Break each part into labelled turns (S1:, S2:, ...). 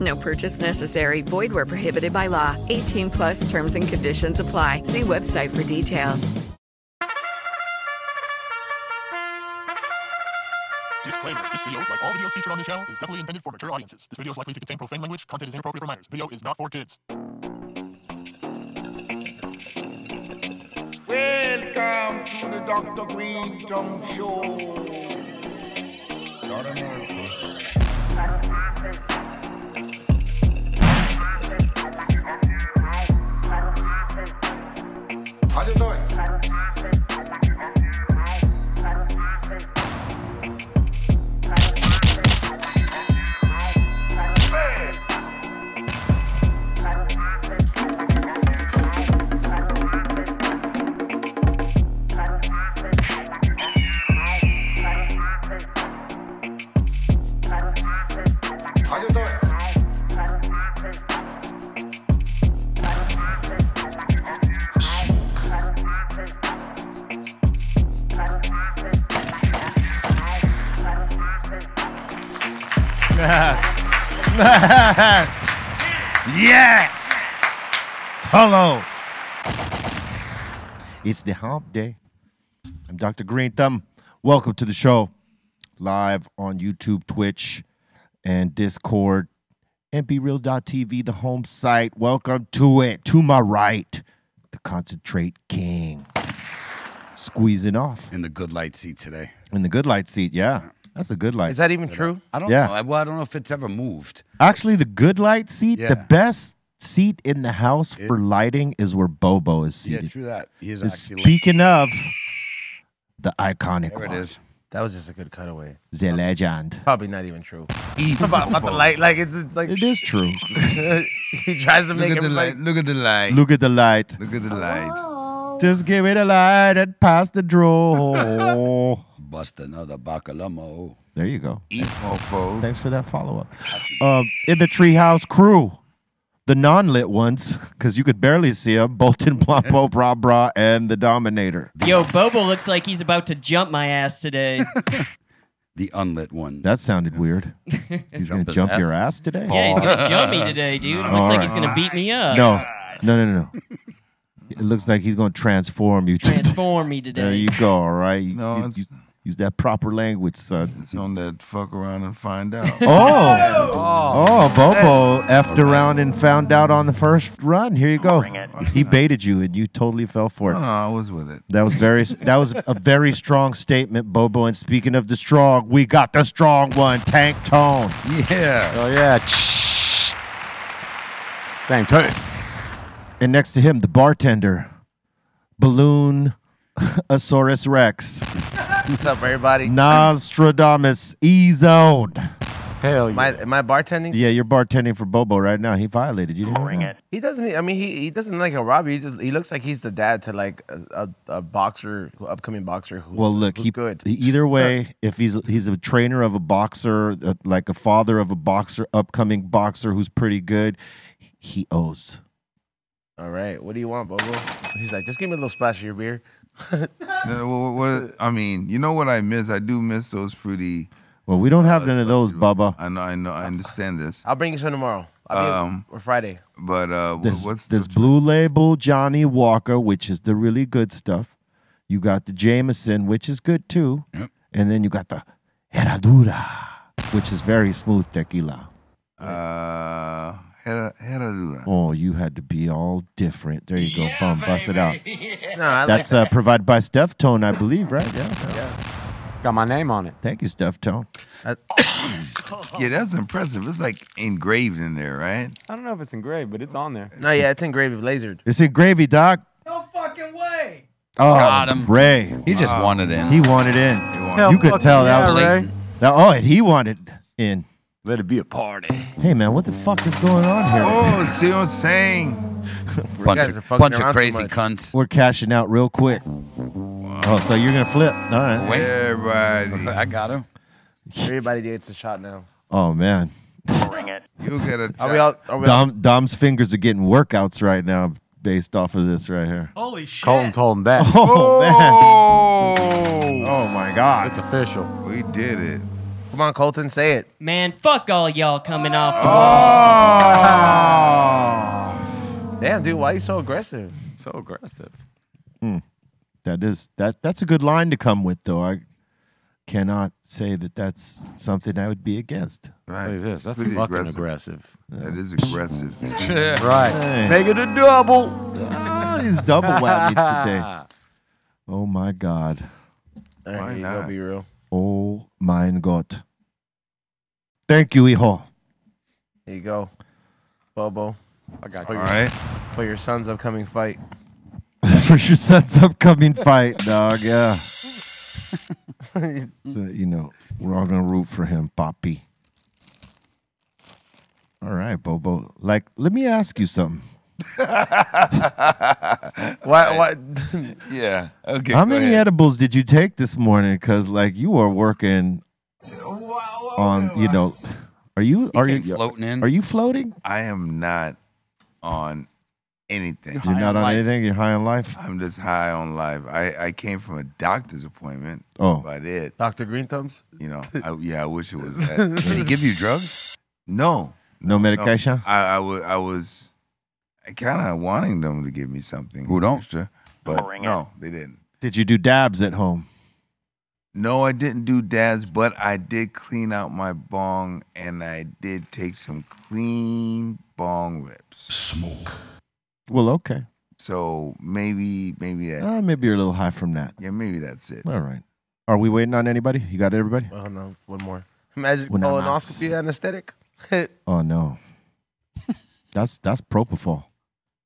S1: No purchase necessary. Void where prohibited by law. 18 plus terms and conditions apply. See website for details.
S2: Disclaimer. This video, like all videos featured on the channel, is definitely intended for mature audiences. This video is likely to contain profane language. Content is inappropriate for minors. Video is not for kids.
S3: Welcome to the Dr. Green Tongue Show. Lord have mercy.
S4: How's it doing? How's it doing?
S5: Yes. Yes. Yes. Hello. It's the hump day. I'm Dr. Green Thumb. Welcome to the show. Live on YouTube, Twitch, and Discord. MPReal.tv, the home site. Welcome to it. To my right, the Concentrate King. Squeezing off
S6: in the good light seat today.
S5: in the good light seat. Yeah. That's a good light.
S6: Is that even true? I don't
S5: Yeah.
S6: know. I- Well, I don't know if it's ever moved.
S5: Actually, the good light seat,
S6: Yeah.
S5: the best seat in the house for lighting is where Bobo is
S6: Yeah,
S5: seated.
S6: true that. He is
S5: And
S6: actually.
S5: Speaking of the iconic
S6: there it
S5: one,
S6: is.
S7: That was just a good cutaway.
S5: the legend.
S7: Probably not even true. about, about the light, like it's it's like
S5: It is true.
S7: he tries to
S6: Look
S7: make
S6: at the
S7: everybody.
S6: light. Look at the light.
S5: Look at the light.
S6: Look at the light.
S5: Just give it a light and pass the draw.
S6: Bust another oh, bacalamo.
S5: there you go.
S6: Eat mofo.
S5: Thanks for that follow up. Um, in the treehouse crew, the non lit ones, because you could barely see them Bolton, Blompo, Bra Bra, and the Dominator.
S8: Yo, Bobo looks like he's about to jump my ass today.
S6: The unlit one.
S5: That sounded weird. He's going to
S6: Jump his
S5: jump your
S6: ass?
S5: ass today?
S8: yeah, he's gonna jump me today, dude. It looks
S5: All
S8: like
S5: right.
S8: he's gonna beat me up.
S5: No, no, no, no. no. It looks like he's going to transform you.
S8: Transform me
S5: there
S8: today.
S5: you go. All right. You-
S3: No,
S5: you-
S3: it's-
S5: you- use that proper language, son.
S3: It's on that fuck around and find out.
S5: Oh, oh, Bobo effed around and found out on the first run. Here you go. He baited you, and you totally fell for
S3: No,
S5: it.
S3: I was with it.
S5: That was very. That was a very strong statement, Bobo. And speaking of the strong, we got the strong one, Tank Tone.
S6: Yeah.
S5: Oh yeah.
S4: Same time.
S5: And next to him, the bartender, Balloon, Asaurus Rex.
S7: What's up, everybody?
S5: Nostradamus E zoned.
S4: Hell
S7: Am I, am I bartending?
S5: Yeah, you're bartending for Bobo right now. He violated you. Didn't Bring it.
S7: He doesn't. I mean, he, he doesn't like a robber. He just he looks like he's the dad to like a, a, a boxer, upcoming boxer. Who,
S5: Well, look,
S7: who's
S5: he,
S7: good.
S5: either way, if he's he's a trainer of a boxer, uh, like a father of a boxer, upcoming boxer who's pretty good, he owes.
S7: All right, what do you want, Bobo? He's like, just give me a little splash of your beer.
S3: Yeah, wha- wha- Uh, what- I mean, you know what I miss? I do miss those fruity.
S5: Well, we don't have none of those, Bubba.
S3: I know, I know, I understand this.
S7: I'll bring you some tomorrow. I'll be
S3: Um,
S7: or Friday.
S3: But uh, wha-
S5: This
S3: what's
S5: this
S3: the,
S5: blue label Johnny Walker, which is the really good stuff. You got the Jameson, which is good too, and then you got the Herradura, which is very smooth tequila.
S3: uh, How do- how do I do that?
S5: Oh, you had to be all different. There you go. Bum, bust it out.
S3: No, I like
S5: That's uh,
S3: that.
S5: provided by Steph Tone, I believe, right? Yeah.
S9: Got my name on it.
S5: Thank you, Steph Tone.
S3: yeah, that's impressive. It's like engraved in there, right?
S9: I don't know if it's engraved, but it's on there.
S7: No, yeah, it's engraved with lasered.
S5: It's in gravy, Doc.
S7: No fucking way.
S5: Oh,
S7: Got him.
S5: Ray.
S6: He just wanted in.
S5: He wanted in.
S6: wanted
S5: you
S6: in.
S5: could tell
S6: Hell
S5: that was
S6: fucking
S5: Ray.
S6: yeah, Ray.
S5: oh, and he wanted in.
S9: Let it be a party.
S5: Hey, man, what the fuck is going on here?
S3: Oh, see what I'm saying?
S6: Bunch of, bunch of crazy cunts.
S5: We're cashing out real quick. Oh, so you're gonna flip? All right.
S3: Everybody.
S6: I got him.
S7: Everybody gets a shot now.
S5: Oh man,
S7: Bring it.
S3: You get a.
S7: Are we all? Are we all?
S5: Dom, Dom's fingers are getting workouts right now based off of this right here.
S9: Holy shit. Colton's holding back.
S5: Oh,
S3: man.
S5: Oh my God.
S9: It's official.
S3: We did it.
S7: Come on, Colton, say it.
S8: Man, fuck all y'all coming off
S5: Oh.
S8: the
S7: Damn, dude, why you so aggressive?
S9: So aggressive.
S5: Hmm. That is that. That's a good line to come with, though. I cannot say that that's something I would be against.
S3: Right.
S9: Look at this. That's
S3: Pretty
S9: fucking aggressive.
S3: aggressive. That is aggressive.
S9: right.
S5: Hey.
S9: Make it a double.
S5: Ah, he's double whammy today. Oh my God.
S7: All right, here you go, be real.
S5: Oh my God. Thank you, hijo.
S7: Here you go, Bobo.
S9: I got
S7: you.
S3: All right.
S7: For your son's upcoming fight.
S5: for your son's upcoming fight, dog. Yeah. so you know, we're all gonna root for him, Poppy. All right, Bobo. Like, let me ask you something.
S7: Why? Why?
S3: yeah. Okay.
S5: How
S3: go
S5: many
S3: ahead.
S5: edibles did you take this morning? Cause like you are working on, you know, are you are you
S6: floating in?
S5: Are you floating?
S3: I am not on anything.
S5: You're not on anything. You're high on life.
S3: I'm just high on life. I, I came from a doctor's appointment.
S5: Oh.
S3: About it.
S7: Doctor Green Thumbs.
S3: You know, I, yeah, I wish it was that.
S6: Did he give you drugs?
S3: No.
S5: No medication?
S3: I, I, wa- I was kind of wanting them to give me something.
S6: Who don't?
S3: Extra, but no, they didn't.
S5: Did you do dabs at home?
S3: No, I didn't do dabs, but I did clean out my bong and I did take some clean bong rips. Smoke.
S5: Well, okay.
S3: So maybe, maybe that.
S5: Uh, maybe you're a little high from that.
S3: yeah, maybe that's it.
S5: All right. Are we waiting on anybody? You got everybody?
S7: Oh no, one more. oh, Magic
S5: Una
S7: colonoscopy anesthetic.
S5: Oh no. that's that's propofol.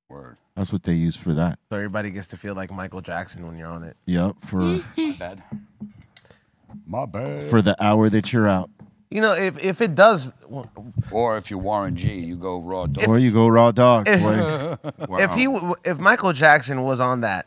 S6: Word.
S5: That's what they use for that.
S7: So everybody gets to feel like Michael Jackson when you're on it.
S5: Yep. For
S6: My bad. My bad.
S5: for the hour that you're out.
S7: You know, if if it does,
S6: Or if you're Warren G, you go raw dog.
S5: or you go raw dog,
S7: if,
S5: boy.
S7: if he w- if Michael Jackson was on that,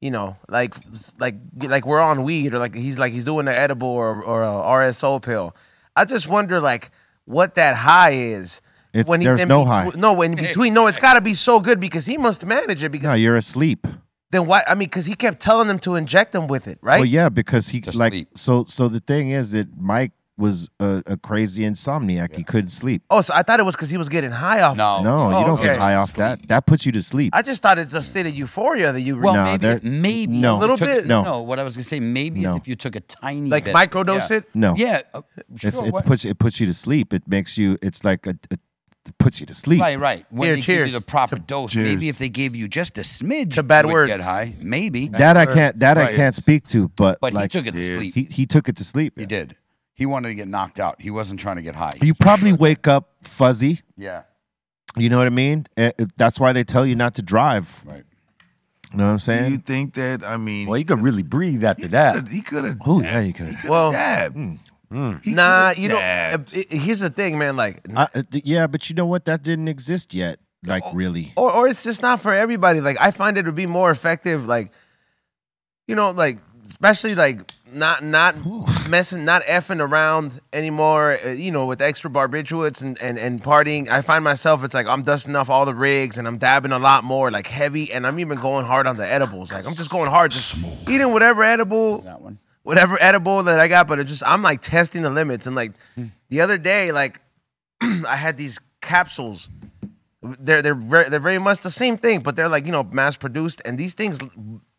S7: you know, like like like we're on weed or like he's like he's doing an edible or or a RSO pill. I just wonder like what that high is.
S5: It's- there's
S7: in
S5: no
S7: bet-
S5: high.
S7: No, in between. No, it's got to be so good because he must manage it. Because
S5: No, you're asleep.
S7: then why? I mean, because he kept telling them to inject them with it, right?
S5: Well, yeah, because he like so so the thing is that Mike was a, a crazy insomniac. He couldn't sleep.
S7: Oh, so I thought it was because he was getting high off.
S6: No,
S5: No,
S7: Oh,
S5: you don't
S7: okay.
S5: get high off that. That puts you to sleep.
S7: I just thought it's a state of euphoria that you.
S6: Well,
S5: No,
S6: maybe,
S5: there-
S6: maybe
S5: no.
S6: if you
S5: Little
S6: took-
S5: bit.
S6: No.
S5: No.
S6: what I was gonna say maybe
S5: No.
S6: is if you took a tiny
S7: Like
S6: bit.
S7: microdose
S6: yeah.
S7: it?
S5: No.
S6: Yeah. uh, sure,
S5: it's, it
S6: what-
S5: puts it puts you to sleep. It makes you. It's like a, it puts you to sleep.
S6: Right, right. When
S7: Here,
S6: they
S7: cheers.
S6: give you the proper dose,
S5: cheers.
S6: maybe if they gave you just a smidge,
S7: a bad
S6: you would
S7: word.
S6: Get high, maybe.
S5: That I can't. That I
S6: Right.
S5: can't speak to. But
S6: But he
S5: like,
S6: took it to sleep.
S5: He, he took it to sleep.
S6: He did. He wanted to get knocked out. He wasn't trying to get high.
S5: You probably wake up fuzzy.
S6: yeah.
S5: You know what I mean? Eh, eh, That's why they tell you not to drive.
S6: Right.
S5: You know what I'm
S3: Do you
S5: saying?
S3: think that? I mean,
S9: Well, you could really breathe after that.
S3: he could have.
S5: Oh yeah, you could.
S7: Well,
S3: dabbed.
S5: Mm.
S7: nah, you don't. uh, uh, Here's the thing, man. Like,
S5: I, Hmm. uh, th- yeah, but you know what? That didn't exist yet.
S3: Oh,
S5: Like really.
S7: or or it's just not for everybody. Like I find it would be more effective, like you know, like especially like not not messing, not effing around anymore. uh, You know, with extra barbiturates and and and partying, I find myself it's like I'm dusting off all the rigs and I'm dabbing a lot more, like heavy, and I'm even going hard on the edibles. Like I'm just going hard, just eating whatever edible.
S6: That one.
S7: Whatever edible that I got, but it just I'm like testing the limits. And like the other day, like I had these capsules they're they're very, they're very much the same thing, but they're like you know mass produced, and these things.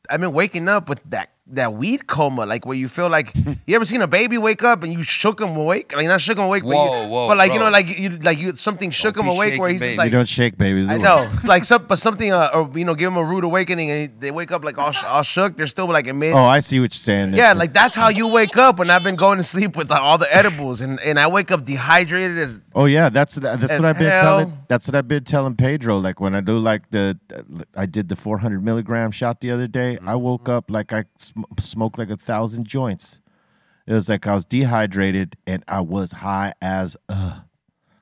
S7: I've been waking up with that that weed coma, like where you feel like you ever seen a baby wake up and you shook him awake, like not shook him awake, but,
S6: Whoa,
S7: you,
S6: whoa,
S7: but like you
S6: bro.
S7: know, like you like you something shook him
S6: be
S7: awake where
S6: shaking
S7: he's just
S6: babies.
S7: like
S5: you don't shake babies.
S7: I know, like some, but something, uh, or you know, give them a rude awakening, and they wake up like all, sh- all shook. They're still like a mid.
S5: Oh, I see what you're saying.
S7: yeah, like that's how you wake up. And I've been going to sleep with like, all the edibles, and, and I wake up dehydrated as
S5: Oh yeah, that's that's
S7: As
S5: what I've been
S7: hell.
S5: telling. That's what I've been telling Pedro. Like when I do like the, I did the 400 milligram shot the other day.
S7: Mm-hmm.
S5: I woke up like I sm- smoked like a thousand joints. It was like I was dehydrated and I was high as uh.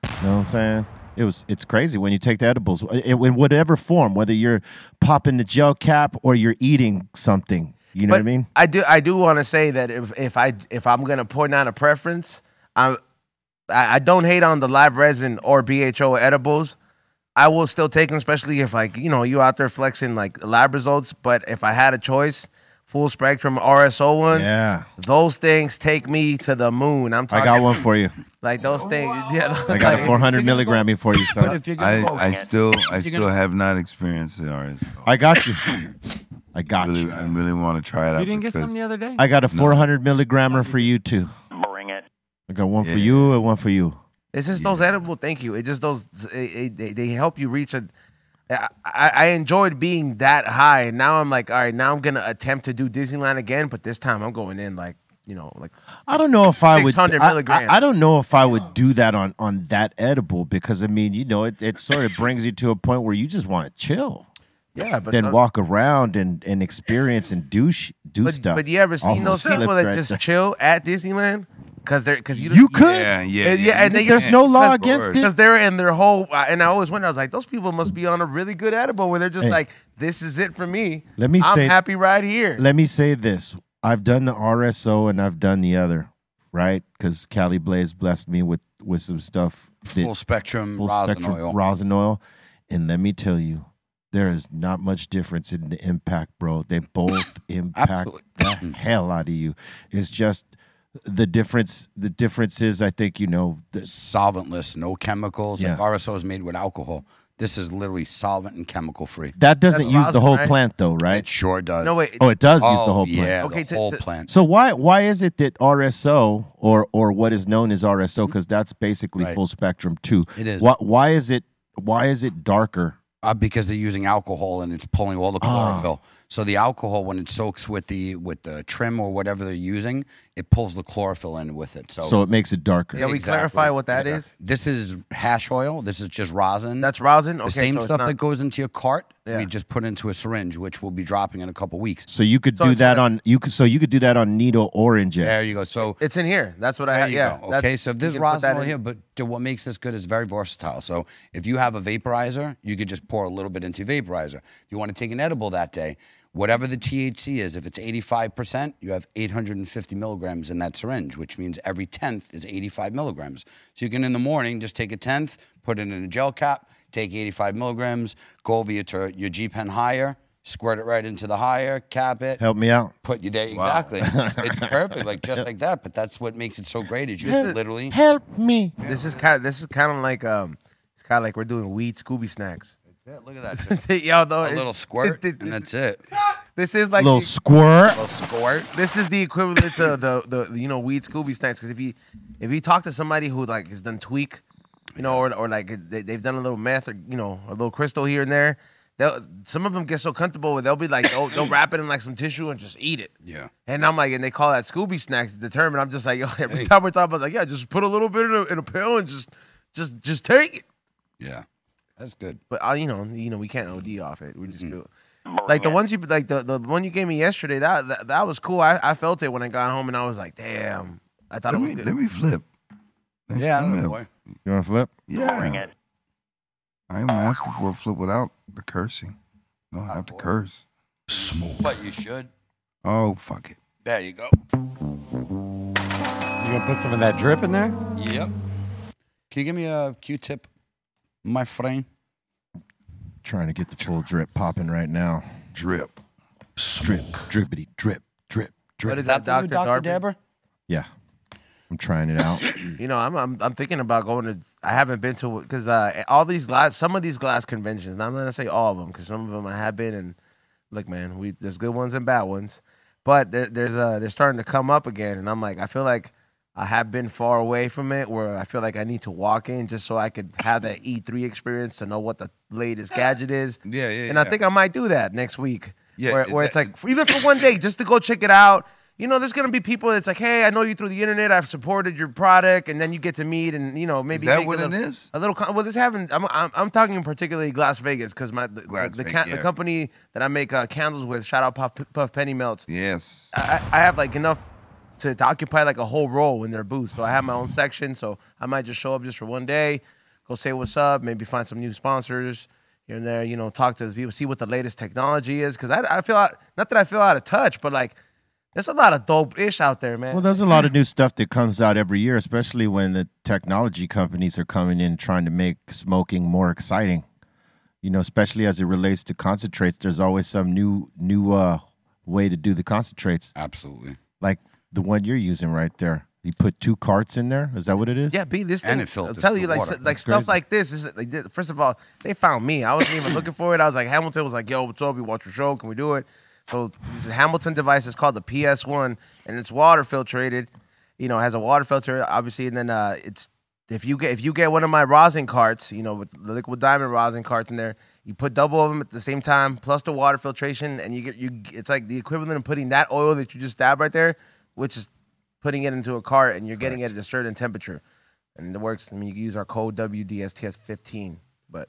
S5: You know what I'm saying? It was it's crazy when you take the edibles uh, in, in whatever form, whether you're popping the gel cap or you're eating something. You know what I mean?
S7: I do I do want to say that if if I if I'm gonna point out a preference, I I I don't hate on the live resin or BHO edibles. I will still take them, especially if like you know you out there flexing like lab results. But if I had a choice, full spectrum RSO ones,
S5: Yeah.
S7: those things take me to the moon. I'm
S5: I
S7: talking.
S5: got one for you.
S7: Like those things, yeah.
S5: I got a 400 milligram for you, son.
S3: I, I still I still have not experienced the RS.
S5: I got you. I got
S3: really, you. I really want to try it out.
S9: You didn't get
S3: because-
S9: some the other day?
S5: I got a
S3: No.
S5: 400 milligrammer for you too.
S9: Bring it.
S5: I got one for you and one for you.
S7: It's just those edible. Thank you. It just those. It, it, they, they help you reach a. I, I I enjoyed being that high. and Now I'm like, all right. Now I'm gonna attempt to do Disneyland again, but this time I'm going in like, you know, like
S5: I don't know if I would.
S7: 600
S5: I- I-
S7: milligrams.
S5: I, don't know if I would do that on on that edible because I mean, you know, it, it sort of brings you to a point where you just want to chill.
S7: yeah. But
S5: then
S7: uh,
S5: walk around and, and experience and do sh- do
S7: But,
S5: stuff.
S7: but you ever
S5: All
S7: seen those
S5: slipped
S7: people that
S5: right
S7: just
S5: there.
S7: chill at Disneyland? Cause they're, cause you,
S5: You could. Yeah,
S7: and-
S5: yeah,
S7: yeah,
S5: yeah,
S7: and
S5: you
S7: they,
S5: There's can. no law against it.
S7: because they're in their whole. uh, And I always wonder, I was like, those people must be on a really good edible where they're just
S5: Hey.
S7: like, this is it for me.
S5: Let me
S7: I'm
S5: say-
S7: happy right here.
S5: Let me say this: I've done the RSO and I've done the other, right? Because Cali Blaze blessed me with with some stuff. that-
S6: Full spectrum rosin oil.
S5: rosin oil, and let me tell you, there is not much difference in the impact, bro. They both impact the hell out of you. It's just the difference. The difference is, I think you know, the,
S6: solventless, no chemicals.
S5: Yeah.
S6: Like RSO is made with alcohol. This is literally solvent and chemical free.
S5: that doesn't use the whole plant, though, right? It
S6: sure does.
S7: No, wait.
S5: Oh, it does use the
S6: Oh,
S5: whole plant.
S6: yeah, the Okay, to- whole to- plant.
S5: So why why is it that RSO or or what is known as RSO because that's basically full spectrum too.
S6: It is.
S5: Why, why is it why is it darker?
S6: Uh, because they're using alcohol and it's pulling all the
S5: Ah.
S6: chlorophyll. So the alcohol, when it soaks with the with the trim or whatever they're using, it pulls the chlorophyll in with it. So
S5: So, it makes it darker.
S7: Yeah, we clarify what that
S6: that
S7: is.
S6: is. This is hash oil. This is just rosin.
S7: That's rosin. Okay,
S6: the same
S7: so it's
S6: stuff
S7: not-
S6: that goes into your cart.
S7: Yeah.
S6: We just put into a syringe, which we'll be dropping in a couple weeks.
S5: So you could
S6: So
S5: do
S6: it's
S5: that
S6: gonna-
S5: on you could so you could do that on needle orange.
S6: There you go. So
S7: It's in here. That's what I
S6: There
S7: had.
S6: you
S7: Yeah.
S6: go.
S7: that's-
S6: Okay. So
S7: you
S6: this
S7: can put that
S6: rosin oil
S7: in.
S6: here, but to what makes this good is very versatile. So if you have a vaporizer, you could just pour a little bit into your vaporizer. If you want to take an edible that day, whatever the THC is, if it's 85%, you have 850 milligrams in that syringe, which means every tenth is 85 milligrams. So you can in the morning just take a tenth, put it in a gel cap, take 85 milligrams, go over your, to your G pen higher. Squirt it right into the higher, cap it.
S5: Help me out.
S6: Put you there
S5: Wow.
S6: exactly. it's perfect, like just like that. But that's what makes it so great is you
S7: Help-
S6: literally
S5: Help me.
S7: This is kind. Of, this is kind of like um. It's kind of like we're doing weed Scooby snacks.
S6: Look at that.
S7: Y'all know
S6: a
S7: it-
S6: little squirt,
S7: this-
S6: and that's it.
S7: This is like
S5: Little
S7: the-
S5: squirt.
S6: Little squirt.
S7: This is the equivalent to the, the the, you know weed Scooby snacks because if you if you talk to somebody who like has done tweak, you know, or or like they, they've done a little meth or you know a little crystal here and there, they'll some of them get so comfortable with they'll be like they'll, they'll wrap it in like some tissue and just eat it.
S6: Yeah.
S7: And I'm like, and they call that Scooby snacks determined. I'm just like, yo, every time we're talking about, like, yeah, just put a little bit in a, in a pill and just, just, just take it.
S6: Yeah, that's good.
S7: But I, you know, you know, we can't OD off it. We just do it. Like the ones you, like the, the one you gave me yesterday, that that, that was cool. I, I felt it when I got home, and I was like, damn, I thought it was good.
S3: Let me flip.
S6: Yeah,
S3: I
S6: don't know, boy.
S5: You want to flip?
S3: Yeah. I'm asking for a flip without the cursing. You don't have to curse.
S6: But you should.
S3: Oh fuck it.
S6: There you go.
S9: You gonna put some of that drip in there?
S6: Yep. Can you give me a Q-tip, my friend?
S5: Trying to get the full drip popping right now.
S3: Drip.
S5: Drip. Drippity drip drip drip.
S7: What is
S6: that,
S7: that,
S6: the new
S7: Dr.
S6: Dr. Dabber?
S5: Yeah. I'm trying it out.
S7: You know, I'm, I'm I'm thinking about going to. I haven't been to because uh, all these glass, some of these glass conventions. and I'm not gonna say all of them because some of them I have been and look, man, we there's good ones and bad ones. But there, there's uh, they're starting to come up again, and I'm like, I feel like I have been far away from it, where I feel like I need to walk in just so I could have that E3 experience to know what the latest gadget is.
S3: Yeah, yeah.
S7: And I think I might do that next week.
S3: Yeah,
S7: where, where it's like even for one day, just to go check it out. You know, there's gonna be people that's like, hey, I know you through the internet. I've supported your product, and then you get to meet, and you know, maybe
S3: that
S7: make
S3: what
S7: a
S3: it
S7: little,
S3: is?
S7: A little. Con- well, this happened. I'm, I'm I'm talking particularly Las Vegas because my the,
S3: Glass
S7: the, the,
S3: Vegas,
S7: ca-
S3: yeah.
S7: the company that I make uh, candles with. Shout out Puff, Puff Penny Melts.
S3: Yes.
S7: I, I I have like enough to, to occupy like a whole row in their booth. So I have my own section. So I might just show up just for one day, go say what's up, maybe find some new sponsors here and there. You know, talk to the people, see what the latest technology is. Because I, I feel out, not that I feel out of touch, but like there's a lot of dope ish out there, man.
S5: Well, there's a lot of new stuff that comes out every year, especially when the technology companies are coming in trying to make smoking more exciting. You know, especially as it relates to concentrates, there's always some new new uh, way to do the concentrates.
S6: Absolutely.
S5: Like the one you're using right there. You put two carts in there. Is that what it is?
S7: Yeah, be this thing. I'm telling you, like, s- like
S5: That's
S7: stuff
S5: crazy.
S7: like this. Is like, this- first of all, they found me. I wasn't even looking for it. I was like, Hamilton was like, "Yo, what's up? We watch your show. Can we do it?" So this Hamilton device is called the PS1, and it's water filtrated. You know, it has a water filter, obviously, and then uh, it's if you get if you get one of my rosin carts, you know, with the liquid diamond rosin carts in there, you put double of them at the same time, plus the water filtration, and you get you. It's like the equivalent of putting that oil that you just dabbed right there, which is putting it into a cart, and you're getting it at a certain temperature, and it works. I mean, you can use our code WDSTS15, but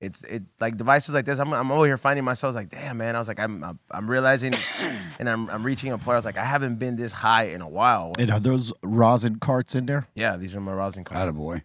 S7: it's it like devices like this. I'm I'm over here finding myself like, damn man. I was like, I'm I'm, I'm realizing, and I'm I'm reaching a point. I was like, I haven't been this high in a while.
S5: And are those rosin carts in there?
S7: Yeah, these are my rosin carts.
S6: boy.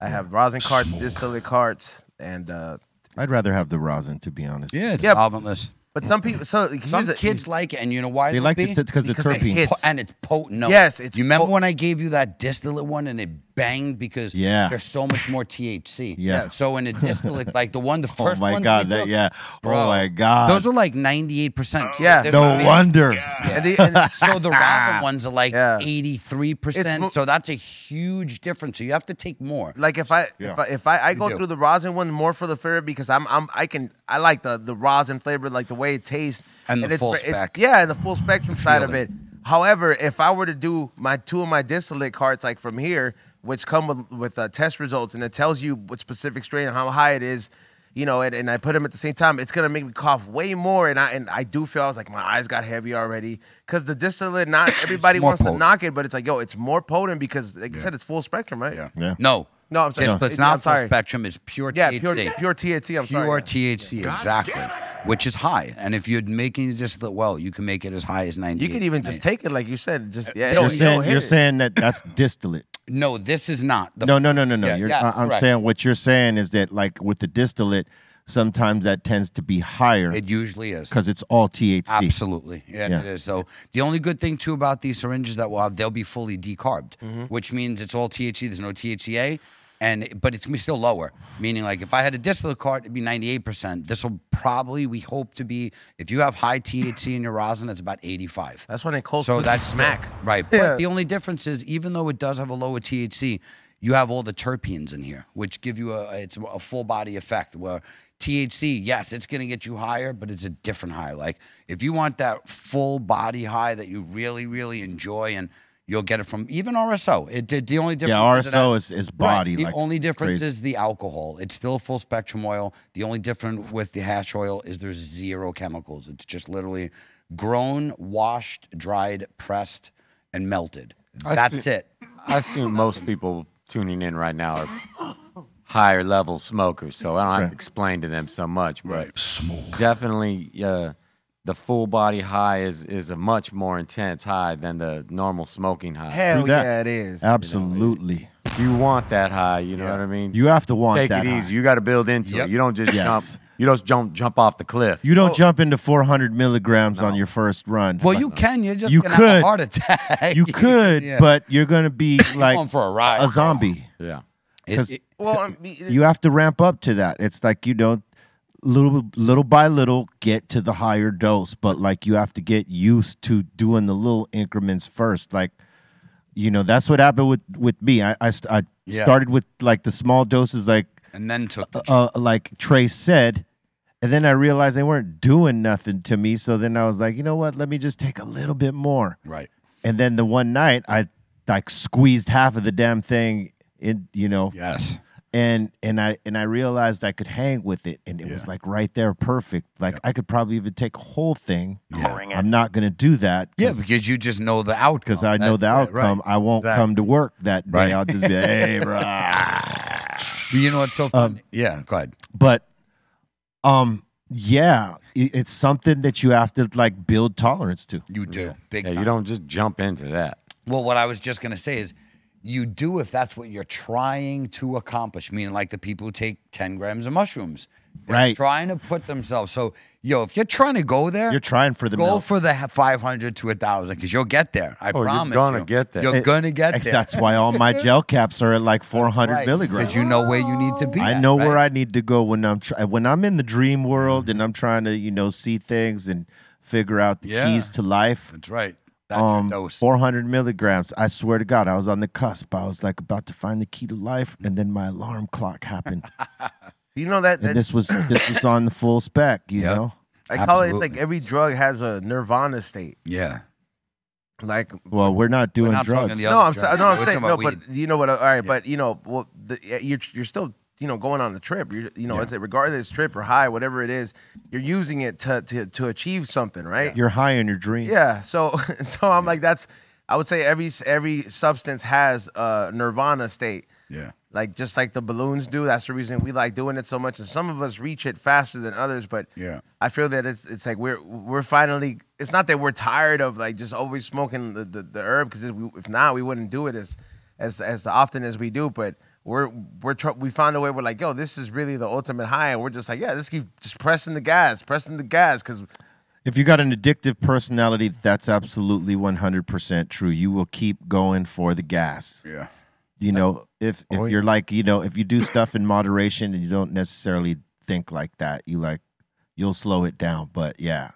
S7: I have rosin carts, distillate carts, and uh,
S5: I'd rather have the rosin, to be honest.
S6: Yeah,
S7: it's Yeah, but-
S6: solventless.
S7: but some people, so
S6: Some kids like it, and you know why?
S5: They
S6: it'll
S5: like
S6: be?
S5: it 'cause it's Because it terpene. hits.
S6: Po- and it's potent. No.
S5: Yes, it's
S6: you remember when I gave you that distillate one and it banged because
S5: Yeah.
S6: there's so much more THC.
S5: Yeah.
S6: So in a distillate, like the one, the
S5: Oh
S6: first
S5: my
S6: one
S5: God,
S6: we
S5: that-
S6: took,
S5: yeah. Oh
S6: bro,
S5: my God.
S6: those are like 98 percent.
S5: Yeah. No wonder.
S6: And the- and so the rosin ones are like 83
S7: It's-
S6: percent. So that's a huge difference. So you have to take more.
S7: Like if I
S6: Yeah.
S7: if I, if I, I
S6: You
S7: go
S6: do.
S7: through the rosin one more for the flavor because I'm I'm I can I like the the rosin flavor like the way it tastes
S6: And the full
S7: it-
S6: spec.
S7: yeah, and the full spectrum side of it.
S6: it.
S7: However, if I were to do my two of my distillate carts like from here, which come with with uh, test results and it tells you what specific strain and how high it is. You know, and, and I put them at the same time. It's gonna make me cough way more, and I and I do feel I was like my eyes got heavy already because the distillate. Not everybody
S6: more
S7: wants to
S6: potent.
S7: knock it, but it's like yo, it's more potent because like you said, it's full spectrum, right? Yeah.
S6: No.
S7: No, I'm sorry.
S6: It's, it's
S7: No.
S6: not
S7: I'm sorry.
S6: full spectrum. It's pure
S7: Yeah,
S6: THC.
S7: pure- pure THC. I'm
S6: pure
S7: sorry.
S6: THC, exactly. Which is high. And if you're making it just that well, you can make it as high as 90.
S7: You could even just take it, like you said. Just yeah.
S5: You're
S7: it'll-
S5: saying
S7: it'll hit
S5: you're
S7: it.
S5: saying that that's distillate.
S6: No, this is not. The
S5: no, no, no, no, no.
S6: Yeah,
S5: you're,
S6: yes,
S5: I, am
S6: correct.
S5: saying what you're saying is that like with the distillate, sometimes that tends to be higher. It
S6: usually is
S5: because it's all THC.
S6: Absolutely. Yeah,
S5: Yeah.
S6: it is. So the only good thing too about these syringes that we'll have, they'll be fully decarbed,
S7: Mm-hmm.
S6: which means it's all THC. There's no THCA, and but it's gonna be still lower. Meaning, like if I had a distillate cart, it'd be 98. percent This will probably we hope to be if you have high THC in your rosin, it's about 85.
S7: That's when it cold
S6: So
S7: puts
S6: that's
S7: the smack.
S6: right?
S7: Yeah.
S6: But the only difference is even though it does have a lower THC, you have all the terpenes in here, which give you a it's a full body effect where THC, yes, it's going to get you higher, but it's a different high. Like if you want that full body high that you really really enjoy and you'll get it from even RSO. It did the only difference it
S5: RSO is-
S6: has-
S5: is
S6: Right.
S5: body,
S6: The
S5: like,
S6: only difference
S5: crazy.
S6: is the alcohol. It's still full spectrum oil. The only difference with the hash oil is there's zero chemicals. It's just literally grown, washed, dried, pressed, and melted.
S9: I
S6: That's
S9: see-
S6: it.
S9: I assume most people tuning in right now are higher level smokers, so I don't have to explain to them so much. But definitely, uh, the full body high is is a much more intense high than the normal smoking high.
S7: Hell True that. yeah, it is.
S5: Absolutely.
S9: You want that high, you know what I mean?
S5: You have to want
S9: Take
S5: that
S9: it
S5: high.
S9: easy. You got to build into
S5: Yep.
S9: it. You don't just
S5: Yes.
S9: jump. You don't jump jump off the cliff.
S5: You don't jump into 400 milligrams on your first run.
S9: Well, you
S6: can. You're just
S5: you
S6: gonna have a
S5: could
S6: heart attack.
S5: You could,
S6: Yeah.
S5: but you're gonna be like
S6: going for a ride, bro.
S5: zombie.
S9: Yeah,
S5: 'Cause
S6: It-
S7: Well, I mean,
S5: you have to ramp up to that. It's like you don't little little by little get to the higher dose, but like you have to get used to doing the little increments first. Like you know, that's what happened with with me. I I, st- I
S6: Yeah.
S5: started with like the small doses, like
S6: And then took the
S5: uh, like Trey said, And then I realized they weren't doing nothing to me. So then I was like, you know what? Let me just take a little bit more.
S6: Right.
S5: And then the one night I like squeezed half of the damn thing in, you know.
S6: Yes.
S5: And and I and I realized I could hang with it. And it was like right there perfect. Like I could probably even take a whole thing. I'm not gonna do that.
S6: Yeah, because you just know the outcome.
S5: Because I know the
S6: That's it, right.
S5: outcome. I won't
S6: Exactly.
S5: come to work that day.
S6: Right.
S5: I'll just be like, hey, bro.
S6: You know what's so funny? yeah, go ahead.
S5: Um, But um yeah, i- it's something that you have to like build tolerance to.
S6: You do. Big
S9: yeah,
S6: time.
S9: you don't just jump into that.
S6: Well, what I was just going to say is you do if that's what you're trying to accomplish, meaning like the people who take 10 grams of mushrooms. They're
S5: Right.
S6: Trying to put themselves. So, yo, if you're trying to go there,
S5: You're trying for the
S6: go
S5: milk.
S6: for the h- 500 to 1,000 because you'll get there. I
S5: Oh, you're
S6: promise.
S5: gonna
S6: you.
S5: get there.
S6: You're
S5: It-
S6: going to get there.
S5: That's why all my gel caps are at like 400
S6: Right,
S5: milligrams.
S6: Because you know where you need to be.
S5: I
S6: at,
S5: know
S6: right?
S5: where I need to go when I'm try- when I'm in the dream world and I'm trying to you know see things and figure out the
S6: Yeah.
S5: keys to life.
S6: That's right. That's your
S5: Um,
S6: dose.
S5: 400 milligrams. I swear to God, I was on the cusp. I was like about to find the key to life, and then my alarm clock happened,
S7: You know that, that
S5: and this was this was on the full spec. You know,
S7: I call it. It's like every drug has a nirvana state.
S6: Yeah.
S7: Like
S5: Well, we're not doing
S7: no,
S5: drugs.
S7: I'm so, no,
S5: We're
S7: I'm saying
S5: talking
S7: no,
S5: about
S7: but you know what? All right, but you know, well, the, yeah, you're you're still you know going on the trip. You're you know,
S5: Yeah.
S7: it's a, regardless trip or high, whatever it is, you're using it to to to achieve something, right?
S5: You're high in your dream.
S7: Yeah. So so I'm like that's I would say every every substance has a nirvana state.
S6: Yeah.
S7: Like just like the balloons do. That's the reason we like doing it so much. And some of us reach it faster than others, but
S6: Yeah.
S7: I feel that it's it's like we're we're finally. It's not that we're tired of like just always smoking the the, the herb because if, we- if not we wouldn't do it as as as often as we do. But we're we're tr- we found a way. We're like, yo, this is really the ultimate high, and we're just like, yeah, let's keep just pressing the gas, pressing the gas, because
S5: If you got an addictive personality, that's absolutely 100% true. You will keep going for the gas.
S6: Yeah.
S5: You know, if if you're like, you know, if you do stuff in moderation and you don't necessarily think like that, you like you'll slow it down, but yeah.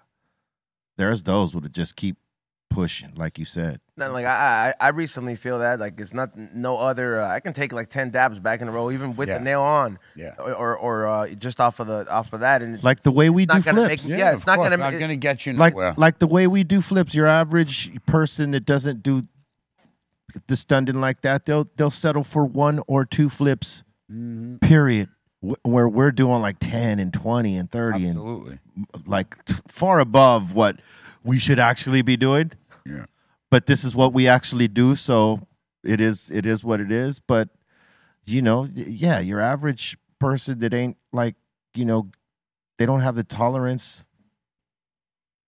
S5: There's those would just keep pushing like you said.
S7: Not like I, I I recently feel that like it's not no other. Uh, I can take like ten dabs back in a row, even with
S5: Yeah.
S7: the nail on,
S6: yeah,
S7: or or, or uh, just off of the off of that, and
S5: Like the way we
S7: it's not
S5: do
S7: gonna
S5: flips.
S7: Make, yeah, it's not gonna
S6: not
S7: it-
S6: going to get you
S5: like
S6: nowhere.
S5: like the way we do flips. Your average person that doesn't do the stunting like that, they'll they'll settle for one or two flips. Period. Wh- Where we're doing like ten and twenty and thirty
S6: Absolutely.
S5: and like far above what we should actually be doing.
S6: Yeah.
S5: But this is what we actually do, so it is it is what it is. But you know, y- yeah, your average person that ain't like you know, they don't have the tolerance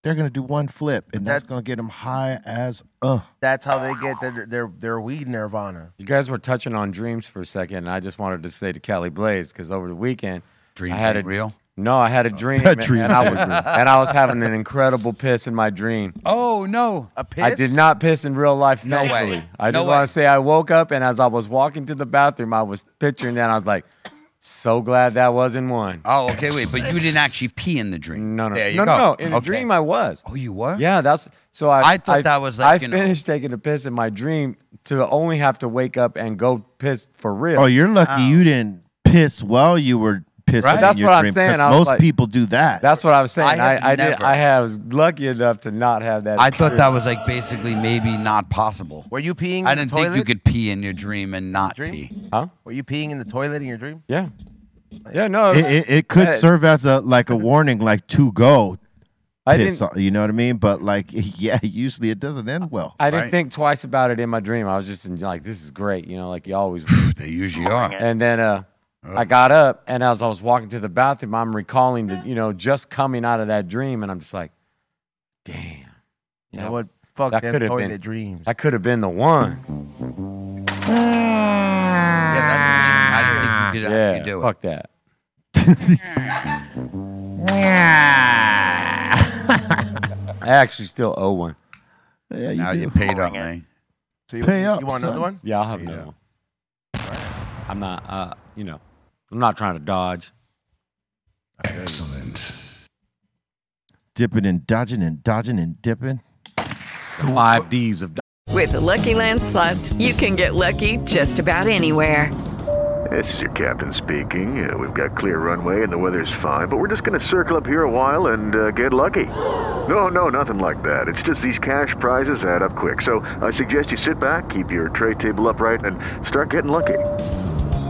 S5: they're gonna do one flip, and that's gonna get them high as uh.
S7: That's how they get their their their weed nirvana.
S9: You guys were touching on dreams for a second, and I just wanted to say to Kelly Blaze because over the weekend,
S6: dream
S9: I had a
S6: ain't real? Oh.
S9: No, I had a dream,
S6: A dream
S9: and I was
S6: ain't real.
S9: and I was having an incredible piss in my dream.
S6: Oh no, a
S9: I did not piss in real life.
S6: No way.
S9: thankfully. I
S6: No
S9: just
S6: way.
S9: want to say I woke up and as I was walking to the bathroom, I was picturing that. And I was like, so glad that wasn't one.
S6: Oh, okay, wait, but you didn't actually pee in the dream.
S9: No, no,
S6: There you
S9: no,
S6: go.
S9: no, no. In the
S6: Okay.
S9: dream, I was.
S6: Oh, you were?
S9: Yeah, that's so. I
S6: I thought that was like,
S9: I
S6: you know-
S9: finished taking a piss in my dream to only have to wake up and go piss for real.
S5: Oh, you're lucky you didn't piss while you were pissing.
S9: Right.
S5: in
S9: That's
S5: your
S9: what I'm
S5: dream,
S9: saying.
S5: 'cause
S9: I was
S5: Most
S9: like-
S5: people do that.
S9: That's what I was saying.
S6: I
S9: I,
S6: have
S9: I, did.
S6: never.
S9: I have was lucky enough to not have that.
S6: I thought that was like basically maybe not possible.
S7: Were you peeing?
S6: I
S7: in the
S6: didn't think you
S7: toilet?
S6: could pee in your dream and not pee.
S9: Huh?
S7: Were you peeing in the toilet in your dream?
S9: Yeah. Yeah, no.
S5: It, it, it could
S9: Uh,
S5: serve as a like a warning, like to go.
S9: I
S5: piss,
S9: didn't-
S5: off, you know what I mean? But like, yeah, usually it doesn't end well.
S9: I didn't think twice about it in my dream. I was just in, like, this is great. You know, like you always.
S6: they usually are. Oh.
S9: And then uh, I got up, and as I was walking to the bathroom, I'm recalling the, you know, just coming out of that dream, and I'm just like, damn.
S7: You know
S9: that
S7: what?
S9: was-
S7: Fuck
S9: that
S7: them
S9: could have
S7: toilet
S9: been-
S7: dreams.
S9: That could have been the one.
S6: Yeah, that dream, I didn't think you could actually do it.
S9: Fuck that. I actually still owe one.
S5: Yeah,
S6: now you paid up, man.
S7: So you,
S9: Pay
S7: you,
S9: up,
S7: you want another
S9: son.
S7: one?
S9: Yeah, I'll have another one. I'm not, uh, you know, I'm not trying to dodge.
S4: Excellent.
S5: Dipping and dodging and dodging and dipping.
S9: Five D's of
S1: With Lucky Land slots, you can get lucky just about anywhere.
S10: This is your captain speaking. Uh, we've got clear runway and the weather's fine, but we're just going to circle up here a while and uh, get lucky. No, no, nothing like that. It's just these cash prizes add up quick. So I suggest you sit back, keep your tray table upright, and start getting lucky.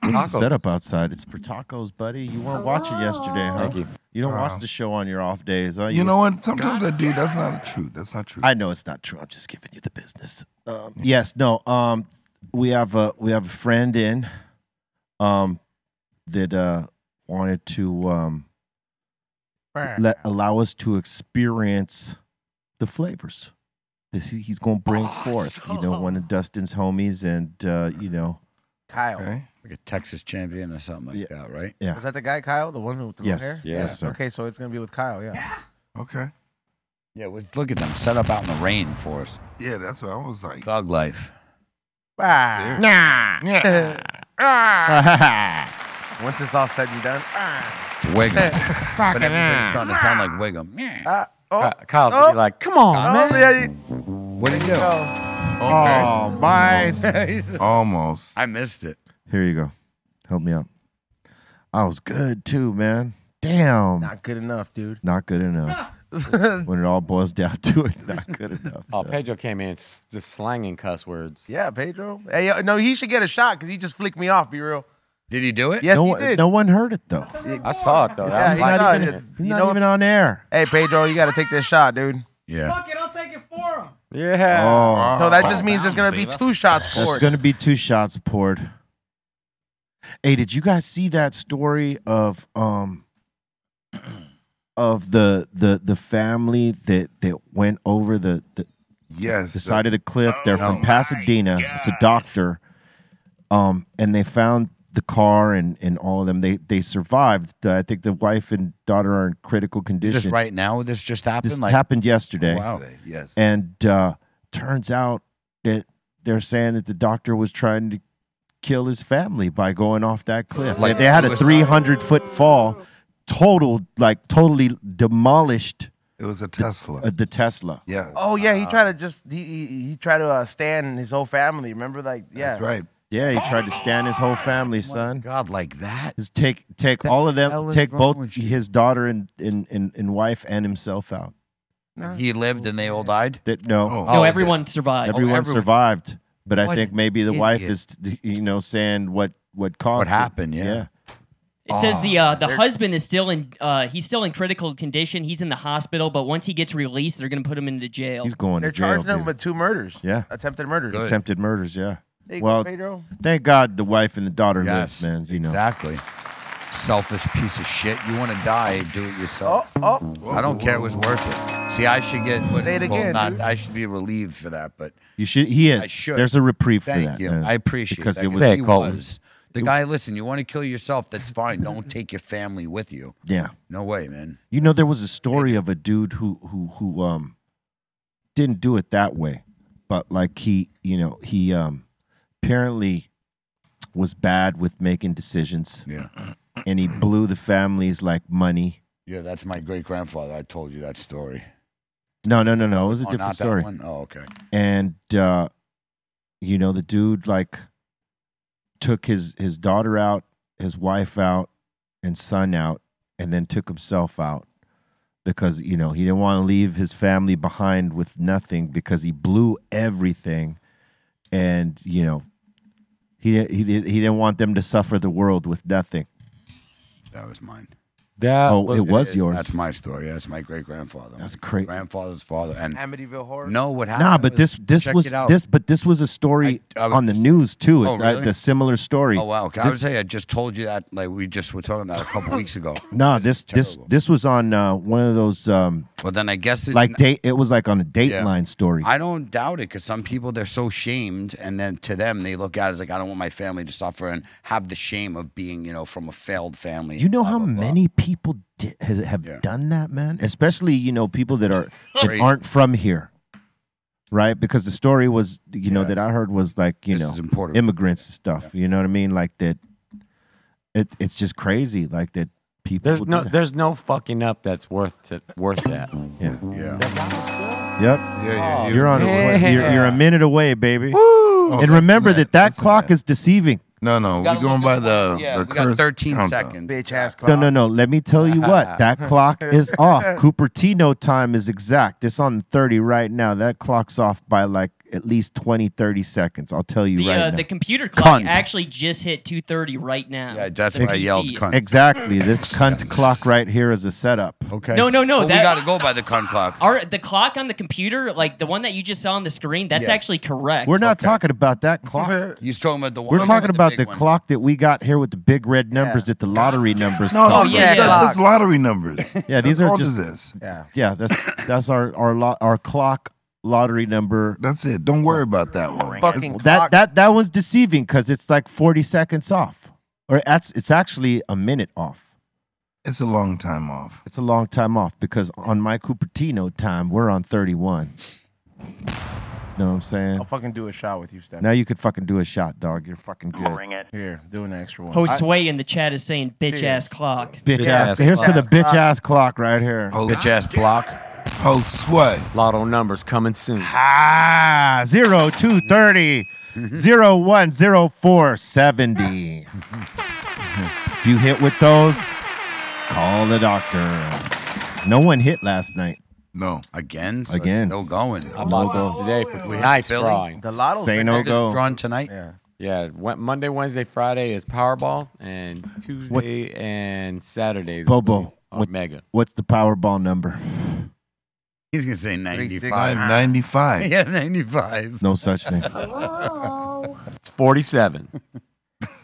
S5: What's the setup outside? It's for tacos, buddy. You weren't watching yesterday, huh?
S3: Thank you.
S5: You don't
S3: Wow.
S5: watch the show on your off days, huh?
S3: Uh-huh. You know what? Sometimes I do. That's not a true. That's not true.
S5: I know it's not true. I'm just giving you the business. Um, Yes, no. Um, we have a we have a friend in, um, that uh wanted to um let allow us to experience the flavors. This he- he's gonna bring forth. You know, one of Dustin's homies, and uh, you know,
S7: Kyle.
S6: Like a Texas champion or something like that, right?
S5: Yeah.
S7: Was that the guy, Kyle? The one with the
S6: Yes.
S7: long hair?
S6: Yeah. Yes, sir.
S7: Okay, so it's going to be with Kyle, yeah.
S3: Okay.
S6: Yeah, well, look at them set up out in the rain for us.
S3: Yeah, that's what I was like.
S6: Thug life.
S7: Ah.
S5: Nah. Ah.
S3: Yeah.
S7: Once it's all said and done.
S6: Wiggum.
S7: Fucking
S6: but everything's
S7: ah.
S6: starting to sound like Wiggum.
S7: Ah,
S5: Uh,
S7: oh,
S9: Kyle's gonna be like, "Come on, man."
S6: What did he do? Oh,
S3: Oh,
S5: my.
S3: Almost.
S6: I missed it.
S5: here you go. Help me out. I was good too, man. Damn.
S7: Not good enough, dude.
S5: Not good enough. when it all boils down to it, not good enough.
S9: Oh, Pedro came in s- just slanging cuss words.
S7: Yeah, Pedro. Hey, yo, no, he should get a shot because he just flicked me off, be real.
S6: Did he do it?
S7: Yes,
S5: no,
S7: he
S5: one-
S7: did.
S5: No one heard it though.
S9: I saw it though.
S7: Yeah,
S9: That was
S7: he
S9: like-
S7: saw it.
S5: He's
S7: You
S5: not
S7: know-
S5: even on air.
S7: Hey, Pedro, you got to take this shot, dude.
S6: Yeah.
S11: Fuck it, I'll take it for him.
S9: Yeah.
S5: Oh.
S7: So that just means there's going to be two shots
S5: That's
S7: poured.
S5: going to be two shots poured. Hey, did you guys see that story of um of the the the family that that went over the the
S3: yes
S5: the side of the cliff? They're
S3: Oh
S5: from Pasadena. It's a doctor. Um, and they found the car and and all of them. They they survived. I think the wife and daughter are in critical
S6: Is
S5: condition.
S6: this right now? This just happened?
S5: This
S6: like,
S5: happened yesterday.
S6: Wow.
S3: Yes.
S5: And uh, turns out that they're saying that the doctor was trying to kill his family by going off that cliff.
S6: Like
S5: Like they had a
S6: suicide.
S5: 300 foot fall, total, like totally demolished.
S3: It was a Tesla.
S5: The, uh, the Tesla.
S3: Yeah. Uh,
S7: Oh, yeah,
S11: Uh-huh.
S7: he tried to just, he, he, he tried to uh, stand his whole family. Remember, like, yeah.
S5: Yeah, he tried to stand his whole family, son.
S6: Oh God, like that.
S5: Just take take all of
S6: hell
S5: them,
S6: is
S5: take
S6: wrong
S5: both his daughter and, and, and, and wife and himself out.
S6: He lived and they all died? Oh.
S5: That no,
S8: No, everyone survived.
S5: Everyone, survived, but I
S8: What
S5: think
S8: an
S5: maybe the wife
S8: idiot.
S5: is, you know, saying what what caused what
S6: happened. Yeah.
S8: It says the uh, the husband is still in uh, he's still in critical condition. He's in the hospital, but once he gets released, they're gonna put him into jail.
S5: He's going
S7: They're
S5: to jail.
S7: charging him
S5: dude.
S7: with two murders.
S5: Yeah.
S7: Attempted murders.
S5: Attempted murders. Yeah.
S7: Hey,
S5: well,
S7: Pedro.
S5: thank God the wife and the daughter lives,
S6: Yes,
S5: man. You know.
S6: exactly. Selfish piece of shit. You want to die, do it yourself.
S7: Oh,
S6: I don't care. It was worth it. See, I should get. What,
S7: Say it
S6: well,
S7: again,
S6: not-
S7: dude.
S6: I should be relieved for that, but
S5: You should. He is.
S6: I should.
S5: There's a reprieve
S6: Thank
S5: for that.
S6: you.
S5: man,
S6: I appreciate
S5: because
S6: that,
S5: it was.
S6: he was. The guy, listen, you want to kill yourself? That's fine. Don't take your family with you.
S5: Yeah.
S6: No way, man.
S5: You know, there was a story of a dude who who who um didn't do it that way, but like he, you know, he um apparently was bad with making decisions.
S6: Yeah.
S5: And he blew the family's like money.
S6: Yeah, that's my great grandfather. I told you that story.
S5: No, no, no, no. It was a
S6: Oh,
S5: different
S6: not that
S5: story.
S6: one? Oh, okay.
S5: And uh, you know, the dude like took his his daughter out his wife out and son out and then took himself out because you know he didn't want to leave his family behind with nothing because he blew everything and you know he didn't- he did, he didn't want them to suffer the world with nothing
S6: That was mine.
S5: That Oh, was- it was yours.
S6: That's my story. That's my great grandfather. That's
S5: crazy.
S6: Grandfather's father and
S7: Amityville Horror.
S6: No, what happened?
S5: nah but
S6: was-
S5: this this
S6: check
S5: was
S6: it out.
S5: this but this was a story
S6: I- I was
S5: on the news too
S6: Oh,
S5: it's like
S6: really?
S5: a similar story
S6: Oh wow! Can I
S5: This-
S6: would say I just told you that. Like we just were talking about a couple weeks ago.
S5: No, this this this was on uh, one of those. Um,
S6: Well, then I guess it-
S5: like date. It was like on a
S6: Yeah.
S5: Dateline story.
S6: I don't doubt it because some people they're so shamed, and then to them they look at it as like I don't want my family to suffer and have the shame of being you know from a failed family.
S5: you know how many people di- has, have done that, man. Especially you know people that are that
S6: Crazy.
S5: aren't from here, right? Because the story was you know that I heard was like you know immigrants and stuff. You know what I mean? Like that. It, it's just crazy. Like that people.
S9: There's
S5: would
S9: no,
S5: do that.
S9: there's no fucking up that's worth it, worth that.
S5: Yeah.
S9: Yeah.
S5: Yep.
S9: yeah, yeah.
S5: You're on.
S9: Yeah.
S5: You're, you're a minute away, baby.
S3: Oh,
S5: And
S3: listen
S5: remember that that clock is deceiving.
S3: No, no, we're going by the. the curse countdown.
S6: Bitch ass
S5: No, no, no. Let me tell you what. That clock is off. Cupertino time is exact. It's on 30 right now. That clock's off by like at least 20, 30 seconds. I'll tell you
S8: The,
S5: right
S8: uh,
S5: now.
S8: the computer clock
S5: Cunt.
S8: actually just hit 2:30 right now. Yeah,
S6: that's
S5: Ex- Exactly. This cunt clock right here is a setup.
S6: Okay.
S8: No, no, no, Well, we that-
S6: gotta go by the cunt clock.
S8: Our, the clock on the computer, like the one that you just saw on the screen, that's
S5: Yeah.
S8: actually correct.
S5: We're not talking about that clock.
S6: You talking about the one?
S5: We're talking about the clock that we got here with the big red numbers that the lottery numbers.
S3: No,
S5: call.
S3: this is- this is lottery numbers.
S5: Yeah, these
S3: How
S5: are
S3: old
S5: just
S3: is this?
S5: Yeah, that's that's our our lo- our clock lottery number.
S3: That's it. Don't worry about that one.
S5: Fucking that that that one's deceiving because it's like forty seconds off, or that's it's actually a minute off.
S3: It's a long time off.
S5: It's a long time off because on my Cupertino time we're on thirty one. Know what I'm saying?
S11: I'll fucking do a shot with you, Steph.
S5: Now you could fucking do a shot, dog. You're fucking good.
S11: Here, do an extra one.
S8: Josue in the chat is saying bitch
S11: Yeah.
S8: ass clock.
S5: Bitch ass. Here's to the bitch ass clock right here.
S9: Bitch
S6: ass block.
S3: Oh, sweat.
S9: Lotto numbers coming soon.
S5: Ah, zero two thirty, zero one zero four seventy. If you hit with those, call the doctor. No one hit last night.
S3: No.
S6: Again? So
S5: Again.
S6: It's still going.
S5: I bought No some
S9: today for tonight's drawing. The lotto's
S5: Say been- no
S9: Just
S5: go.
S6: drawn tonight.
S11: Yeah.
S9: Yeah, Wed- Monday, Wednesday, Friday is Powerball, and Tuesday and Saturday is
S5: Bobo,
S6: Oh,
S9: what, Mega.
S5: what's the Powerball number?
S6: He's gonna say ninety-five.
S3: 95. 95.
S6: yeah, ninety-five.
S5: No such thing.
S9: It's 47.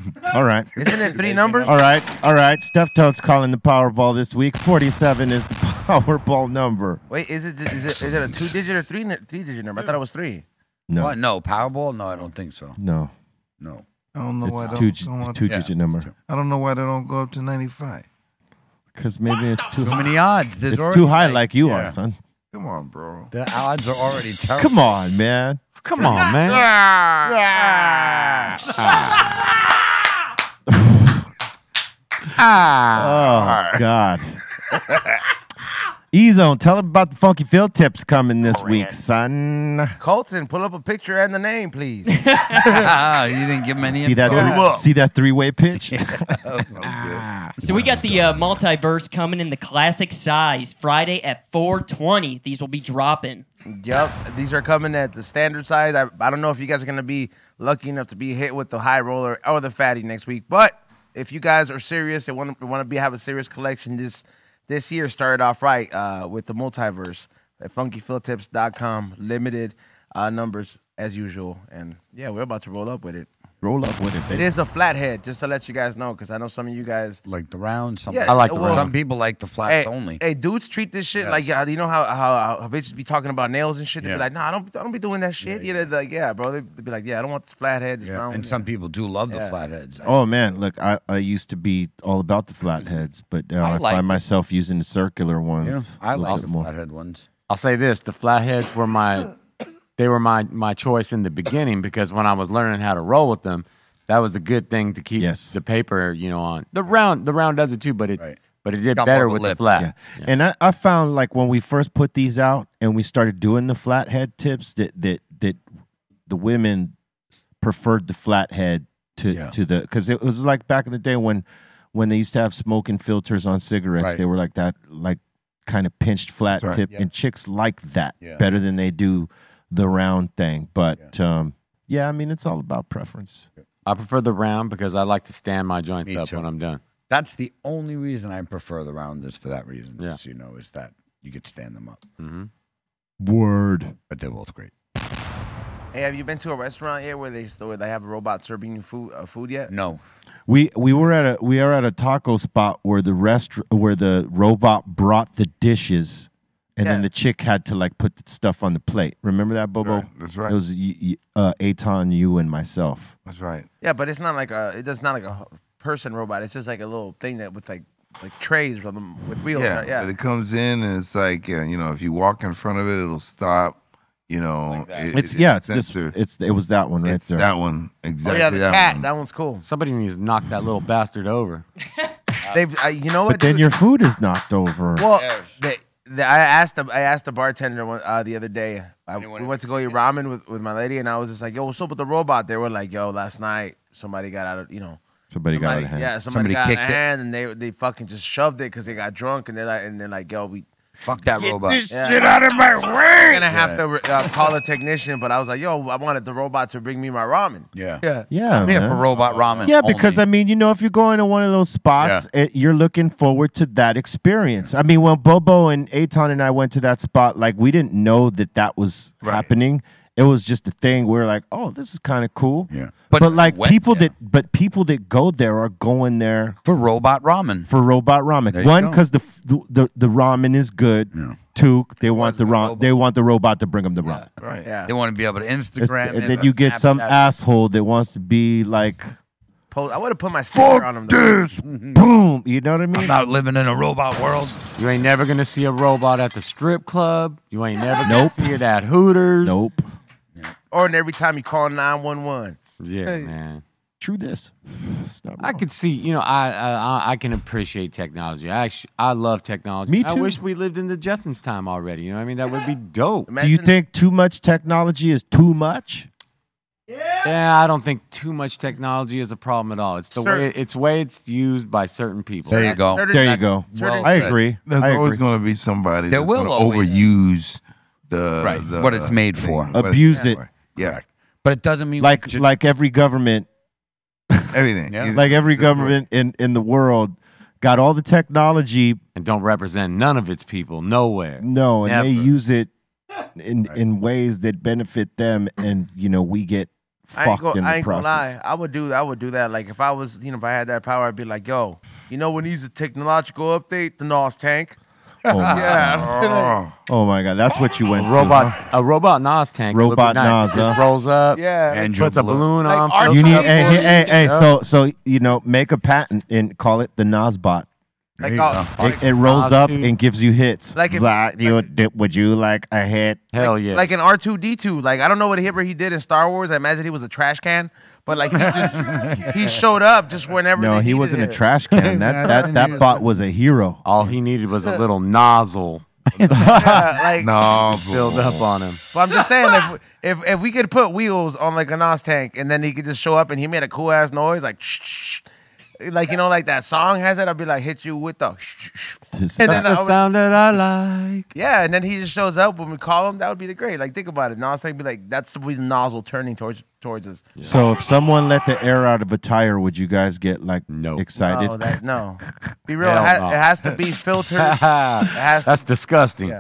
S5: All right.
S7: Isn't it three numbers?
S5: All right. All right. Steph Toad's calling the Powerball this week. 47 is the Powerball number.
S11: Wait, is it is it is it a two digit or three three digit number? I thought it was three.
S5: No.
S6: What? No Powerball? No, I don't think so.
S5: No.
S6: No.
S3: I don't know
S5: It's
S3: why.
S5: a
S3: they
S5: two,
S3: don't- don't want-
S5: two digit number.
S3: I don't know why they don't go up to 95.
S5: Because maybe it's too,
S3: Too
S5: high.
S3: many odds. There's
S5: it's
S3: already,
S5: too high
S3: like-
S5: like you
S3: Yeah.
S5: are, son.
S3: Come on, bro.
S6: The odds are already terrible.
S5: Come on, man.
S9: Come on, man.
S5: Ah. Oh, God. E-Zone, tell them about the Funky Field Tips coming this week, son.
S11: Colton, pull up a picture and the name, please.
S6: Ah, you didn't give him any.
S5: See that,
S6: info.
S5: three, see that three-way pitch?
S8: So we got the uh, multiverse coming in the classic size Friday at 4:20. These will be dropping.
S11: Yep, these are coming at the standard size. I, I don't know if you guys are gonna be lucky enough to be hit with the high roller or the fatty next week, but if you guys are serious and want to want to be have a serious collection this this year, start it off right uh, with the multiverse at funkyfilltips.com. Limited uh, numbers as usual, and yeah, we're about to roll up with it.
S5: Roll up with it,
S11: It
S5: baby.
S11: is a flathead, just to let you guys know, because I know some of you guys
S6: like the round. Some
S11: Yeah, I like the well- round.
S6: Some people like the flats
S11: hey,
S6: only.
S11: Hey, dudes treat this shit like
S7: uh,
S11: yeah, you know how, how how bitches be talking about nails and shit. They
S6: Yeah.
S11: be like, nah, I don't I don't be doing that shit. you know, they're like yeah, bro. They they be like, yeah, I don't want this flathead, this round.
S6: And some people do love the
S11: Yeah.
S6: flatheads.
S5: Oh man, look, I, I used to be all about the flatheads, but now
S6: I
S5: I,
S6: like it.
S5: find myself using the circular
S6: Yeah,
S5: ones.
S6: I
S5: a
S6: like
S5: little
S6: the
S5: bit more.
S6: flathead ones.
S9: I'll say this: the flatheads were my, they were my my choice in the beginning because when I was learning how to roll with them, that was a good thing to keep the paper, you know, on the round. The round does it too, but it but it did
S5: Got more
S9: better
S5: of a
S9: with the
S5: lip.
S9: flat.
S5: Yeah. And I, I found like when we first put these out and we started doing the flathead tips that that that the women preferred the flathead to to the because it was like back in the day when when they used to have smoking filters on cigarettes.
S12: Right.
S5: They were like that, like kind of pinched flat
S12: That's right.
S5: tip,
S12: Yeah.
S5: and chicks like that
S12: Yeah.
S5: better than they do the round thing. But yeah. um yeah, I mean it's all about preference.
S9: I prefer the round because I like to stand my joints
S6: Me
S9: up
S6: too.
S9: when I'm done.
S6: That's the only reason I prefer the round is for that reason.
S9: Yeah.
S6: So you know, is that you could stand them up. Mm-hmm.
S5: Word.
S6: But they're both great.
S7: Hey, have you been to a restaurant yet where they where they have a robot serving you food uh, food yet?
S6: No.
S5: We we were at a we are at a taco spot where the rest where the robot brought the dishes, and then
S7: Yeah.
S5: the chick had to like put the stuff on the plate. Remember that, Bobo?
S3: Right, that's right.
S5: It was y- y- uh, Aton, you, and myself.
S3: That's right.
S7: Yeah, but it's not like a it does not like a h- person robot. It's just like a little thing that with like like trays with them with wheels.
S3: yeah,
S7: right? yeah.
S3: But it comes in and it's like uh, you know, if you walk in front of it, it'll stop. You know, it-
S5: It's
S3: it-
S5: yeah, it's this.
S3: sensor.
S5: It's it was that one right there.
S3: that one exactly.
S7: oh yeah, the
S3: that
S7: cat.
S3: one.
S7: That one's cool.
S9: Somebody needs to knock that little bastard over.
S7: They've uh, you know what?
S5: But then
S7: dude?
S5: your food is knocked over.
S7: Well, they, they, I asked the I asked the bartender one, uh, the other day. I, we went to go eat ramen with, with my lady, and I was just like, "Yo, what's up with the robot?" They were like, "Yo, last night somebody got out of you know."
S5: Somebody got out of hand.
S7: Yeah, somebody, got out of
S5: it.
S7: hand, and they they fucking just shoved it because they got drunk, and they're like, and they're like, "Yo, we." Fuck that
S3: Get
S7: robot!
S3: this shit out of my
S7: We're gonna
S3: way!
S7: have
S3: Yeah.
S7: to uh, call a technician, but I was like, "Yo, I wanted the robot to bring me my ramen."
S6: Yeah,
S7: yeah,
S5: Yeah,
S6: I'm here
S5: man.
S6: for robot ramen.
S5: Yeah, because I mean, you know, if you're going to one of those spots, it, you're looking forward to that experience. I mean, when Bobo and Aton and I went to that spot, like we didn't know that that was happening. It was just a thing. We are like, oh, this is kind of cool. Yeah, but, like people that, but people that go there are going there
S6: for robot ramen.
S5: For robot
S6: There
S5: ramen,
S6: you
S5: one
S6: go.
S5: because the, f- the the the ramen is good. Two, they want the rom- they want the robot to bring them the ramen.
S6: Right. Yeah. They want to be able to
S5: It's-
S6: Instagram.
S5: and
S6: it,
S5: then you get
S6: Snapchat
S5: some
S6: it.
S5: asshole that wants to be like
S7: Po- I would have put my sticker on him. Though. Mm-hmm.
S5: this. Boom. You know what I mean?
S6: I'm not living in a robot world.
S9: You ain't never gonna see a robot at the strip club. You ain't never
S5: Nope.
S9: gonna see it at Hooters.
S5: Nope.
S7: Or and every time you call nine one one.
S9: Yeah,
S7: Hey.
S9: man.
S5: True this.
S9: I could see, you know, I I, I- I can appreciate technology. I actually, I love technology.
S5: Me
S9: I
S5: too.
S9: wish we lived in the Jetsons time already. You know, what I mean, that would be dope.
S5: Do you think too much technology is too much?
S9: Yeah, I don't think too much technology is a problem at all. It's the
S5: Sure.
S9: way it's way it's used by certain people.
S3: There you go.
S5: There you go.
S3: Well
S5: I
S3: said.
S5: agree.
S3: There's
S5: I
S3: always
S5: agree.
S3: going to be somebody
S5: There
S3: that's
S5: will
S3: going to
S5: always-
S3: overuse the, the
S6: What it's made for.
S3: What it's
S5: Abuse
S3: made
S5: it.
S3: for. Yeah.
S6: But it doesn't mean
S5: like like every government,
S3: everything.
S5: like every government in in the world got all the technology.
S9: And don't represent none of its people nowhere.
S5: No, and they
S9: Never.
S5: use it in in ways that benefit them, and you know we get
S7: I ain't
S5: fucked
S7: gonna,
S5: in
S7: I
S5: the
S7: ain't gonna
S5: process.
S7: lie. I would do. I would do that. Like if I was, you know, if I had that power, I'd be like, yo, you know, when needs a technological update, the NOS tank.
S5: Oh my
S7: yeah.
S5: Oh my god, that's what you went. through,
S9: Robot,
S5: huh?
S9: a robot Nas tank. would be
S5: Robot
S9: nice.
S5: Nas,
S9: Just
S5: huh?
S9: rolls up.
S7: Yeah.
S9: And puts a balloon on.
S5: You
S9: fills
S5: need,
S9: it up
S5: hey,
S9: for
S5: hey,
S9: you.
S5: hey, hey,
S9: Yeah.
S5: so, so you know, make a patent and call it the Nasbot.
S7: Like There you I'll- go.
S5: it, it rolls up and gives you hits.
S7: Like
S5: Like,
S7: if-
S5: you did- would you like a hit?
S9: Hell yeah!
S7: Like an R two D two. Like I don't know what whatever he did in Star Wars. I imagine he was a trash can. But like he just he showed up just whenever. they
S5: no, he
S7: needed
S5: wasn't a
S7: him.
S5: trash can. That that that bot was a hero.
S9: All he needed was a little nozzle.
S7: Yeah, like,
S9: filled up on him.
S7: But I'm just saying, if, if if we could put wheels on like a Nas tank, and then he could just show up and he made a cool ass noise, like, shh, shh, like you know, like that song has it. I'd be like, hit you with the, shh, shh.
S5: This
S7: and then I
S9: the
S7: would-
S9: sound that I like.
S7: yeah, and then he just shows up when we call him. That would be the great. Like, think about it. Nas tank be like, that's the reason nozzle turning towards towards us.
S5: So if someone let the air out of a tire, would you guys get like no excited?
S7: No, that, no. Be real. It,
S5: Hell
S7: ha-
S5: no.
S7: it has to be filtered. it has
S9: That's disgusting.
S5: no.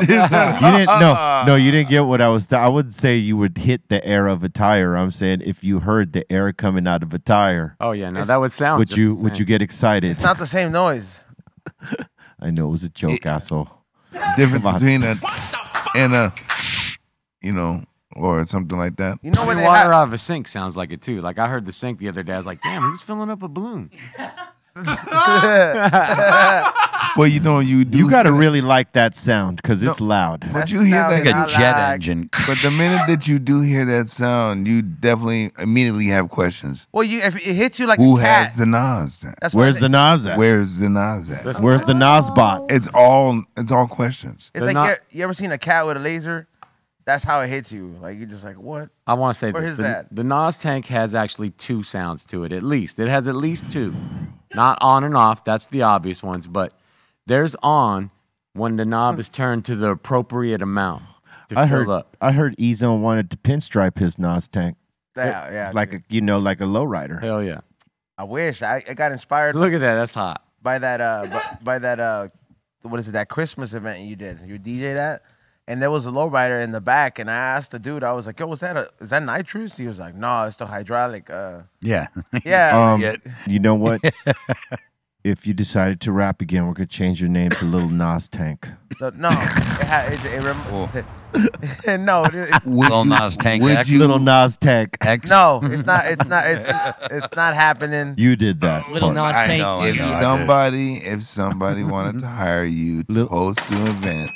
S5: you didn't, no, no, you didn't get what I was. I wouldn't say you would hit the air of a tire. I'm saying if you heard the air coming out of a tire.
S9: Oh yeah, no, that would sound.
S5: Would
S9: just
S5: you
S9: the
S5: would
S9: same.
S5: you get excited?
S7: It's not the same noise.
S5: I know it was a joke, asshole.
S3: Difference
S5: Come on.
S3: between a and a, you know, or something like that.
S7: You know
S9: when water out of a sink sounds like it too. Like I heard the sink the other day. I was like, damn, who's filling up a balloon?
S3: Well, you know, you do.
S5: You gotta really like that sound because it's loud.
S3: But you hear that
S6: jet engine.
S3: But the minute that you do hear that sound, you definitely immediately have questions.
S7: Well, you if it hits you like
S3: Who
S7: a cat.
S3: has the Nas? Then?
S7: That's Where's what I- the
S5: Nas at?
S3: Where's the Nas
S5: That's-
S3: at?
S5: Where's the Nas bot?
S3: It's all it's all questions.
S7: it's like you, you ever seen a cat with a laser? That's how it hits you. Like you're just like, what?
S9: I want to say
S7: Where
S9: this.
S7: is
S9: the,
S7: that?
S9: the Nas tank has actually two sounds to it, at least. It has at least two. Not on and off, that's the obvious ones, but there's on when the
S7: Hmm.
S9: knob is turned to the appropriate amount. To
S5: I
S9: fill
S5: heard.
S9: up.
S5: I heard Ezone wanted to pinstripe his Nas tank.
S7: Yeah, yeah,
S5: It's like a you know like a lowrider.
S9: Hell yeah.
S7: I wish I, I got inspired.
S9: Look at that. That's hot.
S7: By that, uh, by, by that, uh, what is it? That Christmas event you did. You DJ that, and there was a lowrider in the back, and I asked the dude. I was like, "Yo, was that a is that nitrous?" He was like, "No, it's the hydraulic." Uh,
S6: Yeah.
S7: Yeah.
S5: Um,
S7: Yeah.
S5: You know what? if you decided to rap again, we're gonna change your name to Little Nas Tank.
S7: the, no, it, ha- it, it rem- no, it, it,
S6: Little Nas Tank
S5: Would
S6: X.
S5: you- Little Nas Tank.
S7: no, it's not. It's not. It's it's not happening.
S5: You did that.
S7: Little
S5: part.
S7: Nas I Tank. know, I
S3: If
S7: know, I did.
S3: somebody, if somebody wanted to hire you to host an event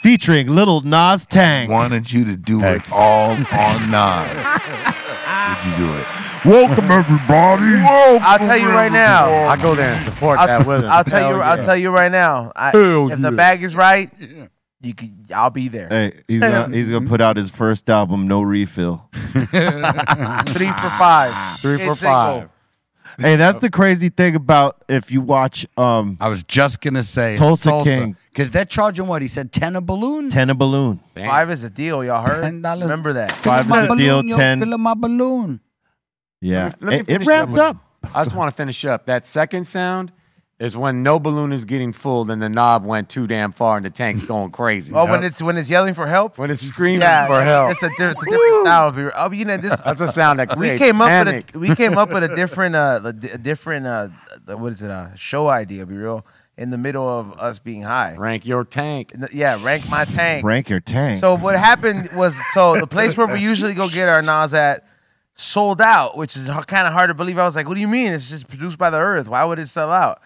S5: featuring Little Nas Tank,
S3: wanted you to do it all on Nas, would you do it?
S5: Welcome everybody.
S7: I'll tell you right now.
S9: I go there and support
S7: I'll,
S9: that with him.
S7: I'll tell you.
S9: Hell
S7: I'll
S9: yeah.
S7: tell you right now. I,
S5: Hell
S7: if
S5: yeah.
S7: the bag is right, you could. I'll be there.
S5: Hey, he's gonna, he's gonna put out his first album, No Refill.
S7: Three for five.
S9: Three
S7: for
S9: five.
S5: Hey, that's the crazy thing about if you watch um
S6: I was just gonna say
S5: Tulsa, King,
S6: Because they're charging what? He said 10 a balloon?
S5: Ten a Balloon.
S7: Five is a deal, y'all heard? Remember that.
S5: Five is a deal, ten.
S6: Fill up my balloon.
S5: Yeah.
S9: Let me
S5: It- It,
S9: finish
S5: wrapped
S9: with-
S5: up.
S9: I just want to finish up. That second sound is when no balloon is getting full and the knob went too damn far and the tank's going crazy.
S7: Oh, when it's when it's yelling for help.
S9: When it's screaming
S7: yeah,
S9: for help.
S7: It's a, di- it's a different sound. Be- Oh, you know this.
S9: That's a sound that
S7: we
S9: creates
S7: came up
S9: panic.
S7: with. A, we came up with a different, uh, a di- a different, uh, the- what is it? Uh, show idea. Be real. In the middle of us being high.
S9: Rank your tank.
S7: Yeah, rank my tank.
S5: Rank your tank.
S7: So what happened was, so the place where we usually go get our Nas at sold out, which is kind of hard to believe. I was like, "What do you mean? It's just produced by the Earth. Why would it sell out?"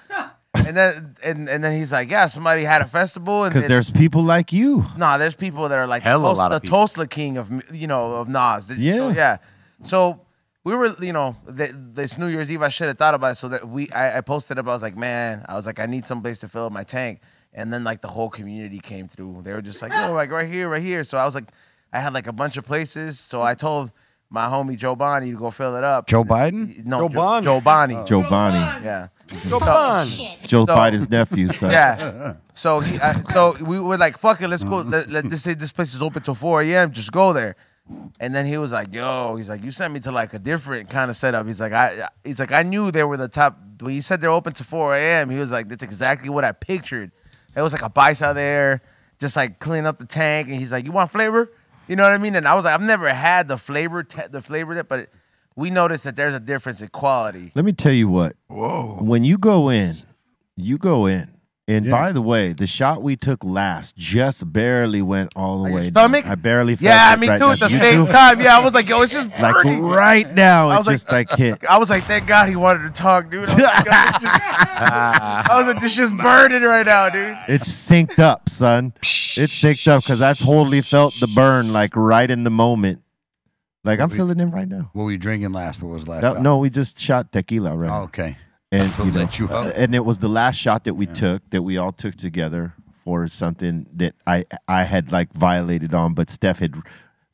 S7: And then and, and then he's like, "Yeah, somebody had a festival." and
S5: because
S7: it's-
S5: there's people like you.
S7: Nah, there's people that are like
S5: Hell,
S7: the,
S5: a
S7: Tulsa,
S5: lot of
S7: the
S5: people.
S7: Tulsa King of you know of Nas. Did you know?
S5: Yeah.
S7: yeah. So we were, you know, th- this New Year's Eve, I should have thought about it. So that we, I, I posted up. I was like, man, I was like, I need some place to fill up my tank. And then like the whole community came through. They were just like, no, like right here, right here. So I was like, I had like a bunch of places. So I told my homie Joe Bonnie to go fill it up.
S6: Joe Biden?
S7: No, Joe, Joe Bonnie.
S5: Joe Bonnie.
S7: Yeah.
S9: Joe Bonnie.
S5: Joe
S7: So-
S5: Biden's nephew. So.
S7: yeah. So he, I, so we were like, "Fuck it, let's go. Let, let this say this place is open till 4 a.m. Just go there." And then he was like, "Yo," he's like, "You sent me to like a different kind of setup." He's like, "I," he's like, "I knew they were the top." When you said they're open to 4 a.m., he was like, "That's exactly what I pictured." It was like a bice out there, just like clean up the tank, and he's like, "You want flavor?" You know what I mean? And I was like, "I've never had the flavor, te- the flavor that," but we noticed that there's a difference in quality.
S5: Let me tell you what. Whoa. When you go in, you go in. And by the way, the shot we took last just barely went all the way. down.
S7: stomach?
S5: I barely felt
S7: Yeah,
S5: it
S7: me
S5: right
S7: too.
S5: now.
S7: At the
S5: You
S7: same
S5: too?
S7: time, yeah, I was like, yo, it's just
S5: Like
S7: burning.
S5: right now,
S7: I
S5: it
S7: was like-
S5: just like hit.
S7: I was like, thank God he wanted to talk, dude. I was like, God, this just- I was like, this just burning right now, dude.
S5: It's synced up, son. It's synced up because I totally felt the burn like right in the moment. Like I'm feeling it right now.
S6: What were you drinking last? What was last?
S5: That-
S6: time?
S5: no, we just shot tequila right.
S6: uh, Oh, okay.
S5: and you know, uh,
S6: let you up.
S5: and it was the last shot that we took that we all took together for something that I I had like violated on, but Steph had
S6: Uh,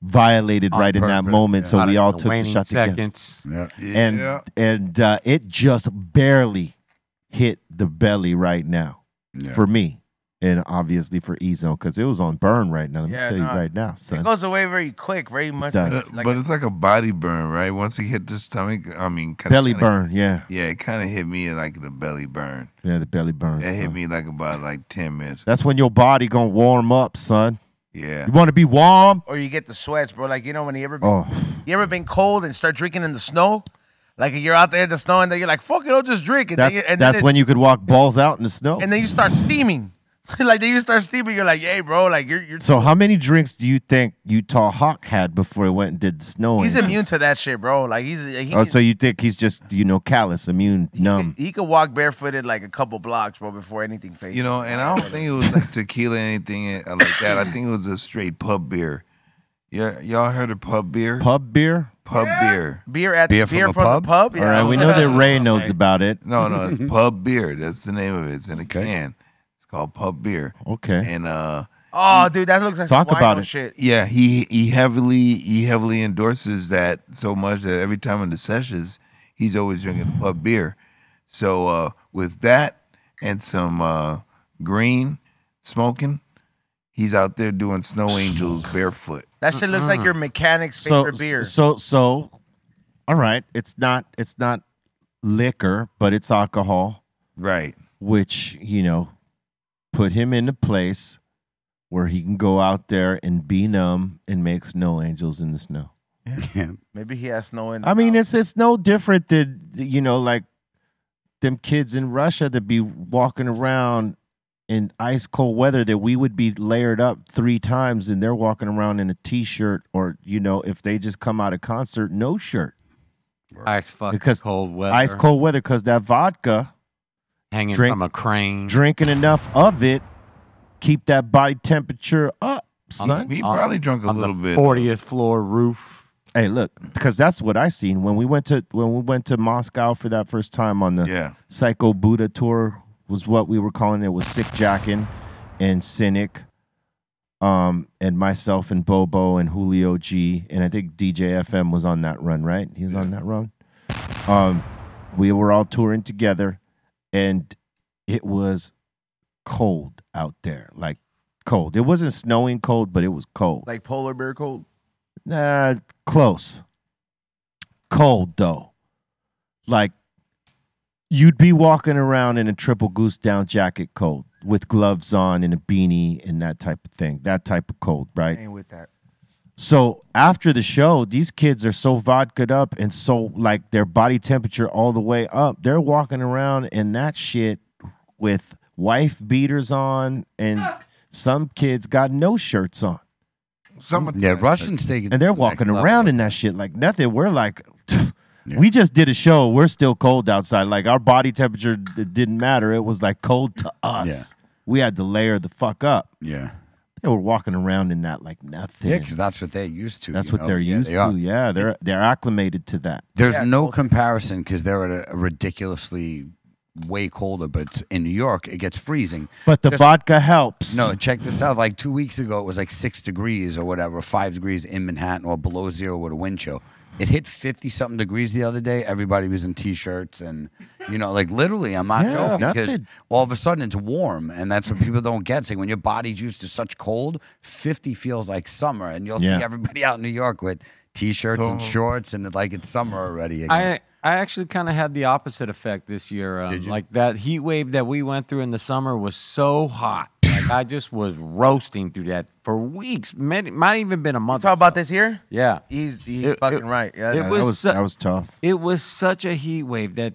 S5: violated
S9: On
S5: right in that
S9: purpose,
S5: moment,
S9: yeah.
S5: so
S9: Out
S5: we
S9: of
S5: all
S9: the
S5: took the
S9: waning
S5: shot
S9: seconds. Yeah.
S5: together. And
S9: Yeah.
S5: and uh, it just barely hit the belly right now
S6: Yeah.
S5: for me. And obviously for Ezo, because it was on burn right now. Let me
S7: Yeah,
S5: tell you
S7: nah.
S5: right now, son.
S7: It goes away very quick, very much.
S5: does.
S7: Like,
S3: but it's like a body burn, right? Once it hit the stomach, I mean, kinda,
S5: Belly burn, yeah.
S3: Yeah, it kind of hit me like the belly burn.
S5: Yeah, the belly burns.
S3: That hit
S5: son.
S3: me like about like ten minutes.
S5: That's when your body gonna warm up, son.
S3: Yeah.
S5: You want to be warm?
S7: or you get the sweats, bro. Like you know when you ever been,
S5: Oh.
S7: you ever been cold and start drinking in the snow. Like you're out there in the snow and then you're like, fuck it, I'll just drink. And
S5: That's,
S7: then, you- and
S5: that's
S7: then it-
S5: when you could walk balls out in the snow.
S7: and then you start steaming. like then you start steaming. You're like, hey, bro, like you're you're.
S5: So how many drinks do you think Utah Hawk had before he went and did the snow?
S7: he's
S5: in?
S7: immune to that shit, bro. Like he's he,
S5: oh, so you think he's just you know callous, immune, numb?
S7: he could walk barefooted like a couple blocks, bro, before anything faces.
S3: You know, and I don't think it was like tequila or anything uh, like that. I think it was a straight pub beer. Yeah, y'all heard of pub beer?
S5: Pub beer.
S3: Pub beer.
S7: Beer at beer, from, the pub.
S5: All right, we know that Ray knows about it.
S3: No, no, it's pub beer. That's the name of it. It's in a can. It's called pub beer.
S5: Okay.
S3: And uh,
S7: Oh, dude, that looks like
S5: Talk
S7: some
S5: about
S7: wino
S5: it.
S7: Shit.
S3: Yeah, he he heavily he heavily endorses that so much that every time in the sessions he's always drinking a pub beer. So uh, with that and some uh, green smoking, he's out there doing snow angels barefoot.
S7: That shit looks like your mechanic's
S5: so,
S7: favorite beer.
S5: So so all right, it's not it's not liquor, but it's alcohol.
S3: Right.
S5: Which, you know, put him in a place where he can go out there and be numb and make snow angels in the snow.
S7: Maybe he has snow in.
S5: I mean, it's it's no different than you know, like them kids in Russia that be walking around in ice cold weather that we would be layered up three times, and they're walking around in a t-shirt or you know, if they just come out of concert, no shirt,
S9: Ice fucking
S5: Because
S9: cold weather.
S5: ice cold weather, because that vodka
S9: Hanging from a crane.
S5: drinking enough of it, keep that body temperature up,
S9: On-
S5: son.
S9: He on- probably drunk a on the little bit.
S5: 40th floor roof. Hey, look, because that's what I seen when we went to when we went to Moscow for that first time on the Psycho Buddha tour was what we were calling it. it was sick jacking and cynic, um, and myself and Bobo and Julio G and I think DJ FM was on that run, right? He was on that run. Um, we were all touring together, and it was cold out there, like cold. It wasn't snowing cold, but it was cold.
S7: like polar bear cold.
S5: Nah, close. Cold though. Like you'd be walking around in a triple goose down jacket cold with gloves on and a beanie and that type of thing. That type of cold, right?
S7: Ain't with that.
S5: So after the show, these kids are so vodka'd up and so like their body temperature all the way up. They're walking around in that shit with wife beaters on, and some kids got no shirts on.
S3: Some
S6: yeah, Russians take it.
S5: and they're walking around in that shit like nothing. We're like, we just did a show. We're still cold outside. Like our body temperature d- didn't matter. It was like cold to us. We had to layer the fuck up.
S6: Yeah.
S5: They were walking around in that like nothing.
S6: Yeah, because that's what they're used to.
S5: That's
S6: you
S5: what
S6: know?
S5: they're
S6: Yeah,
S5: used
S6: they are.
S5: to. Yeah, they're they're acclimated to that.
S6: There's no comparison because they're at a ridiculously way colder, but in New York it gets freezing.
S5: But the
S6: Just-
S5: vodka helps.
S6: No, check this out. Like two weeks ago, it was like six degrees or whatever, five degrees in Manhattan or below zero with a wind chill. It hit fifty something degrees the other day. Everybody was in t-shirts and you know, like literally, I'm not
S5: Yeah,
S6: joking because
S5: nothing.
S6: all of a sudden it's warm, and that's what people don't get. It's like when your body's used to such cold, fifty feels like summer, and you'll
S9: Yeah.
S6: see everybody out in New York with t-shirts and
S9: Oh.
S6: shorts, and like it's summer already. Again.
S9: I I actually kind of had the opposite effect this year. Um, Like that heat wave that we went through in the summer was so hot. Like I just was roasting through that for weeks. Many, might even been a month. Talk
S7: about this year?
S9: Yeah,
S7: he's he's
S5: fucking
S7: right. Yeah,
S9: it
S5: that
S9: was,
S5: was- uh,
S9: su-
S5: that was tough.
S9: It was such a heat wave that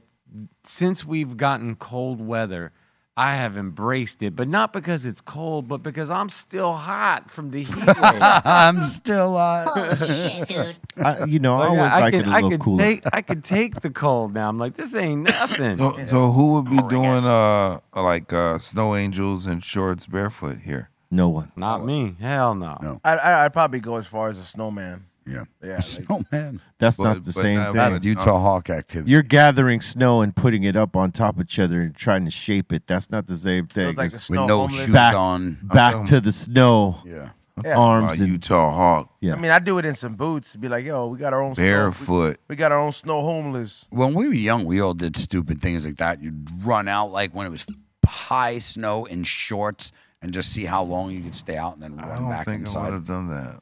S9: since we've gotten cold weather, I have embraced it, but not because it's cold, but because I'm still hot from the heat wave.
S6: I'm still hot.
S5: I, you know, I
S9: Like,
S5: always like it a
S9: I
S5: little
S9: could
S5: cooler.
S9: Take, I could take the cold now. I'm like, this ain't nothing.
S3: So, so who would be doing uh like uh snow angels and shorts barefoot here?
S5: No one.
S9: Not me. Hell no.
S3: No.
S7: I, I I'd probably go as far as a snowman.
S6: Yeah.
S7: Yeah. like-
S6: snowman.
S5: That's not the same thing.
S6: That's Utah Hawk activity.
S5: You're gathering snow and putting it up on top of each other and trying to shape it. That's not the same thing.
S7: like
S5: It's
S7: a snow With no homeless. shoes
S5: back,
S7: on.
S5: Back to the snow.
S6: Yeah.
S7: Yeah.
S5: Arms
S7: Uh,
S5: and
S3: Utah hawk.
S5: Yeah.
S7: I mean, I do it in some boots. Be like, yo, we got our own snow- we-
S6: Barefoot.
S7: We, got our own snow homeless.
S6: When we were young, we all did stupid things like that. You'd run out like when it was high snow in shorts and just see how long you could stay out and then run
S3: I don't
S6: back
S3: think I
S6: inside.
S3: would have done that.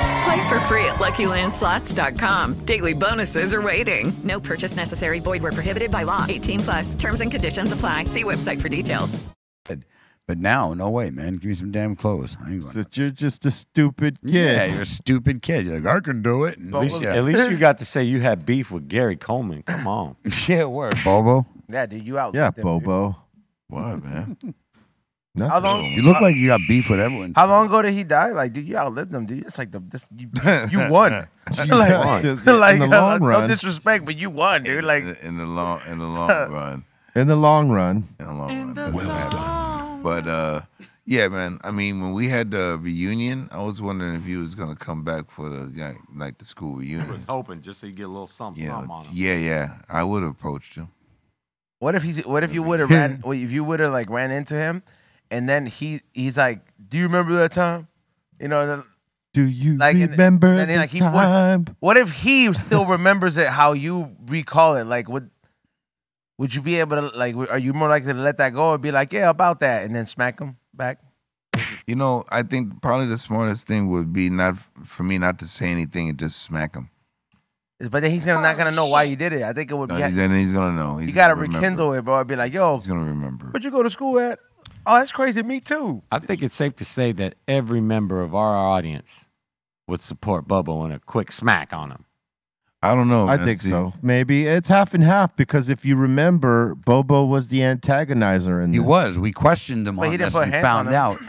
S1: Play for free at LuckyLandSlots.com. Daily bonuses are waiting. No purchase necessary. Void were prohibited by law. 18 plus. Terms and conditions apply. See website for details.
S6: But now, no way, man. Give me some damn clothes. I ain't going
S5: you're just a stupid kid.
S6: Yeah, you're a stupid kid. You're like, I can do it.
S9: At least, at least you got to say you had beef with Gary Coleman. Come on.
S6: yeah, it worked. Bobo.
S7: Yeah, dude, you out.
S5: Yeah, Bobo.
S3: What, man?
S7: How long?
S6: You look like you got beef with everyone.
S7: How long ago did he die? Like, dude, you outlived him, dude. It's like the this, you, you won.
S3: You
S7: like,
S3: won.
S7: like,
S3: In the
S7: uh,
S3: long
S7: no
S3: run.
S7: disrespect, but you won, dude. Like,
S3: in the long in the long run.
S5: In the long run.
S3: In the long run. that's what happened. But uh, yeah, man. I mean, when we had the reunion, I was wondering if he was gonna come back for the like, like the school
S9: I
S3: reunion.
S9: was hoping just so you get a little something,
S3: You know,
S9: something on him.
S3: yeah, yeah. I would have approached him.
S7: What if he's? What if you would have ran? What if you would have like ran into him, and then he he's like, "Do you remember that time?" You know, the-
S5: Do you
S7: like and-
S5: remember
S7: and then,
S5: the
S7: like, he would-
S5: time?
S7: what if he still remembers it how you recall it? Like, would would you be able to like? Are you more likely to let that go or be like, "Yeah, about that," and then smack him back?
S3: You know, I think probably the smartest thing would be not for me not to say anything and just smack him.
S7: But then he's gonna, not gonna know why you did it. I think it would
S3: No,
S7: be.
S3: he's- then he's gonna know. He's
S7: you gotta
S3: gonna remember.
S7: rekindle it, bro. I'd be like, "Yo,
S3: He's gonna remember.
S7: where'd you go to school at?" Oh, that's crazy. Me too.
S9: I think it's safe to say that every member of our audience would support Bubba in a quick smack on him.
S3: I don't know.
S5: I think so. Maybe it's half and half because if you remember, Bobo was the antagonizer in
S6: He
S5: this.
S6: was. We questioned him
S7: But
S6: on
S7: he didn't
S6: this
S7: put
S6: and
S7: hands on
S6: found
S7: him.
S6: out.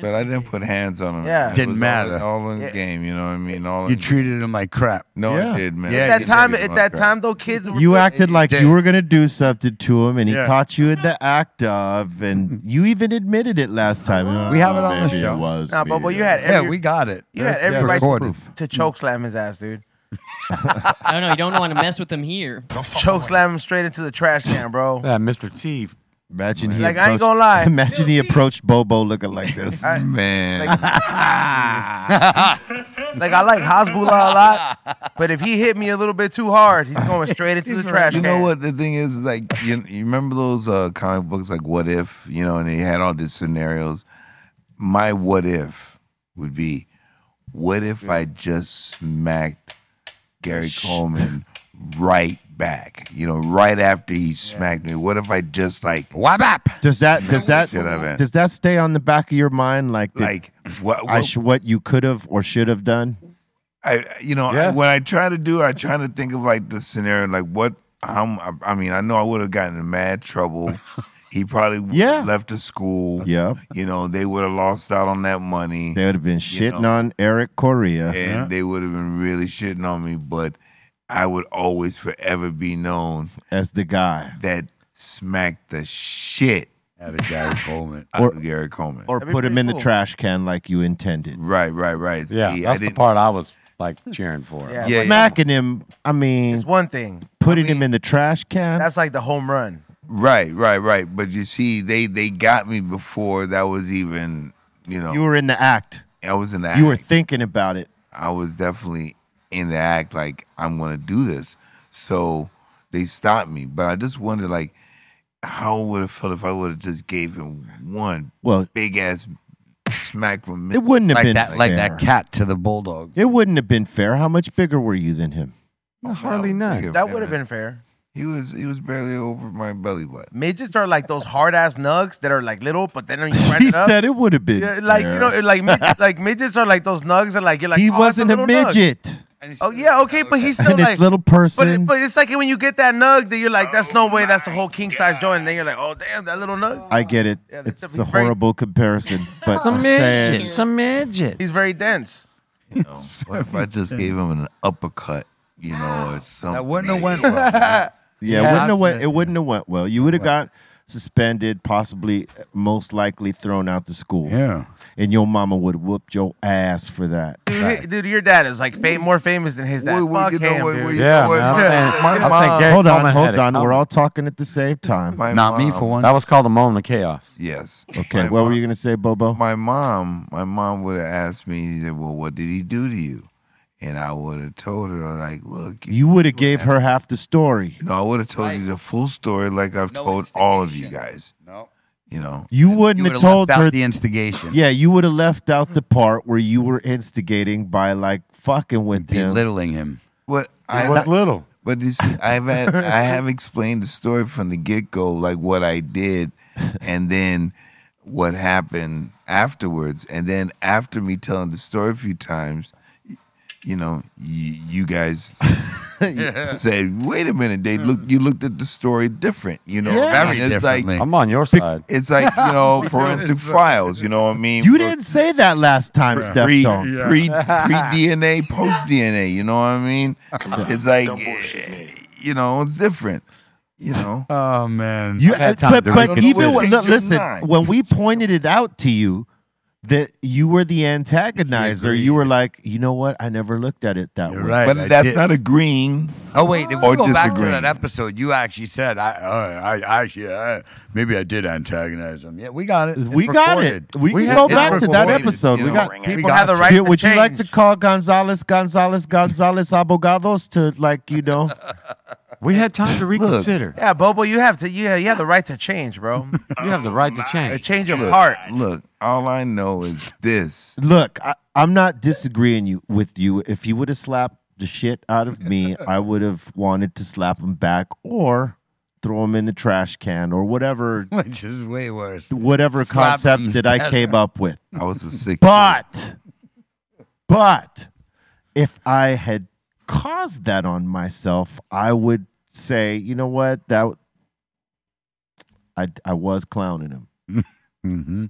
S3: But I didn't put hands on him.
S7: Yeah.
S3: It
S6: Didn't
S3: was
S6: matter.
S3: All, all in the game, you know what I mean? All in
S6: You treated him like crap.
S3: No, I did, man.
S7: at that time, at that time, though, kids. Were
S5: You acted like
S7: did.
S5: you were gonna do something to him, and he
S7: Yeah.
S5: caught you in the act of, and you even admitted it last time. Oh,
S6: We have it on the
S5: Maybe
S6: show.
S5: It was
S7: Nah,
S5: me.
S7: Bobo, you had
S6: Yeah,
S7: every,
S6: we got it.
S7: You had
S6: That's-
S7: every
S6: that's
S7: right
S6: recorded.
S7: to choke slam his ass, dude.
S8: no, no, you don't want to mess with him here.
S7: Choke slam him straight into the trash can, bro.
S9: Yeah, Mr. T.
S5: Imagine he
S7: Like, I ain't
S5: approached-
S7: gonna lie.
S5: Imagine he approached Bobo looking like this.
S7: I-
S3: Man.
S7: Like I like Hasbullah a lot, but if he hit me a little bit too hard, he's going straight into the trash
S3: You
S7: can.
S3: know what the thing is? is Like you, you remember those uh, comic books, like What If? You know, and they had all these scenarios. My what if would be, what if I just smacked Gary Coleman right back? You know, right after he smacked me. What if I just like whap up?
S5: Does that does that
S3: Shit, I bet.
S5: does that stay on the back of your mind like the-
S3: Like, what-
S5: I
S3: what-
S5: sh- what you could have or should have done?
S3: I, you know,
S5: Yeah.
S3: I, when I try to do, it, I try to think of like the scenario, like what. How, m- I mean, I know I would have gotten in mad trouble. He probably would have left the school.
S5: Yep.
S3: You know, they would have lost out on that money,
S5: They would have been
S3: You
S5: shitting
S3: know.
S5: on Eric Correa.
S3: and they would have been really shitting on me. But I would always, forever be known
S5: as the guy
S3: that smacked the shit
S6: out of Gary Coleman.
S3: Or Gary Coleman,
S5: or put him in the trash can like you intended.
S3: Right, right, right.
S9: Yeah,
S3: See, I
S9: that's the
S3: didn't-
S9: part I was like cheering for.
S7: Yeah.
S5: Smacking him, I mean,
S7: It's one thing.
S5: putting him in the trash can.
S7: That's like the home run.
S3: Right, right, right. But you see, they they got me before that was even. You know,
S5: You were in the act.
S3: I was in the
S5: You were
S3: act.
S5: thinking about it.
S3: I was definitely in the act like I'm gonna do this. So they stopped me. But I just wondered like how would it felt if I would have just gave him one
S5: Well-
S3: big ass smack from
S5: It wouldn't have
S3: Like
S5: been
S3: that- like that
S6: cat to the bulldog.
S5: It wouldn't have been fair. How much bigger were you than him?
S3: hardly none.
S7: That would have been fair.
S3: He was he was barely over my belly button.
S7: Midgets are like those hard ass nugs that are like little, but then when you round
S5: He
S7: it up.
S5: said it would have been
S7: Yeah, like you
S5: fair.
S7: know, like mid- like midgets are like those nugs that like you're like
S5: he
S7: "Oh, that's
S5: wasn't a,
S7: little nug."
S5: midget.
S7: Oh yeah, okay, but he's still
S5: And it's
S7: like
S5: little person.
S7: But, but it's like when you get that nug, then you're like, that's no way, that's a whole king size joint. And then you're like, oh damn, that little nug.
S5: I get it. it's a horrible comparison, but
S7: Some
S5: I'm saying-
S7: midget, some
S9: midget.
S7: He's very dense.
S3: You know, what if I just gave him an uppercut, you know, or something? That
S6: wouldn't have went well. man.
S5: Yeah, it wouldn't have went. It wouldn't have went well. You would have got suspended, possibly, most likely thrown out the school.
S6: Yeah,
S5: and your mama would have whooped your ass for that.
S7: Dude, hi- dude, your dad is like fam- more famous than his dad.
S3: Wait, wait,
S7: Fuck
S3: you know
S7: him,
S3: what,
S7: dude.
S3: wait, you Yeah, know what, man, my- I'm my saying- I'm mom- saying
S5: hold
S3: Gary
S5: on,
S3: Coleman
S5: hold
S3: had it
S5: on. We're
S3: coming.
S5: all talking at the same time.
S3: My Not me, for mom. one.
S9: That was called the moment of chaos.
S3: Yes.
S5: Okay, what were you gonna say, Bobo?
S3: My mom, my mom would have asked me. He said, "Well, what did he do to you?" And I would have told her, like, "Look,
S5: You would have gave her half the story.
S3: No, I would have told you the full story, like I've told all of you guys.
S6: No,
S3: you know,
S5: You wouldn't
S6: would've
S5: have told
S6: left out
S5: her
S6: the instigation.
S5: Yeah, you would have left out the part where you were instigating by like fucking with him,
S6: belittling him.
S3: But I
S5: was
S3: little. But you see, I've had I have explained the story from the get go, like what I did, and then what happened afterwards, and then after me telling the story a few times, you know, you, you guys say, wait a minute, they look. You looked at the story different. You know,
S9: Yeah. Very
S3: And it's
S9: differently.
S3: Like,
S9: I'm on your side.
S3: It's like you know, forensic
S9: It's, uh,
S3: files. You know what I mean?
S5: You didn't say that last time, Steph.
S3: pre,
S5: Stone.
S3: pre, pre DNA, post DNA. You know what I mean? It's like, eh, you know, it's different. You know.
S12: Oh man.
S5: You, but but even when,
S3: Change your
S5: listen,
S3: mind.
S5: when we pointed it out to you that you were the antagonizer, you were like, you know what? I never looked at it that way.
S3: but that's not agreeing.
S6: Oh wait, if we
S3: or
S6: go back to
S3: disagreeing.
S6: that episode, you actually said, "I, uh, I, I actually, I, maybe I did antagonize him." Yeah, we got it. It's
S5: We got it.
S6: recorded.
S5: We, can
S6: had-
S5: go
S6: it's
S5: back to that
S6: recorded,
S5: episode.
S6: you
S5: We
S6: know.
S5: got
S6: We got you.
S5: Yeah, Would you like to call Gonzalez, Gonzalez, Gonzalez Abogados to like you know?
S9: We had time to reconsider.
S11: Yeah, Bobo, you have to. You have, you have the right to change, bro.
S9: you have the right to change.
S11: A change of
S3: Look,
S11: heart.
S3: Look, all I know is this.
S5: Look, I, I'm not disagreeing you with you. If you would have slapped the shit out of me, I would have wanted to slap him back or throw him in the trash can or whatever
S6: which is way worse.
S5: whatever
S6: Slap
S5: concept
S6: him's
S5: that I
S6: better.
S5: came up with.
S3: I was a sick.
S5: But, but if I had caused that on myself, I would say, you know what, that w- I I was clowning him.
S3: Mm-hmm.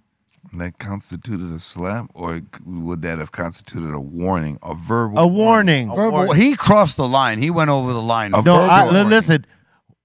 S3: That constituted a slap, or would that have constituted a warning, a verbal?
S5: A warning.
S6: Verbal- he crossed the line. He went over the line.
S5: no, I, li- listen.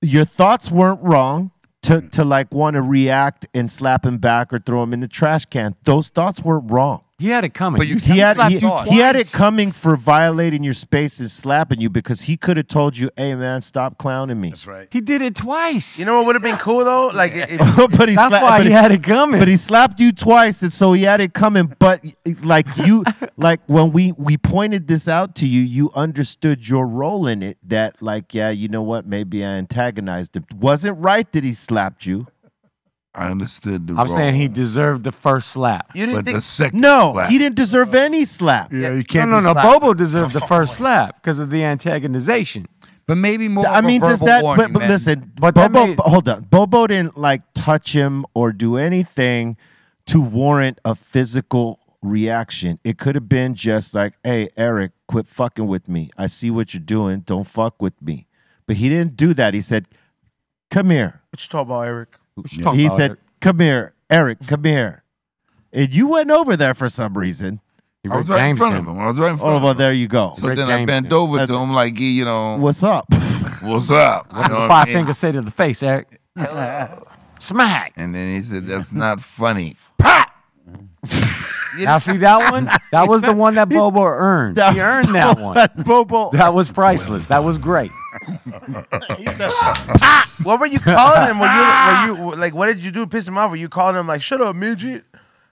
S5: Your thoughts weren't wrong to to like want to react and slap him back or throw him in the trash can. Those thoughts weren't wrong.
S9: He had it coming.
S5: But you he had he, he had it coming for violating your space and slapping you because he could have told you, "Hey man, stop clowning me." That's
S6: right.
S9: He did it twice.
S11: You know what would have been cool though? Like, if,
S5: but he
S11: That's
S5: sla-
S11: why
S5: but
S11: he had it
S9: coming.
S5: But he slapped you twice, and so he had it coming. But like you, like when we we pointed this out to you, you understood your role in it. That like, yeah, you know what? Maybe I antagonized him. Wasn't right that he slapped you.
S3: I understood the.
S9: I'm saying he deserved the first slap.
S5: You didn't
S3: but the second.
S5: No,
S9: slap.
S5: he didn't deserve any slap.
S9: Yeah, you No, no, no. Bobo deserved the first slap because of the antagonization.
S6: But maybe more.
S5: I mean, does that? But, but listen,
S9: But that
S5: Bobo,
S9: made-
S5: hold on. Bobo didn't like touch him or do anything to warrant a physical reaction. It could have been just like, "Hey, Eric, quit fucking with me. I see what you're doing. Don't fuck with me." But he didn't do that. He said, "Come here."
S11: What you talking about, Eric?
S5: Yeah. he said, "Come here, Eric. Come here." And you went over there for some reason.
S3: I was right in front of him. I was right in front
S5: Oh
S3: of him.
S5: well, there you go.
S3: So then I bent over to him, like, you know,
S5: What's up?
S3: what's up? You
S9: What
S3: know
S9: the
S3: what
S9: five
S3: I mean?
S9: fingers say to the face, Eric? Smack.
S3: And then he said, that's not funny.
S9: Now see that one? That was the one that Bobo earned.
S3: That
S9: he
S3: was
S9: earned
S3: the
S9: that
S3: one
S9: one.
S5: that Bobo.
S9: That was priceless. That was great.
S11: What were you calling him? Were you, were you like, what did you do? to Piss him off? Were you calling him like, shut up, midget?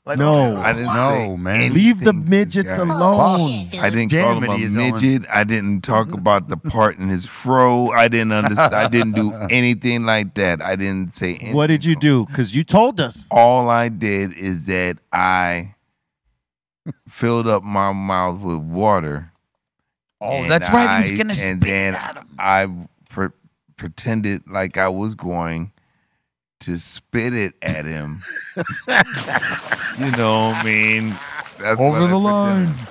S11: Like,
S5: No,
S3: I didn't no, man.
S5: Leave the midgets alone.
S3: I didn't
S5: Damn
S3: call
S5: it, he
S3: him
S5: is
S3: a
S5: on.
S3: midget. I didn't talk about the part in his fro. I didn't understand. I didn't do anything like that. I didn't say anything.
S5: What did you do? Because you told us.
S3: All I did is that I filled up my mouth with water.
S6: Oh,
S3: and
S6: that's right. He's
S3: I-
S6: gonna
S3: And
S6: spit
S3: then I pre- pretended like I was going to spit it at him. you know, what I mean, that's
S12: Over
S3: what I
S12: the line.
S3: pretended.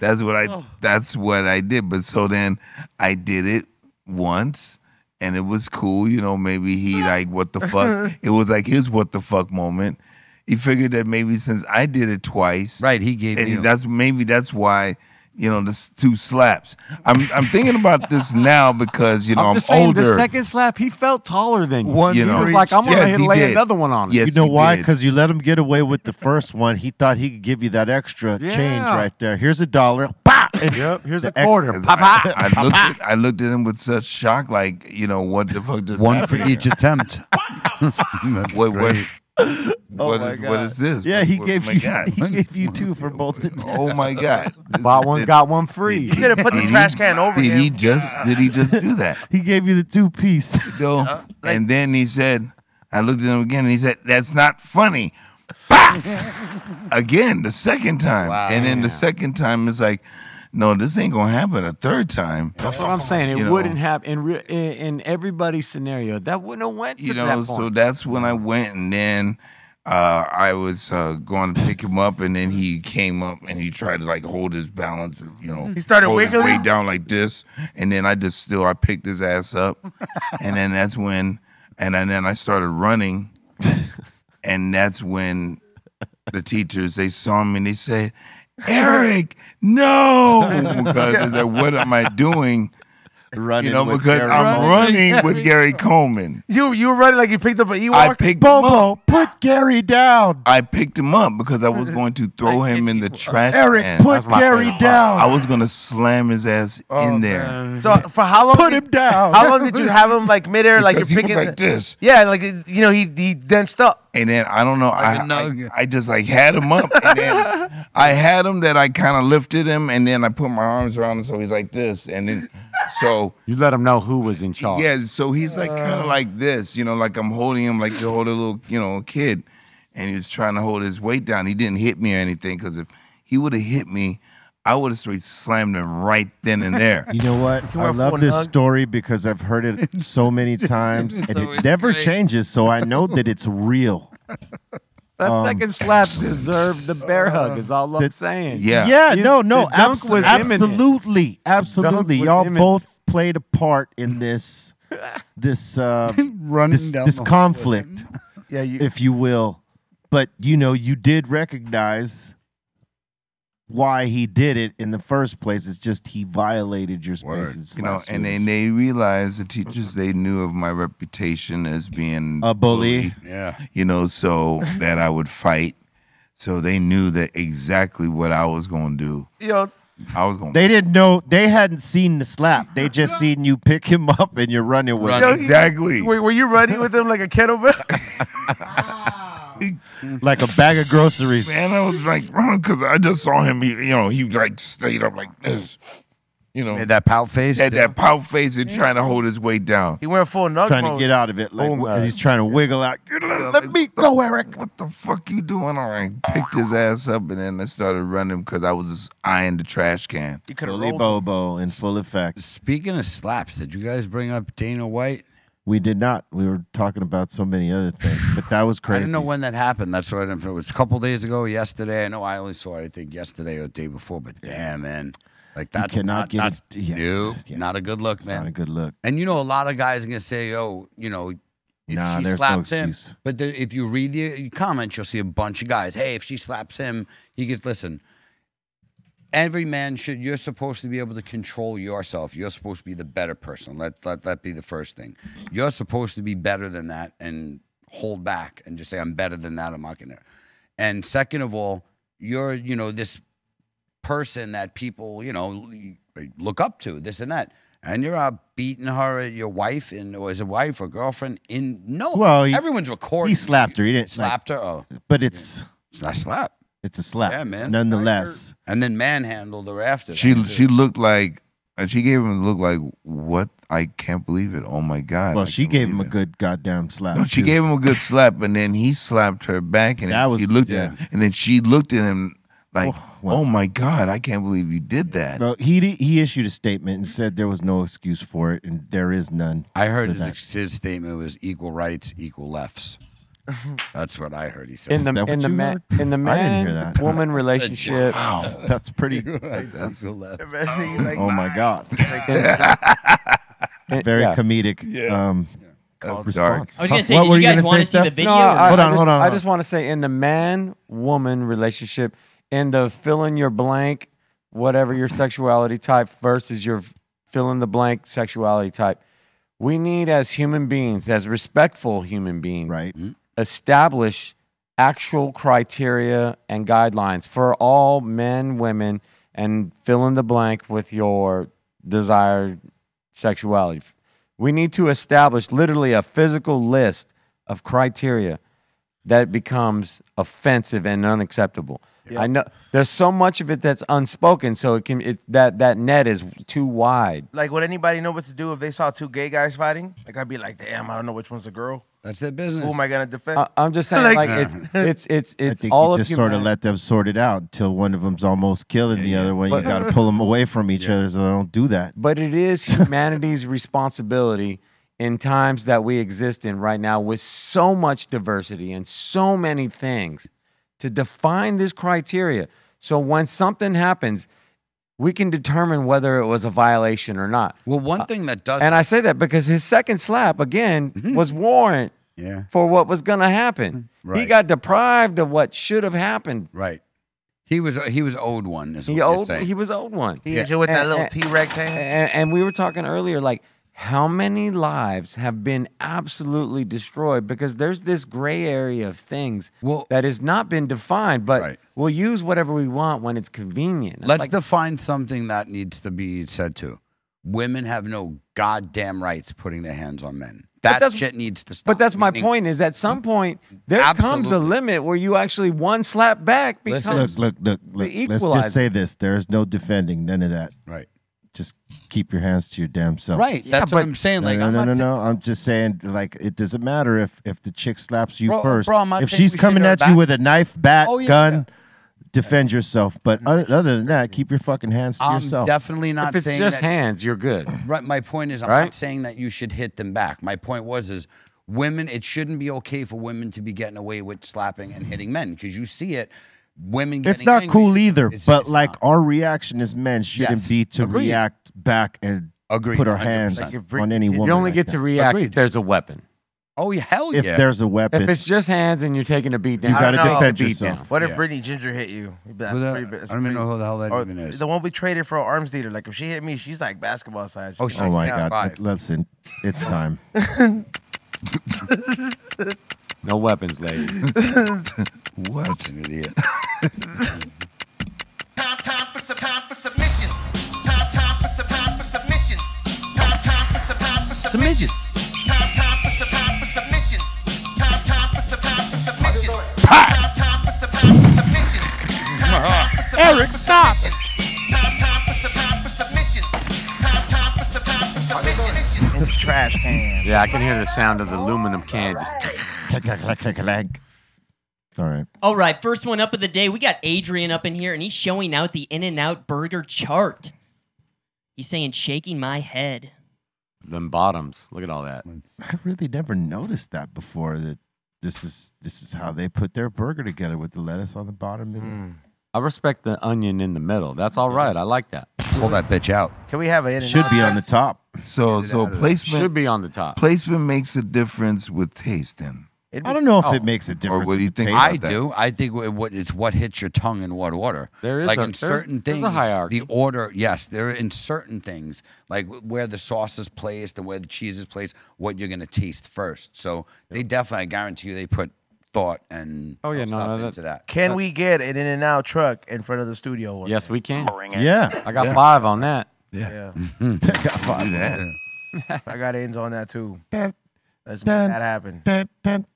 S3: That's what
S6: Oh.
S3: I. That's what I did. But so then I did it once, and it was cool. You know, maybe he like what the fuck. it was like his what the fuck moment. He figured that maybe since I did it twice,
S6: right? He gave
S3: and
S6: you.
S3: That's maybe that's why. You know, this two slaps. I'm I'm thinking about this now because you know I'm,
S9: I'm just saying,
S3: older.
S9: the second slap, he felt taller than you.
S3: One
S9: he
S3: for
S9: was
S3: each
S9: like, I'm
S3: cheek.
S9: going
S3: Yes,
S9: to
S3: he
S9: lay
S3: did.
S9: another one on him.
S5: you know why? Because you let him get away with the first one. He thought he could give you that extra change
S9: Yeah.
S5: right there. Here's a dollar. Pop. Yep. Here's a quarter.
S3: I, I looked at, I looked at him with such shock, like you know what the fuck just
S6: One for each attempt.
S3: What what what is what is this?
S5: Oh Yeah, he
S3: What-
S5: gave
S3: my
S5: you.
S3: God.
S5: He gave you two for both. The
S3: Oh my god!
S9: Bought one, got one free.
S3: You could have put the trash can over Did he just? Did he just do that?
S5: He gave you the two piece.
S3: So, and then he said, I looked at him again, and he said, "That's not funny." again the second time and then the second time it's like no this ain't gonna happen a third time
S9: That's what I'm saying. It
S3: You know?
S9: wouldn't have in, re- in in everybody's scenario. That wouldn't have went to
S3: you know
S9: that
S3: so
S9: point.
S3: that's when i went and then uh, I was uh, going to pick him up, and then he came up and he tried to like hold his balance, you know.
S7: He started
S3: hold his
S7: wiggling?
S3: weight down like this, and then I just still I picked his ass up, and then that's when, and then- then I started running, and that's when the teachers they saw me and they said, Eric, no, because it's like, what am I doing? Running, you know,
S5: with
S3: because
S5: Gary
S3: I'm
S5: Coleman.
S3: running with Gary Coleman.
S7: You you were running like you picked up an Ewok.
S3: I picked Bobo.
S5: Put Gary down.
S3: I picked him up because I was going to throw him in the trash.
S5: Eric,
S3: can.
S5: put That's my Gary favorite part. down. Oh,
S3: I was going to slam his ass in there.
S7: So for how long? Put him
S5: down.
S7: How long did you have him like midair, like you're
S3: Because he was
S7: picking
S3: like this.
S7: Yeah, like you know he he densed up.
S3: And then I don't know. I, I, I just like had him up. And then I had him that I kind of lifted him, and then I put my arms around him, so he's like this, and then so
S9: you let him know who was in charge.
S3: Yeah, so he's like
S7: Uh.
S3: kind of like this, you know, like I'm holding him like you hold a little, you know, kid, and he was trying to hold his weight down. He didn't hit me or anything because if he would have hit me, I would have straight slammed him right then and there.
S5: You know what?
S3: Can we
S5: I
S3: have
S5: love
S3: one
S5: this
S3: hug?
S5: story because I've heard it so many times and
S3: always
S5: it never
S3: great.
S5: changes, so I know that it's real.
S9: That
S5: Um,
S9: second slap deserved the bear hug. Is all I'm
S5: that-
S9: saying.
S5: Yeah,
S9: You-
S5: no, no.
S9: the dunk
S5: abs-
S9: was imminent.
S5: absolutely. Absolutely.
S9: was
S5: Y'all
S9: imminent.
S5: both played a part in this this uh
S6: Running
S5: this,
S6: down
S5: this
S6: the hall with
S5: conflict.
S7: Yeah, you-
S5: if you will. But you know, you did recognize why he did it in the first place. It's just he violated your space. and
S3: you know,
S5: slaps
S3: and
S5: with
S3: then
S5: his-
S3: they realized the teachers they knew of my reputation as being
S5: A bully.
S6: Yeah.
S3: you know, so that I would fight. So they knew that exactly what I was going to do.
S7: Yo,
S3: I was going to
S5: They didn't know. They hadn't seen the slap. They just seen you pick him up and you're running with
S3: Run.
S5: him.
S3: Exactly.
S7: Were, were you running with him like a kettlebell?
S5: like a bag of groceries.
S3: Man, I was like, because I just saw him. He, you know, he like stayed up like this. You know,
S6: Had that pout face.
S3: Had that pout face and trying to hold his weight down.
S7: He went full nug
S5: trying to get out of it. Like he's trying to wiggle out. Get
S3: let,
S5: me go, Eric.
S3: What the fuck you doing? All right, picked his ass up and then I started running because I was just eyeing the trash can.
S7: You could
S5: Billy Bobo in full effect.
S6: Speaking of slaps, did you guys bring up Dana White?
S5: We did not. We were talking about so many other things, but that was crazy.
S6: I didn't know when that happened. That's what I didn't. It was a couple days ago, yesterday. I know I only saw it. I think yesterday or the day before. But damn, man, like that's
S5: cannot
S6: not
S5: get
S6: that's
S5: it- yeah,
S6: no, not a good look, man. Not a
S5: good look.
S6: And you know, a lot of guys are gonna say, "Oh, you know." If
S5: Nah,
S6: she
S5: there's no
S6: slaps him,
S5: excuse.
S6: but the, if you read the comments, you'll see a bunch of guys. Hey, if she slaps him, he gets listen. every man should you're supposed to be able to control yourself you're supposed to be the better person let, let that be the first thing you're supposed to be better than that and hold back and just say i'm better than that i'm not gonna and second of all you're you know this person that people you know look up to this and that and you're out beating her your wife and or as a wife or girlfriend in no
S5: Well, he-
S6: everyone's recording
S5: he slapped her. He didn't like-
S6: slapped her oh
S5: but it's
S6: it's not a slap.
S5: It's a slap.
S6: Yeah, man.
S5: Nonetheless,
S6: and then manhandled her after that,
S3: She
S6: too.
S3: she looked like uh, she gave him a look like what I can't believe it. Oh my god!
S5: well,
S3: I
S5: she
S3: can't
S5: gave
S3: believe
S5: him a
S3: it.
S5: good goddamn slap.
S3: No, she
S5: too.
S3: gave him a good slap, and then he slapped her back, and
S5: That
S3: then
S5: was-
S3: she looked
S5: yeah.
S3: at him, and then she looked at him like, "Oh, my god, I can't believe you did that."
S5: Well, he he issued a statement and said there was no excuse for it, and there is none.
S6: I heard
S5: for
S6: his,
S5: that.
S6: ex- his statement was equal rights, equal lefts. That's what I heard he said.
S9: in the in the ma- in the
S6: I didn't
S9: man
S6: hear that.
S9: woman relationship.
S6: Wow.
S5: that's pretty.
S6: That's the left.
S5: oh my god,
S9: And-
S5: very
S9: yeah.
S5: comedic. Um, response.
S9: I was gonna
S5: Fuck,
S9: say,
S5: what
S9: did
S5: were
S9: you guys
S5: gonna
S9: want to
S5: say,
S9: see the
S5: Steph?
S9: video?
S5: No, I-
S9: hold
S5: I
S9: on,
S5: just-
S9: hold on.
S5: I
S9: I
S5: just
S9: just want to say, in the man-woman relationship, in the fill in your blank, whatever your sexuality type versus your fill in the blank sexuality type, we need as human beings, as respectful human beings,
S5: right,
S9: establish actual criteria and guidelines for all men, women, and fill in the blank with your desired sexuality. We need to establish literally a physical list of criteria that becomes offensive and unacceptable. I know there's so much of it that's unspoken, so it can it that that net is too wide.
S7: Like, would anybody know what to do if they saw two gay guys fighting? Like, I'd be like, damn, I don't know which one's a girl.
S6: That's their business.
S7: Who am I gonna defend?
S9: I, am just saying, like, it's it's it's
S5: I
S9: it's
S5: think
S9: all
S5: you
S9: of
S5: just sort of
S9: humanity.
S5: let them sort it out until one of them's almost killing the other one. you
S9: But-
S5: got to pull them away from each other so they don't do that.
S9: but it is humanity's responsibility in times that we exist in right now with so much diversity and so many things to define this criteria. So when something happens, we can determine whether it was a violation or not. Uh,
S6: Well, one thing that does, Mm-hmm.
S9: and I say that because his second slap again was warrant
S6: yeah. Mm-hmm.
S9: for what was going to happen. He
S6: Right.
S9: got deprived of what should have happened.
S6: Right. He was he was owed one. Is
S9: He
S6: what
S9: owed-
S6: You're saying.
S9: he was owed one.
S6: Yeah.
S7: hit you with that
S9: And-
S7: little
S9: and-
S7: T Rex hand.
S9: And, and we were talking earlier, like how many lives have been absolutely destroyed because there's this gray area of things that has not been defined, but we'll use whatever we want when it's convenient.
S6: Let's
S9: Like,
S6: define something that needs to be said to. Women have no goddamn rights putting their hands on men. That
S9: that's-
S6: shit needs to stop.
S9: but that's my
S6: Meaning-
S9: point is at some point there comes a
S6: Absolutely.
S9: limit where you actually one slap back becomes
S6: Listen.
S5: Look, look, look, look.
S9: the
S5: Let's
S9: equalizer.
S5: just say this: there is no defending none of that.
S6: Right.
S5: Just keep your hands to your damn self.
S6: Right, Yeah, that's what but- I'm saying,
S5: No,
S6: like,
S5: no,
S6: I'm
S5: no,
S6: not
S5: no,
S6: saying-
S5: no. I'm just saying, like, it doesn't matter if if the chick slaps you
S6: Bro,
S5: first.
S6: bro, I'm not
S5: if
S6: saying
S5: she's
S6: we should
S5: coming
S6: go
S5: at you
S6: back.
S5: with a knife, bat,
S6: Oh, yeah,
S5: gun, defend yourself. But other, other than that, keep your fucking hands to
S6: I'm
S5: yourself.
S6: definitely not saying that-
S9: you're good.
S6: Right. My point is, I'm
S5: Right?
S6: not saying that you should hit them back. My point was is women. It shouldn't be okay for women to be getting away with slapping and hitting men because you see it. Women.
S5: It's
S6: getting
S5: not
S6: angry.
S5: cool either, but like our reaction as men shouldn't
S6: Yes.
S5: be to
S6: Agreed.
S5: react back and
S6: Agreed,
S5: put our
S6: 100%.
S5: hands
S6: Like, if
S5: on any woman.
S9: you only
S5: like
S9: get
S5: that.
S9: to react if there's a weapon.
S6: Oh yeah, hell
S5: If
S9: yeah.
S5: there's a weapon,
S9: If it's just hands and you're taking a beat down,
S5: You gotta
S9: take a
S5: defend
S9: beat
S5: yourself.
S9: down.
S7: What if
S9: Yeah.
S7: Brittany Ginger hit you? You'd be like,
S6: Who the-
S7: "Pretty bad-
S6: I don't even know who the hell that
S7: Or
S6: even is.
S7: The one we traded for an arms dealer. Like if she hit me, she's like basketball size.
S5: Oh,
S7: she's like
S5: my
S7: six
S5: God!
S7: five.
S5: Listen, it's time.
S9: No weapons, ladies.
S3: what?
S6: An idiot.
S4: Time, time for some time for submissions. Time, time for some time for submissions. Time, time for some time for submissions. Time, time for some time for submissions. Time, time for some time for submissions. Time, time for some time for submissions. Time, time for some time
S9: Uh-huh. Eric,
S4: for
S9: stop.
S4: submissions. Time, time for some time for submissions. Time, time for some time for submissions.
S7: It's trash can.
S9: Yeah, I can hear the sound of the aluminum can just.
S5: All right.
S8: All right, first one up of the day. We got Adrian up in here, and he's showing out the In and Out Burger chart. He's saying, shaking my head.
S9: Them bottoms. Look at all that.
S5: I really never noticed that before. That this is this is how they put their burger together with the lettuce on the bottom.
S7: Hmm.
S5: And
S9: I respect the onion in the middle. That's all right. I like that.
S6: Pull that bitch out.
S7: Can we have it?
S5: Should be on the top.
S3: So so placement
S9: Should be on the top.
S3: Placement makes a difference with taste. Then
S5: I don't know
S6: oh.
S9: oh.
S5: if it makes a difference.
S3: Or what do you
S5: with the
S3: think?
S5: taste.
S3: about that?
S6: I do. I think it- what it's what hits your tongue in what order.
S9: There is
S6: like
S9: a-
S6: in
S9: there's-
S6: certain
S9: there's a
S6: things,
S9: hierarchy.
S6: the order. Yes, there are in certain things like wh- where the sauce is placed and where the cheese is placed. What you're gonna taste first. So they definitely, I guarantee you, they put thought and
S9: oh yeah,
S6: stuff into that.
S7: Can we get an in and out truck in front of the studio? One
S9: Yes, we can.
S7: it.
S5: Yeah.
S9: I got
S7: Yeah.
S9: five on that. Hmm.
S7: Yeah.
S6: Mm-hmm.
S5: got five.
S7: day? I got ends on that too.
S5: Let's
S7: make that happen.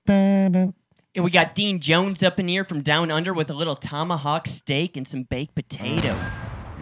S8: And we got Dean Jones up in here from down under with a little tomahawk steak and some baked potato.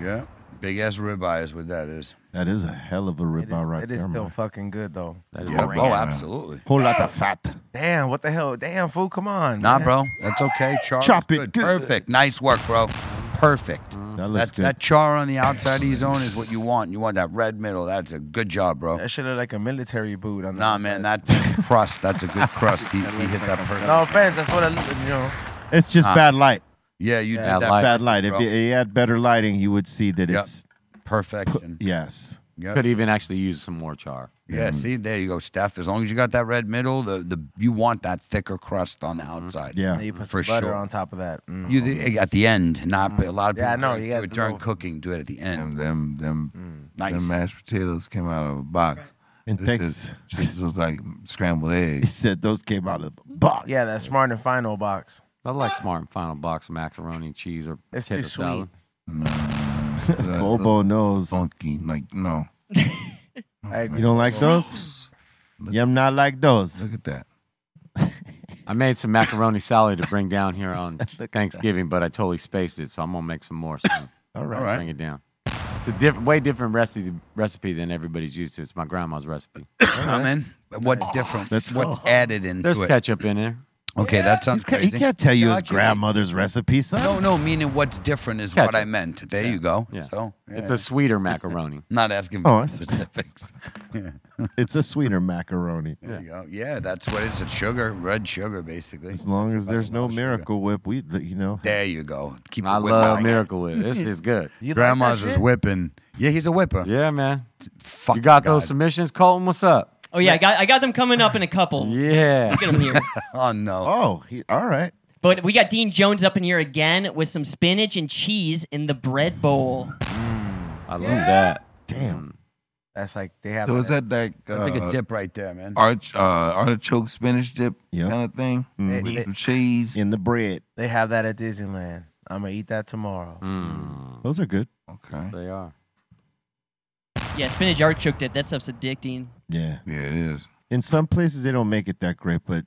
S6: Yeah, big ass ribeye is what that is.
S5: That is a hell of a ribeye right
S7: It is
S5: there.
S7: still
S5: man.
S7: fucking good though.
S6: That is Yeah, great. oh, absolutely.
S5: Whole lot of fat.
S7: Damn, what the hell? Damn, fool, come on.
S6: Nah,
S7: man.
S6: bro, that's okay. Char is
S7: Chop it
S6: good.
S7: good.
S6: Perfect. Nice work, bro. Perfect.
S5: That
S7: looks
S6: That's-
S7: good.
S6: That char on the outside of your zone is what you want. You want that red middle. That's a good job, bro.
S7: That should look like a military boot on
S6: Nah, man, that crust. That's a good crust. He, he hit
S7: that.
S6: that perfect.
S7: No offense, that's what I look. You know,
S5: It's just
S6: Nah.
S5: bad light.
S6: Yeah, you
S7: Yeah.
S6: did that.
S5: Bad light. If
S6: bro.
S5: you, you had better lighting, you would see that
S6: Yep.
S5: it's
S6: perfection.
S5: yes.
S6: Yep.
S9: Could even actually use some more char.
S6: Yeah,
S3: Mm-hmm.
S6: see, there you go, Steph. As long as you got that red middle, the, the you want that thicker crust on the
S9: Mm-hmm.
S6: outside.
S5: Yeah.
S7: you put
S6: for
S7: some butter
S6: sure.
S7: on top of that. Mm.
S6: You the, eh, at the end, not but a lot of people.
S7: Yeah, I know,
S6: do
S7: you
S6: it-
S7: got
S6: do it
S7: the
S6: during
S7: little-
S6: cooking. Do it at the end.
S3: Them them
S6: Nice.
S3: them mashed potatoes came out of a box.
S5: And
S3: This
S5: thanks-
S3: is- This was like scrambled eggs. He
S5: said those came out of the box.
S7: yeah, that smart and final box.
S9: I like smart and final box macaroni and cheese or
S7: It's
S9: potato
S7: too sweet.
S9: salad.
S5: Mm. Bobo knows.
S3: Funky, like no. Mm-hmm.
S7: I agree.
S5: You don't like those? Yeah, I'm not like those.
S3: Look at that.
S9: I made some macaroni salad to bring down here on Thanksgiving, but I totally spaced it, so I'm gonna make some more. Soon.
S5: All right. All right.
S9: bring it down. It's a diff- way different recipe recipe than everybody's used to. It's my grandma's recipe.
S6: Come in. What's different?
S9: Let's
S6: What's
S9: go.
S6: added into
S9: There's
S6: it?
S9: ketchup in there.
S6: Okay, that sounds
S5: He's ca-
S6: crazy.
S5: He can't tell you his
S6: Gotcha.
S5: grandmother's recipe, son.
S6: No, no, meaning what's different is what I meant. There you go. So
S9: It's a sweeter macaroni.
S6: Not asking
S5: Oh,
S6: for
S5: I see.
S6: specifics. Yeah.
S5: It's a sweeter macaroni.
S6: There you go. Yeah, that's what it's. It's sugar, red sugar, basically.
S5: As long as there's no Miracle Whip, we th- you know.
S6: There you go. Keep
S9: I
S6: the whip
S9: love
S6: out.
S9: Miracle Whip. This is good. You like
S6: Grandma's
S9: that
S6: is
S9: shit?
S6: whipping. Yeah, he's a whipper.
S9: Yeah, man.
S6: Fuck
S9: you got
S6: God.
S9: those submissions, Colton? What's up?
S8: Oh yeah, I got I got them coming up in a couple.
S9: Yeah.
S8: Get 'em here.
S6: oh no.
S5: Oh, he, all right.
S8: But we got Dean Jones up in here again with some spinach and cheese in the bread bowl.
S9: I love that.
S5: Damn.
S7: That's like they have.
S3: So is that like
S6: That's like a
S3: uh,
S6: dip right there, man.
S3: Arch, uh, artichoke spinach dip kind of thing
S7: Mm.
S3: with some cheese
S5: in the bread.
S7: They have that at Disneyland. I'm gonna eat that tomorrow.
S6: Hmm.
S5: Those are good.
S3: Okay.
S9: They are.
S8: Yeah, spinach artichoke dip. That stuff's addicting.
S5: Yeah.
S3: Yeah, it is.
S5: In some places they don't make it that great, but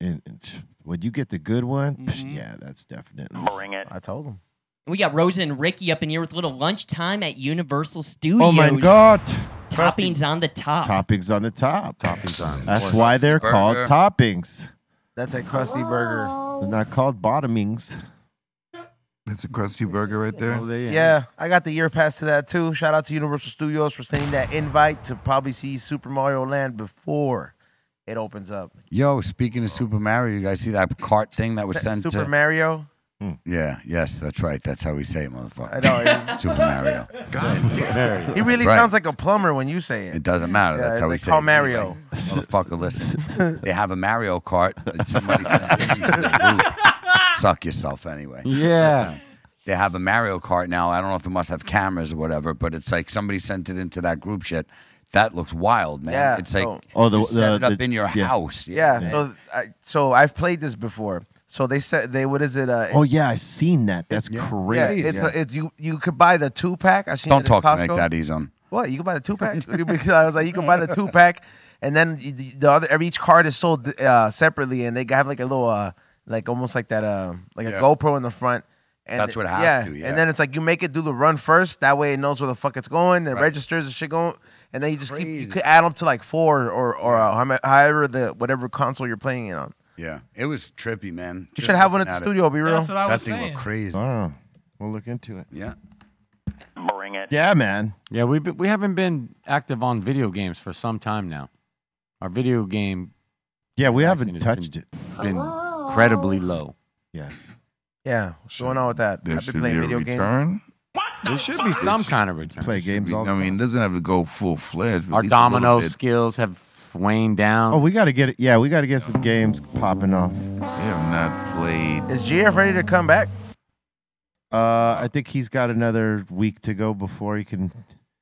S5: in, in- when you get the good one, psh,
S8: Mm-hmm.
S5: yeah, that's definitely.
S8: Bring it.
S7: I told him.
S8: And we got Rosa and Ricky up in here with a little lunchtime at Universal Studios.
S5: Oh my god!
S8: Toppings on the top.
S5: Toppings on the top.
S9: Toppings on.
S5: That's why they're
S7: Burger.
S5: called toppings.
S7: That's a crusty burger.
S5: They're not called bottomings.
S3: That's a crusty burger right there.
S9: Oh,
S6: Oh,
S7: Yeah. I got the year pass to that too. Shout out to Universal Studios for sending that invite to probably see Super Mario Land before it opens up.
S6: Yo, speaking of Super Mario, you guys see that cart thing that was sent
S7: Super
S6: to
S7: Mario.
S5: Hmm.
S6: Yeah, yes, that's right. That's how we say it, motherfucker.
S7: I know.
S6: Super Mario.
S7: God
S6: damn.
S7: He really
S6: Right.
S7: sounds like a plumber when you say it.
S6: It doesn't matter.
S7: Yeah,
S6: That's how we
S7: like,
S6: say
S7: call
S6: it.
S7: Mario.
S6: Anyway, motherfucker, listen. They have a Mario Kart. that Somebody sent to their group. Suck yourself anyway.
S9: Yeah.
S6: They have a Mario Kart now. I don't know if it must have cameras or whatever, but it's like somebody sent it into that group shit. That looks wild, man.
S7: Yeah,
S6: It's like
S7: oh.
S6: oh,
S5: Oh,
S6: the,
S5: the-
S6: you set
S5: the-
S6: it up
S5: the-
S6: in your
S5: yeah.
S6: house. you know
S7: Yeah.
S6: what I
S7: So,
S6: mean?
S7: I, so I've played this before. So they said they what is it? Uh,
S5: Oh yeah, I seen that. That's
S7: yeah,
S5: crazy.
S7: it's, it's you. You could buy the two pack. I seen
S6: Don't
S7: it at
S6: talk to me
S7: Costco.
S6: like that, Ezon.
S7: What you can buy the two pack? because I was like, you can buy the two pack, and then the the other every each card is sold uh, separately, and they have like a little uh, like almost like that uh, like
S6: Yeah.
S7: a GoPro in the front. And
S6: That's what it has
S7: yeah,
S6: to, yeah.
S7: And then it's like you make it do the run first. That way it knows where the fuck it's going. It registers the shit going, and then you just keep you could add them to like four or or uh, how mu- however the whatever console you're playing it on.
S6: Yeah, it was trippy, man.
S7: You
S6: Just
S7: should have one at the
S6: looking
S7: studio. Be real.
S6: that thing looked crazy.
S5: Oh, we'll look into it.
S6: Yeah.
S9: Bring it.
S5: Yeah, man.
S9: Yeah, we we haven't been active on video games for some time now. Our video game
S5: Yeah, we haven't
S9: has
S5: touched
S9: been,
S5: it.
S9: been incredibly low.
S5: Yes.
S7: Yeah, what's going on with that?
S3: There
S7: I've
S3: should
S7: been playing
S3: be a
S7: video games.
S3: return.
S9: There should be some kind of return.
S5: Play games all the
S3: I mean, it doesn't have to go full fledged.
S9: Our domino skills have waned down.
S5: Oh, we got to get it. Yeah, we got to get some games popping off.
S3: We have not played.
S7: Is GF ready to come back?
S5: Uh, I think he's got another week to go before he can.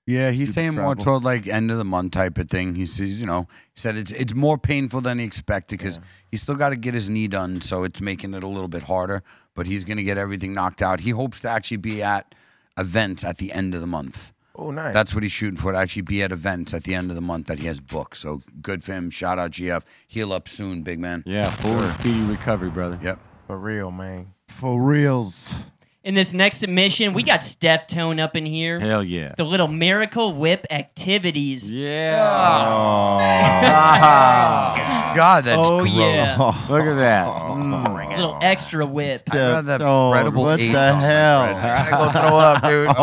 S6: Yeah, he's
S5: Super
S6: saying more
S5: travel.
S6: toward like end of the month type of thing. He says, you know, he said it's it's more painful than he expected because he's still got to get his knee done, so it's making it a little bit harder. But he's gonna get everything knocked out. He hopes to actually be at events at the end of the month.
S7: Oh, nice.
S6: That's what he's shooting for to actually be at events at the end of the month that he has booked. So good for him. Shout out GF. Heal up soon, big man.
S9: Yeah, full and speedy recovery, brother.
S6: Yep.
S7: for real, man.
S5: For reals.
S8: In this next submission, we got Steph Tone up in here.
S9: Hell yeah.
S8: The little miracle whip activities.
S9: Yeah.
S7: Oh,
S6: God, that's
S8: Oh,
S6: gross.
S8: yeah.
S9: Look at that.
S7: Mm.
S8: little extra whip.
S6: I'd rather have
S5: Oh,
S6: spreadable
S5: what
S6: AIDS
S5: the
S6: on my
S5: hell?
S6: bread.
S7: I go throw up,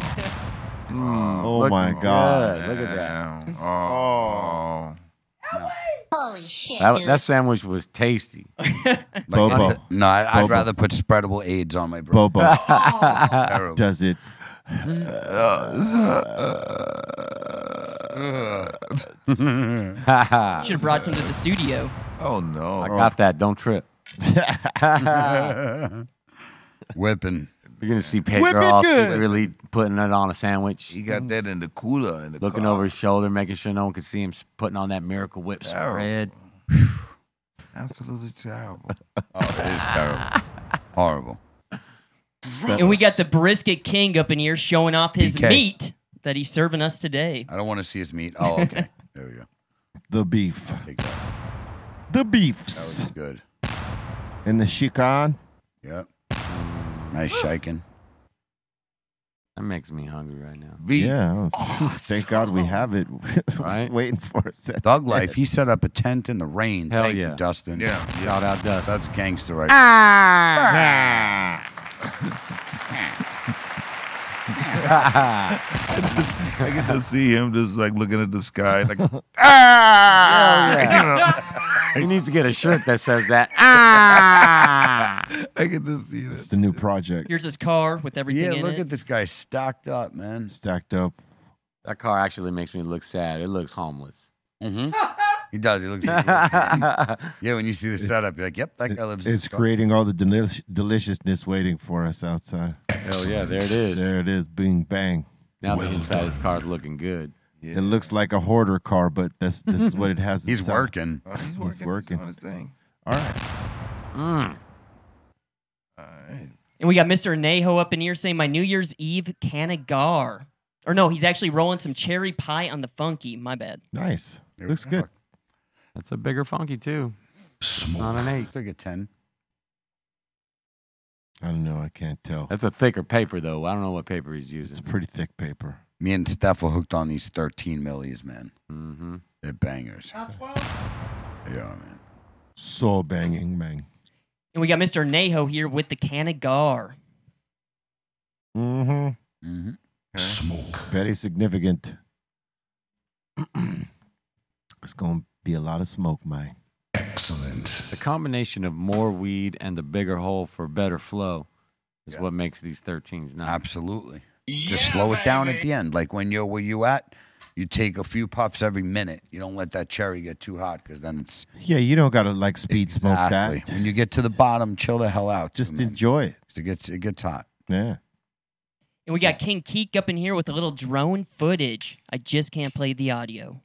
S7: dude.
S5: Oh,
S3: Mm.
S9: Look-
S5: my God.
S9: Good, Look at that.
S3: Oh.
S9: that. That sandwich was tasty. uh,
S6: Like,
S5: Bobo.
S6: it's- No, I, I'd
S5: Bobo.
S6: rather put spreadable AIDS on my bread.
S5: Bobo
S6: Terrible.
S5: does it.
S8: Should have brought some to the studio.
S3: Oh no.
S9: I got that. Don't trip.
S6: Whipping.
S9: You're gonna see
S5: Whip it
S9: Pedro all
S5: good.
S9: really putting it on a sandwich,
S3: He got that in the cooler in the
S9: looking
S3: car.
S9: over his shoulder, making sure no one could see him s- putting on that miracle whip
S3: Terrible.
S9: spread.
S3: Absolutely terrible.
S6: Oh, it is terrible. Horrible.
S8: And we got the brisket king up in here showing off his
S6: BK.
S8: meat that he's serving us today.
S6: I don't want to see his meat. Oh, okay. There we go.
S5: The beef.
S6: Take that.
S5: The
S6: That
S5: beefs.
S6: was good.
S5: And the chican.
S6: Yep. Nice shaking.
S9: That makes me hungry right now.
S5: Yeah. Thank God we have it. right? Waiting for us. at
S6: Thug
S5: the
S6: life.
S5: end.
S6: He set up a tent in the rain.
S5: Hell
S6: Thank
S5: yeah.
S6: you, Dustin.
S5: Yeah.
S9: Shout out, Dustin. Ah.
S6: That's gangster right
S4: Ah.
S9: Ah.
S3: I get to see him just like looking at the sky, like
S4: Ah.
S9: Oh, He needs to get a shirt that says that.
S4: Ah.
S3: I get to see that.
S5: It's the new project.
S8: Here's his car with everything
S6: Yeah,
S8: in
S6: look
S8: it.
S6: at this guy stocked up, man.
S5: Stacked up.
S9: That car actually makes me look sad. It looks homeless.
S6: Mm-hmm. He does. He looks. he looks- yeah, when you see the setup, you're like, "Yep, that guy lives." in
S5: It's
S6: Scot-
S5: creating all the delish- deliciousness waiting for us outside.
S9: Hell yeah, there it is.
S5: There it is. Bing bang.
S9: Now the inside of his car's looking good.
S5: It looks like a hoarder car, but this this is what it has.
S9: He's
S5: inside.
S9: working.
S3: Oh, he's
S5: He's working.
S3: on his thing.
S5: All right.
S8: And we got Mr. Neho up in here saying, My New Year's Eve canagar. Or no, he's actually rolling some cherry pie on the funky. My bad.
S5: Nice.
S6: There
S5: Looks
S6: we
S5: good.
S9: That's a bigger funky too. It's not an eight.
S6: It's like a ten.
S5: I don't know. I can't tell.
S9: That's a thicker paper though. I don't know what paper he's using.
S5: It's pretty thick paper.
S6: Me and Steph were hooked on these 13 millis, man. Mm-hmm. They're bangers. Yeah, man.
S5: Soul banging, man.
S8: And we got Mr. Neho here with the canagar.
S5: Mm-hmm.
S6: Mm-hmm.
S5: Smoke. Very significant. it's gonna be a lot of smoke, man.
S9: Excellent. The combination of more weed and the bigger hole for better flow is what makes these 13s nice.
S6: Absolutely. Just slow it down at the end. Like when you're where you at, you take a few puffs every minute. You don't let that cherry get too hot because then it's
S5: Yeah, you don't gotta like speed smoke that.
S6: When you get to the bottom, chill the hell out. Just
S5: enjoy it.
S6: It gets it gets hot.
S5: Yeah.
S8: And we got King Keek up in here with a little drone footage. I just can't play the audio.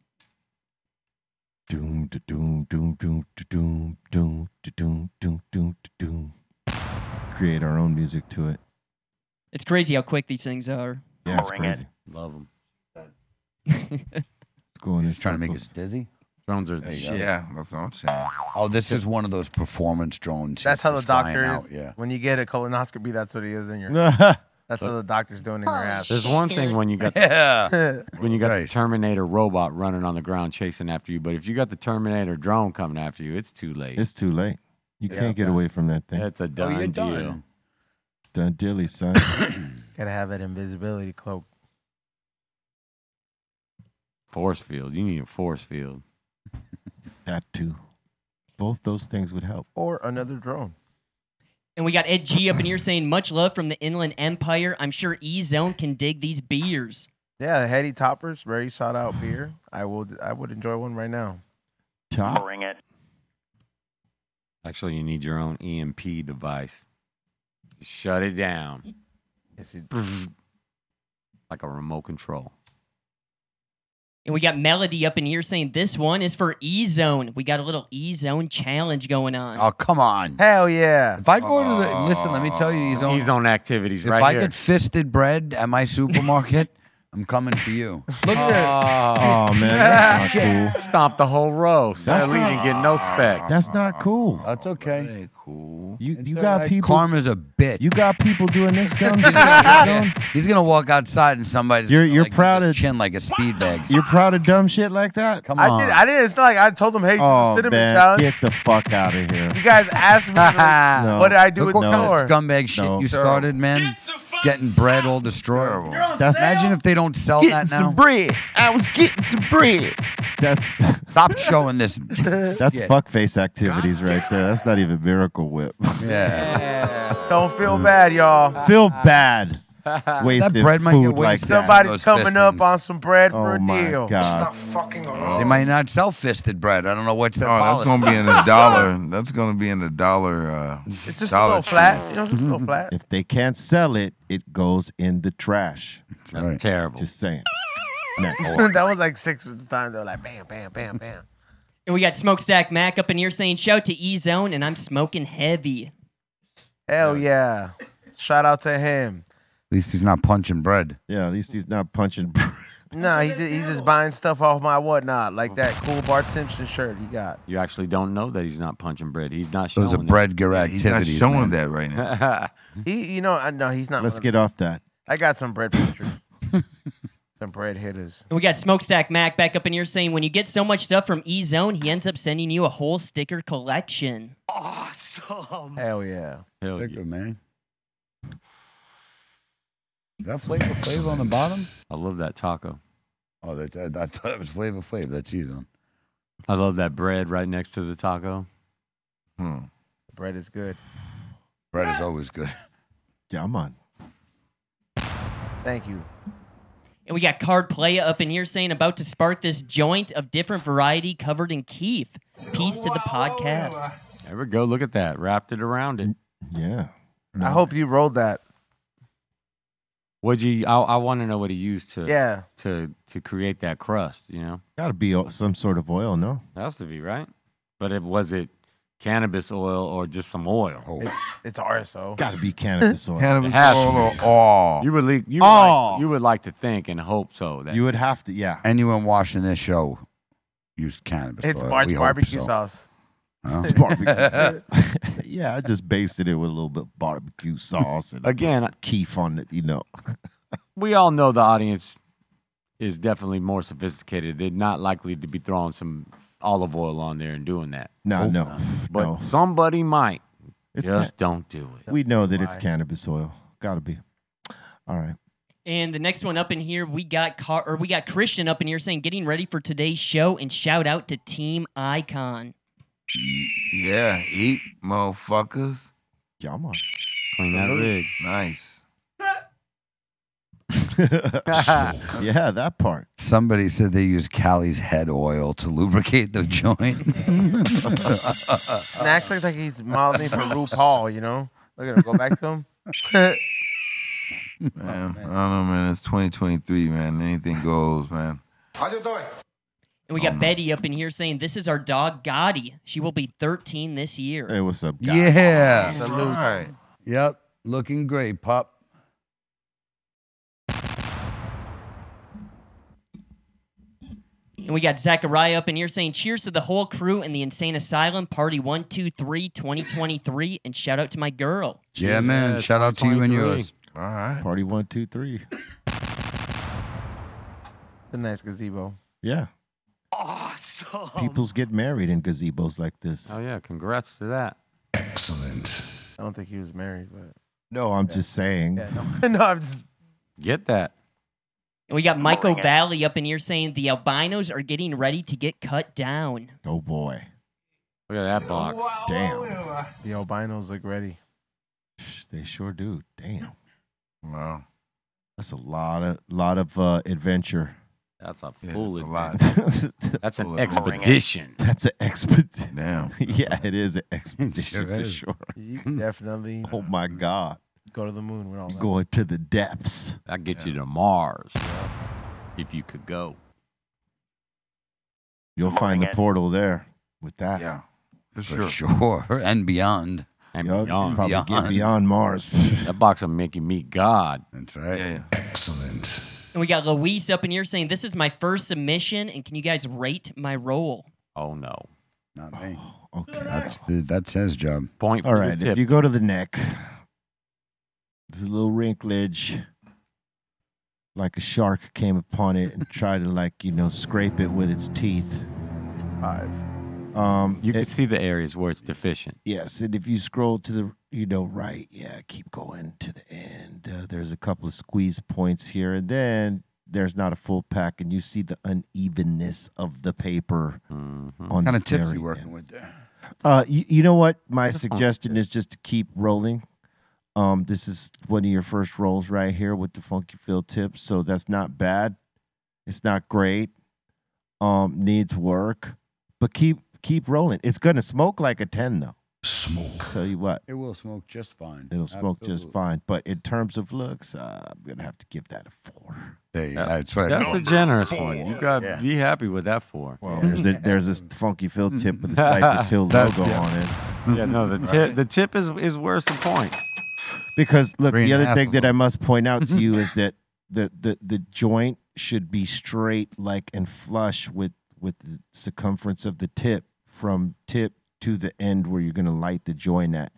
S5: Doom, da doom, doom, doom, da doom, doom, da doom, doom, doom, da doom. Create our own music to it.
S8: It's crazy how quick these things are.
S5: Yeah, it's Bring it. crazy.
S9: Love them.
S5: It's going.
S6: Just trying to make us dizzy.
S9: Drones are
S6: the
S7: shit. Yeah,
S6: that's what I'm saying. Oh, this is one of those performance drones.
S7: That's how the
S6: It's flying
S7: doctor is.
S6: out, Yeah.
S7: When you get a colonoscopy, that's what he is in your. that's what the doctor's doing in your ass.
S9: There's one thing when you got
S6: Yeah.
S9: when you got the Terminator robot running on the ground chasing after you, but if you got the Terminator drone coming after you, it's too late.
S5: It's too late. You
S9: Yeah.
S5: can't get away from that thing.
S9: That's a
S6: Oh,
S9: done
S6: you're
S9: deal.
S6: done.
S5: Done dilly, son.
S7: Gotta have that invisibility cloak.
S9: Force field. You need a force field.
S5: that too. Both those things would help.
S7: Or another drone.
S8: And we got Ed G up in here saying, Much love from the Inland Empire. I'm sure E Zone can dig these beers.
S7: Yeah, the heady toppers, very sought out beer. I will. I would enjoy one right now.
S5: Top.
S7: Bring it.
S9: Actually, you need your own EMP device. Shut it down. like a remote control.
S8: And we got Melody up in here saying, This one is for E Zone. We got a little E Zone challenge going on.
S6: Oh, come on.
S7: Hell yeah.
S6: If I go to the listen, let me tell you, he's on
S9: Oh. He's on activities
S6: If
S9: right
S6: I
S9: here.
S6: get fisted bread at my supermarket, I'm coming for you. Look at
S9: Oh,
S6: that.
S9: man, that's not cool. Stomp the whole row. So
S6: That's
S9: that we
S6: not-
S9: didn't get no spec.
S5: That's not cool.
S6: That's okay.
S3: cool.
S5: You you
S6: all
S5: got
S6: right.
S5: people.
S6: Karma's a bitch.
S5: You got people doing this dumb
S6: He's
S5: shit.
S6: gonna,
S5: dumb-
S6: he's gonna walk outside and somebody's
S5: You're-
S6: gonna,
S5: you're
S6: like, use
S5: proud
S6: his
S5: of-
S6: chin like a speed bag.
S5: You're proud of dumb shit like that? Come
S7: I did. I didn't. It's not like I told them, hey,
S5: Oh
S7: cinnamon
S5: man,
S7: challenge.
S5: get the fuck out of here.
S7: You guys asked me, like,
S3: Ah,
S5: No.
S7: what did I do
S6: Look
S7: with
S6: what
S7: the
S6: kind
S7: door?
S6: of scumbag shit
S5: No.
S6: you
S5: Terrible.
S6: started, man. Getting bread all destroyed.
S5: That's-
S6: Imagine if they don't sell
S3: Getting
S6: that now.
S3: some bread. I was getting some bread.
S5: That's
S6: Stop showing this.
S5: that's fuckface activities right there. That's not even miracle whip.
S6: Yeah.
S7: Don't feel bad, y'all.
S5: Feel bad. Wasted
S6: That bread might get
S5: food like
S6: wasted.
S5: that.
S7: Somebody's
S6: Those
S7: coming up
S6: pistons.
S7: on some bread for
S5: Oh
S7: a
S5: my
S7: deal.
S5: god.
S6: They might not sell fisted bread. I don't know what's their
S3: Oh, that's
S6: policy.
S3: gonna be in the dollar. That's gonna be in the dollar. Uh,
S7: It's just a
S3: dollar
S7: little
S3: tree.
S7: flat. You know, it's just a little flat.
S5: If they can't sell it, it goes in the trash.
S9: That's terrible.
S5: Just saying. Next.
S7: that was like six at the time. They were like, bam, bam, bam, bam.
S8: And we got Smokestack Mac up in here saying, Shout to E Zone, and I'm smoking heavy. Oh,
S7: Hell yeah. Shout out to him.
S6: At least he's not punching bread.
S5: Yeah, at least he's not punching. bread.
S7: Nah, he just, he's just buying stuff off my whatnot, like that cool Bart Simpson shirt he got.
S9: You actually don't know that he's not punching bread. He's not showing
S6: Those are
S9: it.
S6: bread
S9: Yeah,
S6: activities.
S9: he's not
S6: man.
S9: showing that right now.
S7: He, you know, I, no, he's not.
S5: Let's get off that.
S7: I got some bread pictures. some bread hitters.
S8: And we got Smokestack Mac back up in here saying when you get so much stuff from E Zone, he ends up sending you a whole sticker collection.
S7: Awesome. Hell yeah.
S6: Hell Sticker, man. Is that Flavor Flav on the bottom?
S9: I love that taco.
S6: Oh, that, that, I thought it was Flavor Flav. That's you, then.
S9: I love that bread right next to the taco.
S6: Hmm.
S7: Bread is good.
S6: Bread is always good.
S5: Yeah, I'm on.
S7: Thank you.
S8: And we got Card Playa up in here saying about to spark this joint of different variety covered in keef. Peace to the podcast.
S9: There we go. Look at that. Wrapped it around it.
S5: Yeah.
S7: I hope you rolled that.
S9: What'd you? I, I want to know what he used to.
S7: Yeah.
S9: To to create that crust, you know.
S5: Got to be o- some sort of oil, no?
S9: That has to be right. But it was it cannabis oil or just some oil?
S6: Oh.
S7: It's RSO.
S5: Got to be cannabis oil.
S9: It has to be. You would le- you would like, you would like to think and hope so. That
S5: would have to, yeah.
S6: Anyone watching this show used cannabis.
S7: It's
S6: oil.
S7: Bart's
S6: We hope
S7: barbecue
S6: so.
S7: sauce.
S6: Huh?
S5: It's barbecue sauce. yeah, I just basted it with a little bit of barbecue sauce and
S9: Again,
S5: some keef on it, you know.
S9: we all know the audience is definitely more sophisticated. They're not likely to be throwing some olive oil on there and doing that.
S5: No, no,
S9: But
S5: no.
S9: somebody might.
S5: It's
S9: Just
S5: ca-
S9: don't do it.
S5: We know that it's
S8: Why?
S5: cannabis oil. Got to be. All right.
S8: And the next one up in here, we got Car- or we got Christian up in here saying getting ready for today's show and shout out to Team Icon.
S3: Yeah, eat, motherfuckers.
S5: Yeah, I'm on.
S9: Clean that rig.
S3: Nice.
S5: yeah, that part.
S6: Somebody said they use Callie's head oil to lubricate the joint.
S7: Snacks looks like he's modeling for RuPaul, you know? Look at him. Go back to him.
S3: Man, I don't know, man. It's 2023, man. Anything goes, man.
S8: And we got
S5: Oh.
S8: Betty up in here saying this is our dog Gotti. She will be 13 this year.
S5: Hey, what's up, guys?
S6: yeah.
S5: Salute.
S6: Yep. Looking great, pup.
S8: And we got Zachariah up in here saying cheers to the whole crew in the insane asylum party 123 2023 and shout out to my girl.
S6: yeah, man. Shout out to you and yours.
S3: All right.
S5: Party one, two, three.
S7: It's a nice gazebo.
S5: Yeah.
S7: Awesome.
S5: Peoples get married in gazebos like this.
S9: Oh yeah, congrats to that.
S7: Excellent. I don't think he was married, but.
S5: No, I'm just saying.
S7: Yeah, no. no, I'm just.
S9: Get that.
S8: And we got Michael
S7: Bring it.
S8: Valley up in here saying the albinos are getting ready to get cut down.
S5: Oh boy.
S9: Look at that box.
S5: Damn.
S7: The albinos look ready.
S5: They sure do. Damn.
S3: Wow.
S5: That's a lot of lot of uh, adventure.
S9: That's a
S3: Yeah,
S9: full
S3: that's a lot.
S9: adventure. That's
S3: Full
S9: an
S3: of-
S9: expedition.
S5: That's an expedition.
S3: Damn.
S5: yeah, it is an expedition
S6: Sure
S5: for
S6: is.
S5: sure.
S7: You can definitely
S5: Oh my God.
S7: go to the moon with all that.
S5: Going to the depths.
S9: I'd get you to Mars if you could go.
S5: You'll find the portal there with that.
S3: Yeah. For
S6: For
S3: sure.
S6: sure. And beyond.
S9: And
S5: Yup,
S9: beyond.
S5: probably get
S6: Beyond.
S5: beyond Mars.
S9: That box will make you meet God.
S6: That's right.
S3: Yeah,
S4: Excellent.
S8: And we got Luis up in here saying this is my first submission and can you guys rate my role?
S9: Oh no.
S6: Not
S7: Oh.
S6: me.
S5: okay.
S6: That's, the, that's his job.
S9: Point for
S5: All
S9: the
S5: right.
S9: tip.
S5: If you go to the neck, there's a little wrinklage. Like a shark came upon it and tried to like, you know, scrape it with its teeth.
S7: Five.
S5: Um
S9: You can
S5: it-
S9: see the areas where it's deficient.
S5: Yes, and if you scroll to the you know right, yeah, keep going to the end. Uh, there's a couple of squeeze points here, and then there's not a full pack, and you see the unevenness of the paper on
S6: Kind
S5: the
S6: of tips
S5: very
S6: you working
S5: end.
S6: with there?
S5: Uh, you, you know what? My
S9: That's fine.
S5: suggestion is just to keep rolling. Um, this is one of your first rolls right here with the funky feel tips, so that's not bad. It's not great. Um, needs work, but keep keep rolling. It's gonna smoke like a ten though.
S4: Smoke.
S5: Tell you what,
S6: It will smoke just fine.
S5: it'll smoke
S6: Absolutely.
S5: just fine. But in terms of looks, uh, I'm gonna have to give that a four.
S6: There you go. That's right.
S9: That's a generous one. You got
S6: Yeah.
S9: be happy with that for.
S5: Well, there's a, there's this funky feel tip with the Cypress Hill
S6: That-
S5: logo
S6: yeah.
S5: on it.
S9: yeah, no, the tip the tip is is worth the point.
S5: Because look,
S6: Three and
S5: the
S6: a
S5: other
S6: half
S5: thing
S6: of
S5: that I
S6: them.
S5: must point out to you is that the the the joint should be straight, like and flush with with the circumference of the tip from tip to the end where you're going to light the joint at,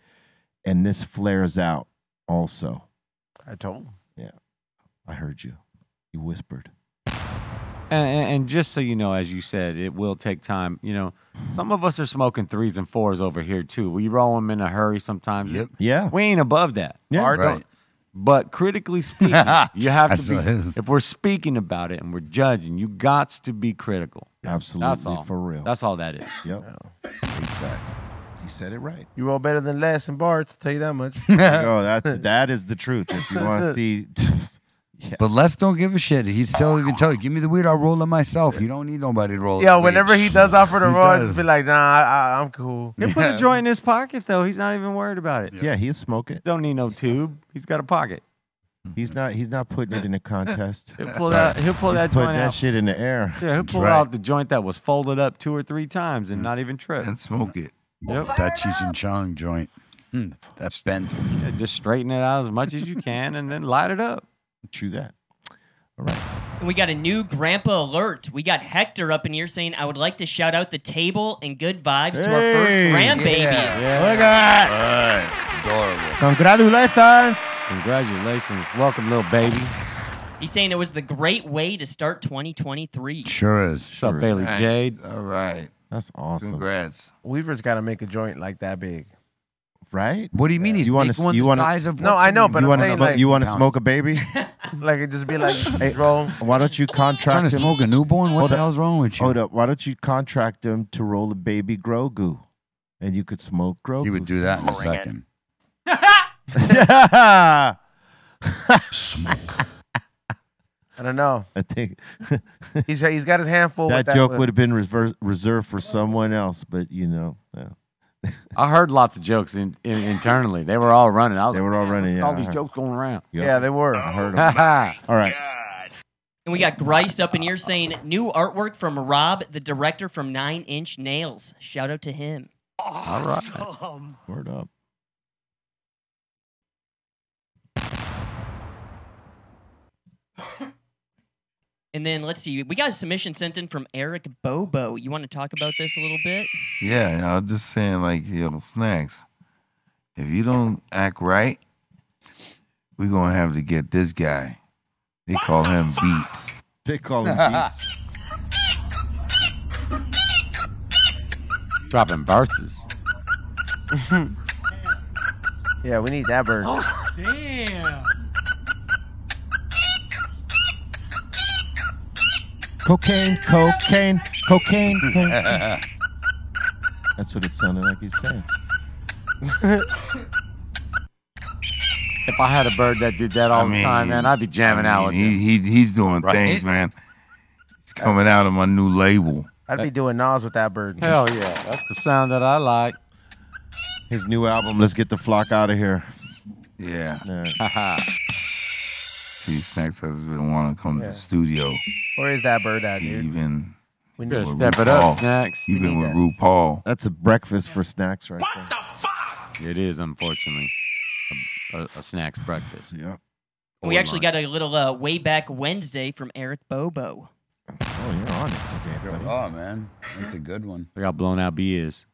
S5: and this flares out also.
S7: I told him.
S5: Yeah. I heard you. You whispered.
S9: And, and, and just so you know, as you said, it will take time. You know, some of us are smoking threes and fours over here too. We roll them in a hurry sometimes. Yep.
S5: Yeah.
S9: We ain't above that.
S5: Yeah.
S9: Or
S5: Right.
S9: don't. But critically speaking, you have
S5: That's
S9: to
S5: what
S9: be.
S5: it is.
S9: If we're speaking about it and we're judging, you got to be critical.
S5: Absolutely,
S9: That's all.
S5: for real.
S9: That's all that is.
S5: Yep. Exactly. He said it right.
S7: You roll better than Les and Bart's, tell you that much.
S5: oh, that that is the truth. If you want to see,
S6: But Les don't give a shit. He's still even tell you, give me the weed. I'll roll it myself. You don't need nobody to roll.
S7: Yo,
S6: it
S7: whenever he does offer the
S6: He
S7: roll,
S6: does.
S7: just be like, nah, I, I, I'm cool.
S9: He put a joint in his pocket though. He's not even worried about it.
S5: yeah, he'll smoke it.
S9: Don't need no tube. He's got a pocket.
S5: He's not. He's not putting it in a contest.
S9: He'll pull that- he'll pull
S5: He's
S9: that
S5: putting
S9: joint
S5: that
S9: out.
S5: shit in the air.
S9: Yeah, he'll
S5: That's
S9: pull
S5: right.
S9: out the joint that was folded up two or three times and not even trip.
S3: And smoke it.
S9: Yep.
S6: That Cheech and Chong joint. Hmm, that's bent.
S9: Yeah, just straighten it out as much as you can and then light it up.
S5: Chew that.
S8: And we got a new grandpa alert. We got Hector up in here saying, I would like to shout out the table and good vibes to our first grandbaby.
S5: Look at that. Congratulations.
S9: Congratulations. Welcome, little baby.
S8: He's saying it was the great way to start 2023.
S6: Sure is.
S9: What's up, Bailey
S7: Nice.
S9: Jade?
S3: All right.
S5: That's awesome.
S3: Congrats.
S7: Weaver's got to make a joint like that big.
S5: Right?
S6: What do you mean? He's
S5: You wanna-
S6: making one
S5: you
S6: the
S5: wanna-
S6: size of
S7: No,
S6: what's
S7: I
S6: in
S7: know,
S6: your-
S7: but
S5: you
S7: I'm
S5: want to
S7: saying,
S5: smoke?
S7: like-
S5: you want to smoke a baby?
S7: Like it just be like,
S5: Hey,
S7: roll.
S5: Why don't you contract
S6: Trying to
S5: him?
S6: smoke a newborn? What
S5: Hold
S6: the
S5: up.
S6: hell's wrong with you?
S5: Hold up. Why don't you contract him to roll a baby Grogu, and you could smoke Grogu? You would
S6: do that in a second.
S5: yeah.
S7: I don't know.
S5: I think
S7: He's he's got his hand full.
S5: that,
S7: with that
S5: joke
S7: one.
S5: would have been reserved reserved for someone else, but you know, yeah.
S9: I heard lots of jokes in, in, internally. They were all running. I was
S5: they were all running. Yeah,
S9: all
S5: I
S9: these
S5: heard-
S9: jokes going around.
S7: Yeah, they were.
S5: I heard 'em.
S9: Ha
S5: all right.
S8: And we got Grice up in here saying, new artwork from Rob, the director from Nine Inch Nails. Shout out to him.
S5: All right. Word up.
S8: And then let's see, we got a submission sent in from Eric Bobo. You want to talk about this a little bit?
S3: Yeah, and I was just saying, like, you know, snacks. If you don't act right, we're gonna have to get this guy. They call him Beats.
S5: They call him Beats.
S9: Dropping verses.
S7: Yeah, we need that bird.
S6: Oh.
S4: Damn.
S5: Cocaine, cocaine, cocaine. cocaine. That's what it sounded like he's saying.
S9: If I had a bird that did that all the time, man, I'd be jamming
S3: I
S9: out with
S3: mean, he, he he's doing things, man. He's coming out of my new label.
S7: I'd be doing Nas with that bird.
S9: Hell yeah, that's the sound that I like.
S5: His new album, Let's Get the Flock Out of Here.
S3: Yeah.
S5: Yeah.
S3: See, Snacks has been wanting to come to the studio.
S7: Where is that bird at, dude?
S3: You've been
S7: We
S3: with
S7: need
S3: RuPaul.
S7: that.
S3: You've been with RuPaul.
S5: That's a breakfast for snacks right there.
S9: it. It is, unfortunately, a, a, a snacks breakfast. Oh,
S5: Yeah.
S8: We
S5: Oh,
S8: actually got a little uh, way back Wednesday from Eric Bobo.
S5: Oh, you're on it today, buddy.
S6: Oh man, that's a good one.
S9: I got blown out beers.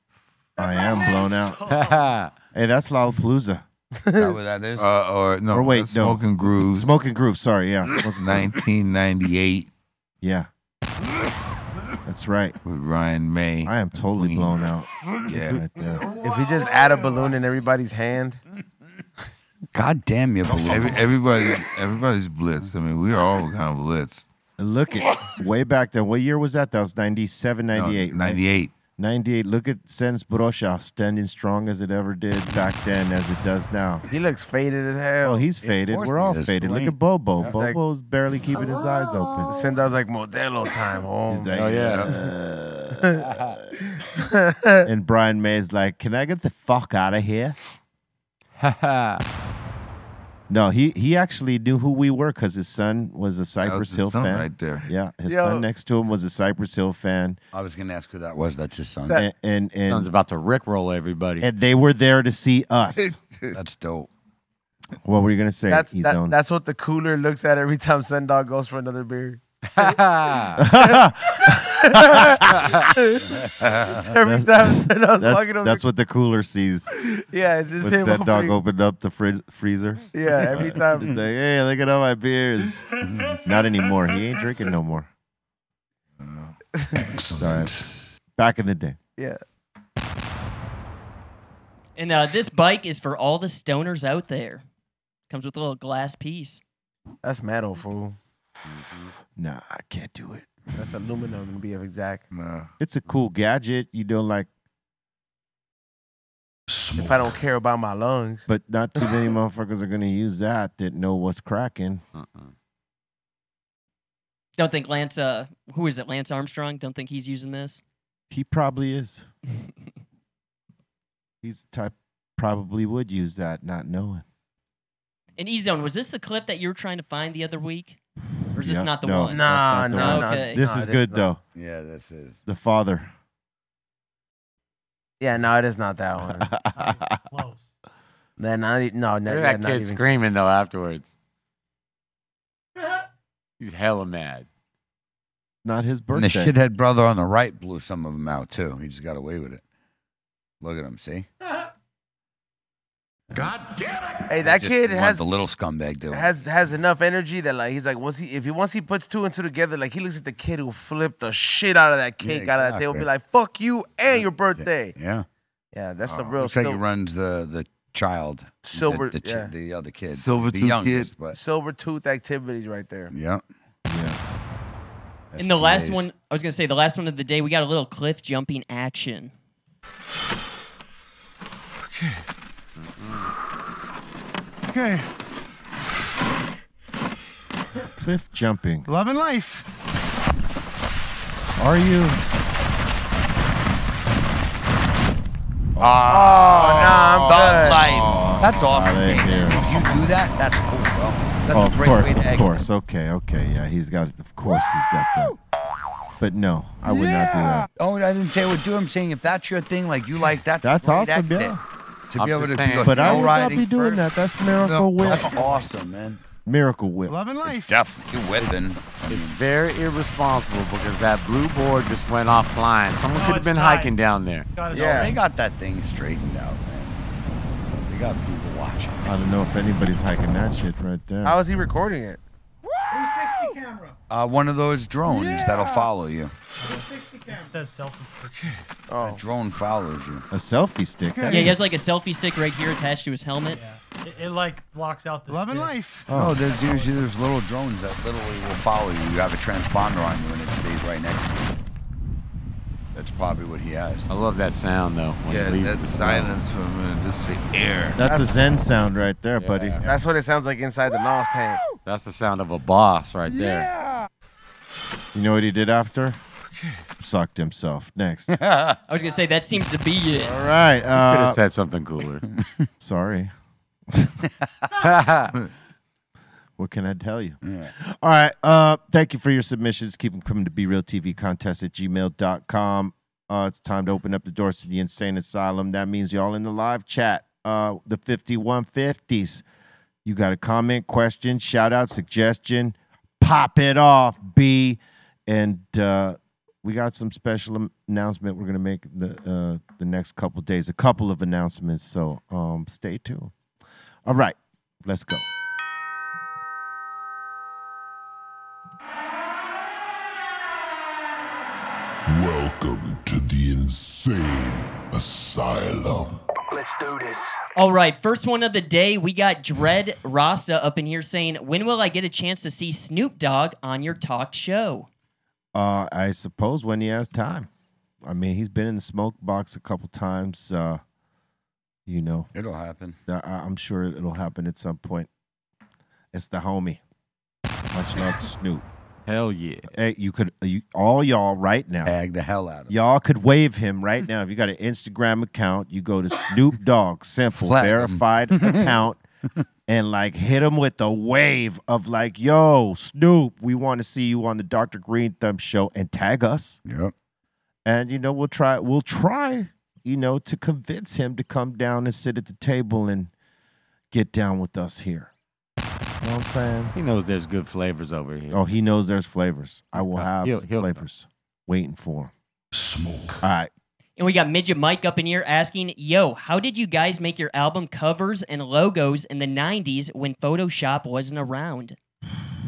S5: I am blown out. hey, that's Lollapalooza.
S6: Is that what that is?
S3: Uh, or no,
S5: or wait,
S3: that's
S5: no.
S3: Smoking Grooves.
S5: Smoking Groove, sorry, yeah. Smoking Groove.
S3: 1998.
S5: Yeah. That's right.
S3: With Ryan May.
S5: I am totally blown out.
S3: Yeah.
S5: Right there.
S7: If we just add a balloon in everybody's hand,
S6: God damn you, balloon.
S3: Every, everybody, everybody's blitzed. I mean, we're all kind of blitzed.
S5: Look at way back then. What year was that? That was 97,
S3: No,
S5: 98. right?
S3: 98.
S5: 98. Look at Sens Brosha standing strong as it ever did back then as it does now.
S7: he looks faded as hell.
S5: Oh, he's faded.
S7: course
S5: We're
S7: he
S5: all
S7: is.
S5: faded. Look
S7: Blink.
S5: at Bobo.
S7: That's like-
S5: Bobo's barely keeping his eyes open.
S7: Send us like Modelo time home.
S5: like,
S9: Oh yeah.
S7: oh,
S5: and Brian May's like, "Can I get the fuck out of here?" no, he he actually knew who we were because his son was a Cypress
S3: his
S5: Hill
S3: son
S5: fan.
S3: right there.
S5: Yeah, his
S7: Yo.
S5: son next to him was a Cypress Hill fan,
S6: I was gonna ask who that was. That's his son.
S5: and and
S9: Sounds
S5: and,
S9: about to rickroll everybody.
S5: and they were there to see us.
S6: that's dope.
S5: What were you gonna say?
S7: That's
S5: He's
S7: that,
S5: on-
S7: that's what the cooler looks at every time Sundog goes for another beer. Every time that I was
S5: that's,
S7: walking over
S5: that's
S7: the-
S5: what the cooler sees.
S7: Yeah, it's just
S5: With
S7: him
S5: that dog
S7: opening-
S5: opened up the frizz- freezer.
S7: Yeah, every
S5: Just
S7: time.
S5: like, hey, look at all my beers. Not anymore. He ain't drinking no more. Sorry. Back in the day.
S7: Yeah.
S8: And uh, this bike is for all the stoners out there. Comes with a little glass piece.
S7: That's metal, fool.
S5: Nah, I can't do it.
S7: That's aluminum to be exact.
S3: Nah.
S5: It's a cool gadget. You don't like,
S7: If I don't care about my lungs.
S5: but not too many motherfuckers are gonna use that that know what's cracking.
S8: Uh-uh. Don't think Lance, uh, who is it? Lance Armstrong? Don't think he's using this.
S5: He probably is. He's the type probably would use that, not knowing.
S8: And E Zone, was this the clip that you were trying to find the other week? Or is
S5: Yeah,
S8: this not the
S5: no,
S8: one?
S5: that's not the one.
S8: Okay.
S5: This is good though.
S6: Yeah, this is.
S5: The father.
S7: Yeah, no, it is not that one. Close. Then not, e- no, no,
S9: Look
S7: yeah,
S9: at that
S7: not
S9: kid
S7: even.
S9: screaming though afterwards. He's hella mad.
S5: Not his
S6: And
S5: birthday.
S6: the shithead brother on the right blew some of them out too. He just got away with it. Look at him, see?
S7: God damn it! Hey, that
S6: Just
S7: kid
S6: want
S7: has
S6: the little scumbag dude.
S7: has has enough energy that like he's like once he if he once he puts two and two together, like he looks at the kid who flipped the shit out of that cake out of that table,
S6: exactly.
S7: be like, "Fuck you and your birthday."
S6: yeah.
S7: Yeah, that's the
S6: Oh,
S7: real
S6: Looks like he
S7: sil-
S6: runs the the child, the-
S7: Silver-
S6: the, chi-
S7: yeah.
S6: the other kid,
S3: Silver
S6: the
S3: tooth
S6: youngest,
S3: kid.
S6: but
S7: silver tooth activities right there.
S6: yeah,
S3: yeah.
S8: And the last one, I was going to say, the last one of the day, we got a little cliff jumping action.
S12: Okay.
S5: Cliff jumping.
S12: Love and life.
S5: Are you?
S6: Oh, nah,
S7: I'm
S6: done.
S7: good.
S6: Oh, That's awesome.
S5: Outta
S6: man.
S5: here.
S6: If you do that, that's cool, bro. That's
S5: oh,
S6: a
S5: of
S6: great way
S5: course,
S6: to
S5: of
S6: exit.
S5: course. Okay, okay. Yeah, he's got. Of course, he's got that. But no, I would not do that.
S6: Oh, I didn't say I would do. I'm saying if that's your thing, like you like that,
S5: That's
S6: great
S5: awesome,
S6: exit.
S5: yeah.
S6: To
S5: I'm
S6: be able
S5: just
S6: to
S5: saying.
S6: go
S5: But I
S6: snow
S5: would not
S6: riding
S5: be doing that.
S6: first.
S5: That's Miracle Whip.
S6: That's awesome, man.
S5: Miracle Whip.
S6: It's definitely whipping.
S9: It's very irresponsible because that blue board just went off flying. Someone
S6: No,
S9: could have
S6: it's
S9: been
S6: tied.
S9: hiking down there.
S6: they got that thing straightened out, man. They got people watching.
S5: I don't know if anybody's hiking that shit right there.
S7: How is he recording it?
S12: 360 camera.
S6: Uh, one of those drones that'll follow you.
S12: 360 camera. It's that selfie.
S6: Oh. A drone follows you.
S5: A selfie stick.
S8: Yeah,
S5: that
S8: he
S5: is-
S8: has like a selfie stick right here attached to his helmet.
S12: It, it like blocks out the. Love and life.
S6: Oh, there's usually there's little drones that literally will follow you. You have a transponder on you, and it stays right next to you. That's probably what he has.
S9: I love that sound though. when
S3: Yeah,
S9: it leaves
S3: that's
S9: the
S3: silence for a minute. Just the air.
S5: That's a Zen sound right there, buddy.
S7: That's what it sounds like inside the Nas tank.
S9: That's the sound of a boss right there.
S5: You know what he did after? Sucked himself. Next. All
S8: I was going to say, that seems to be it. All
S5: right.
S9: Could
S5: Uh,
S9: have said something cooler.
S5: sorry. uh, what can I tell you?
S6: Yeah.
S5: All right. Uh, thank you for your submissions. Keep them coming to Be Real TV contest at gmail.com. Uh, it's time to open up the doors to the insane asylum. That means y'all in the live chat, uh, the 5150s. You got a comment, question, shout out, suggestion. Pop it off, B. And uh, we got some special am- announcement we're going to make the, uh, the next couple days, a couple of announcements. So um, stay tuned. All right, let's go.
S4: Welcome to the insane asylum. Let's do this.
S8: All right, first one of the day, we got Dread Rasta up in here saying, When will I get a chance to see Snoop Dogg on your talk show?
S5: Uh, I suppose when he has time. I mean, he's been in the smoke box a couple times. Uh, you know,
S6: It'll happen.
S5: I, I- I'm sure it'll happen at some point. It's the homie. Much love to Snoop.
S9: Hell yeah!
S5: Hey, you could you, all y'all right now.
S6: Bag the hell out of him.
S5: Y'all could wave him right now. If you got an Instagram account, you go to Snoop Dogg, simple
S6: Slap him.
S5: verified account, and like hit him with a wave of like, "Yo, Snoop, we want to see you on the Dr. Green Thumb show," and tag us.
S6: Yep.
S5: And you know we'll try we'll try you know to convince him to come down and sit at the table and get down with us here. You know what I'm saying?
S9: He knows there's good flavors over here.
S5: Oh, he knows there's flavors. I will have
S9: he'll- he'll know.
S5: flavors waiting for him. Smoke. All right.
S8: And we got Midget Mike up in here asking, Yo, how did you guys make your album covers and logos in the 90s when Photoshop wasn't around?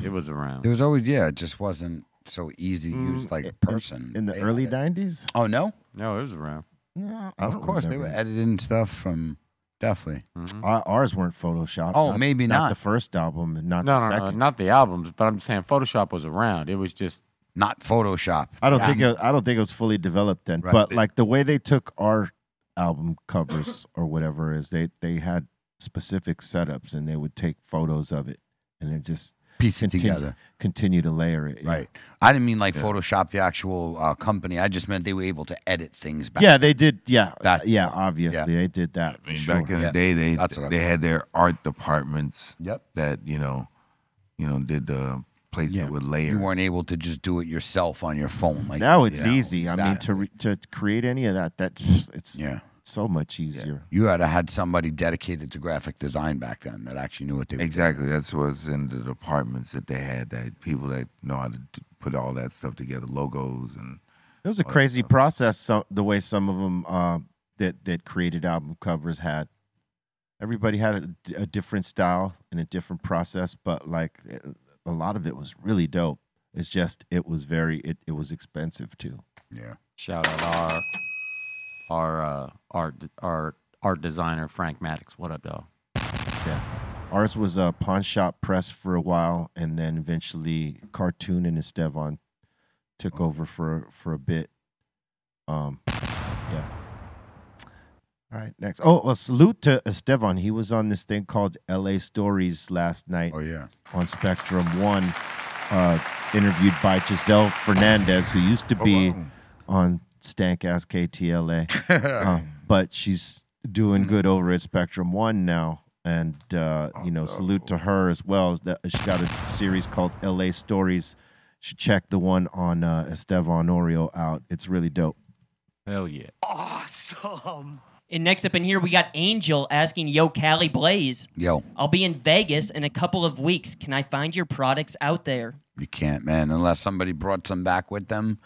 S9: It was around.
S6: There was always yeah, it just wasn't so easy to use like person.
S5: Mm, In the early 90s?
S6: Oh no?
S9: No, it was around.
S5: No, I
S6: Of
S5: don't
S6: course they
S5: remember
S6: were
S5: that.
S6: editing stuff from definitely.
S9: Mm-hmm.
S5: Our- Ours weren't Photoshop.
S6: Oh, maybe
S5: not.
S6: not.
S5: the first album and not
S9: No,
S5: the
S9: no, no,
S5: second.
S9: not the albums, but I'm saying Photoshop was around. It was just
S6: not Photoshop.
S5: I don't think it, I don't think it was fully developed then.
S9: Right.
S5: But like the way they took our album covers or whatever is they they had specific setups and they would take photos of it and then just
S6: Piece it
S5: continue,
S6: together.
S5: Continue to layer it. Right.
S6: I didn't mean like Photoshop the actual uh, company. I just meant they were able to edit things back.
S5: Yeah, they did. Yeah,
S6: That-
S5: yeah. Obviously, they did that.
S3: I mean,
S5: for
S3: back
S5: sure.
S3: in the day, they
S6: That's what I
S3: they
S6: mean.
S3: had their art departments.
S6: Yep.
S3: That you know, you know, did the placement with
S6: You
S3: layers.
S6: weren't able to just do it yourself on your phone. Like
S5: now it's
S6: you know,
S5: easy. I mean,
S6: exactly.
S5: to re- to create any of that, that's it's
S6: Yeah.
S5: so much easier.
S6: you had to had somebody dedicated to graphic design back then that actually knew what they were
S3: Exactly. That's what's in the departments that they had. That people that know how to d- put all that stuff together, logos and
S5: It was a
S3: all that
S5: crazy process. So, the way some of them uh, that that created album covers had, everybody had a, a different style and a different process, but like eh, a lot of it was really dope. It's just it was very it, it was expensive too.
S6: Yeah.
S9: Shout out our our uh, art our art designer Frank Maddox. What up, dog?
S5: Yeah. Ours was a pawn shop press for a while, and then eventually Cartoon and Estevan took over for for a bit. Um, yeah. All right, next. Oh, a salute to Estevan. He was on this thing called L.A. Stories last night. Oh
S6: yeah,
S5: on Spectrum One, uh, interviewed by Giselle Fernandez, who used to be on Stank Ass KTLA, Uh, but she's doing good over at Spectrum One now. And uh, you know, salute to her as well. That she got a series called L.A. Stories. Should check the one on uh, Estevan Oreo out. It's really dope.
S9: Hell yeah.
S8: Ah, Awesome. And next up in here, we got Angel asking, Yo, Cali Blaze,
S6: Yo,
S8: I'll be in Vegas in a couple of weeks. Can I find your products out there?
S6: you can't, man, unless somebody brought some back with them.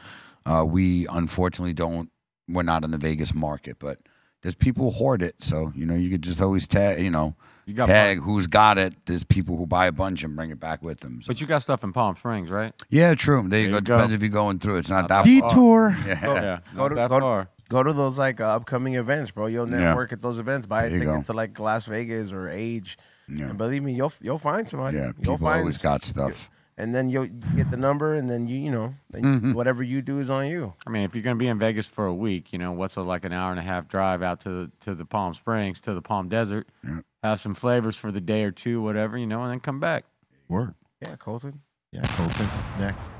S6: Uh, we unfortunately don't. We're not in the Vegas market, but there's people who hoard it. So you know, you could just always tag. You know,
S9: You got
S6: tag who's got it. There's people who buy a bunch and bring it back with them. So.
S9: But you got stuff in Palm Springs, right?
S6: Yeah, true. There, you go.
S9: you go.
S6: Depends if you're going through. It's not, that
S5: Detour.
S6: Far. Yeah.
S7: Go, go to, go, to- go to those like uh, upcoming events, bro. You'll
S6: Yeah.
S7: network at those events. Buy a
S6: There you
S7: ticket
S6: go.
S7: to like Las Vegas or Age,
S6: Yeah.
S7: and believe me, you'll you'll find somebody.
S6: Yeah,
S7: you'll
S6: people
S7: find
S6: always got stuff.
S7: and then you'll get the number, and then you you know then
S5: Mm-hmm.
S7: whatever you do is on you.
S9: I mean, if you're going to be in Vegas for a week, you know what's a, like an hour and a half drive out to the, to the Palm Springs, to the Palm Desert. Have some flavors for the day or two, whatever you know, and then come back.
S5: Word.
S7: Yeah, Colton.
S5: Yeah, Colton. Next.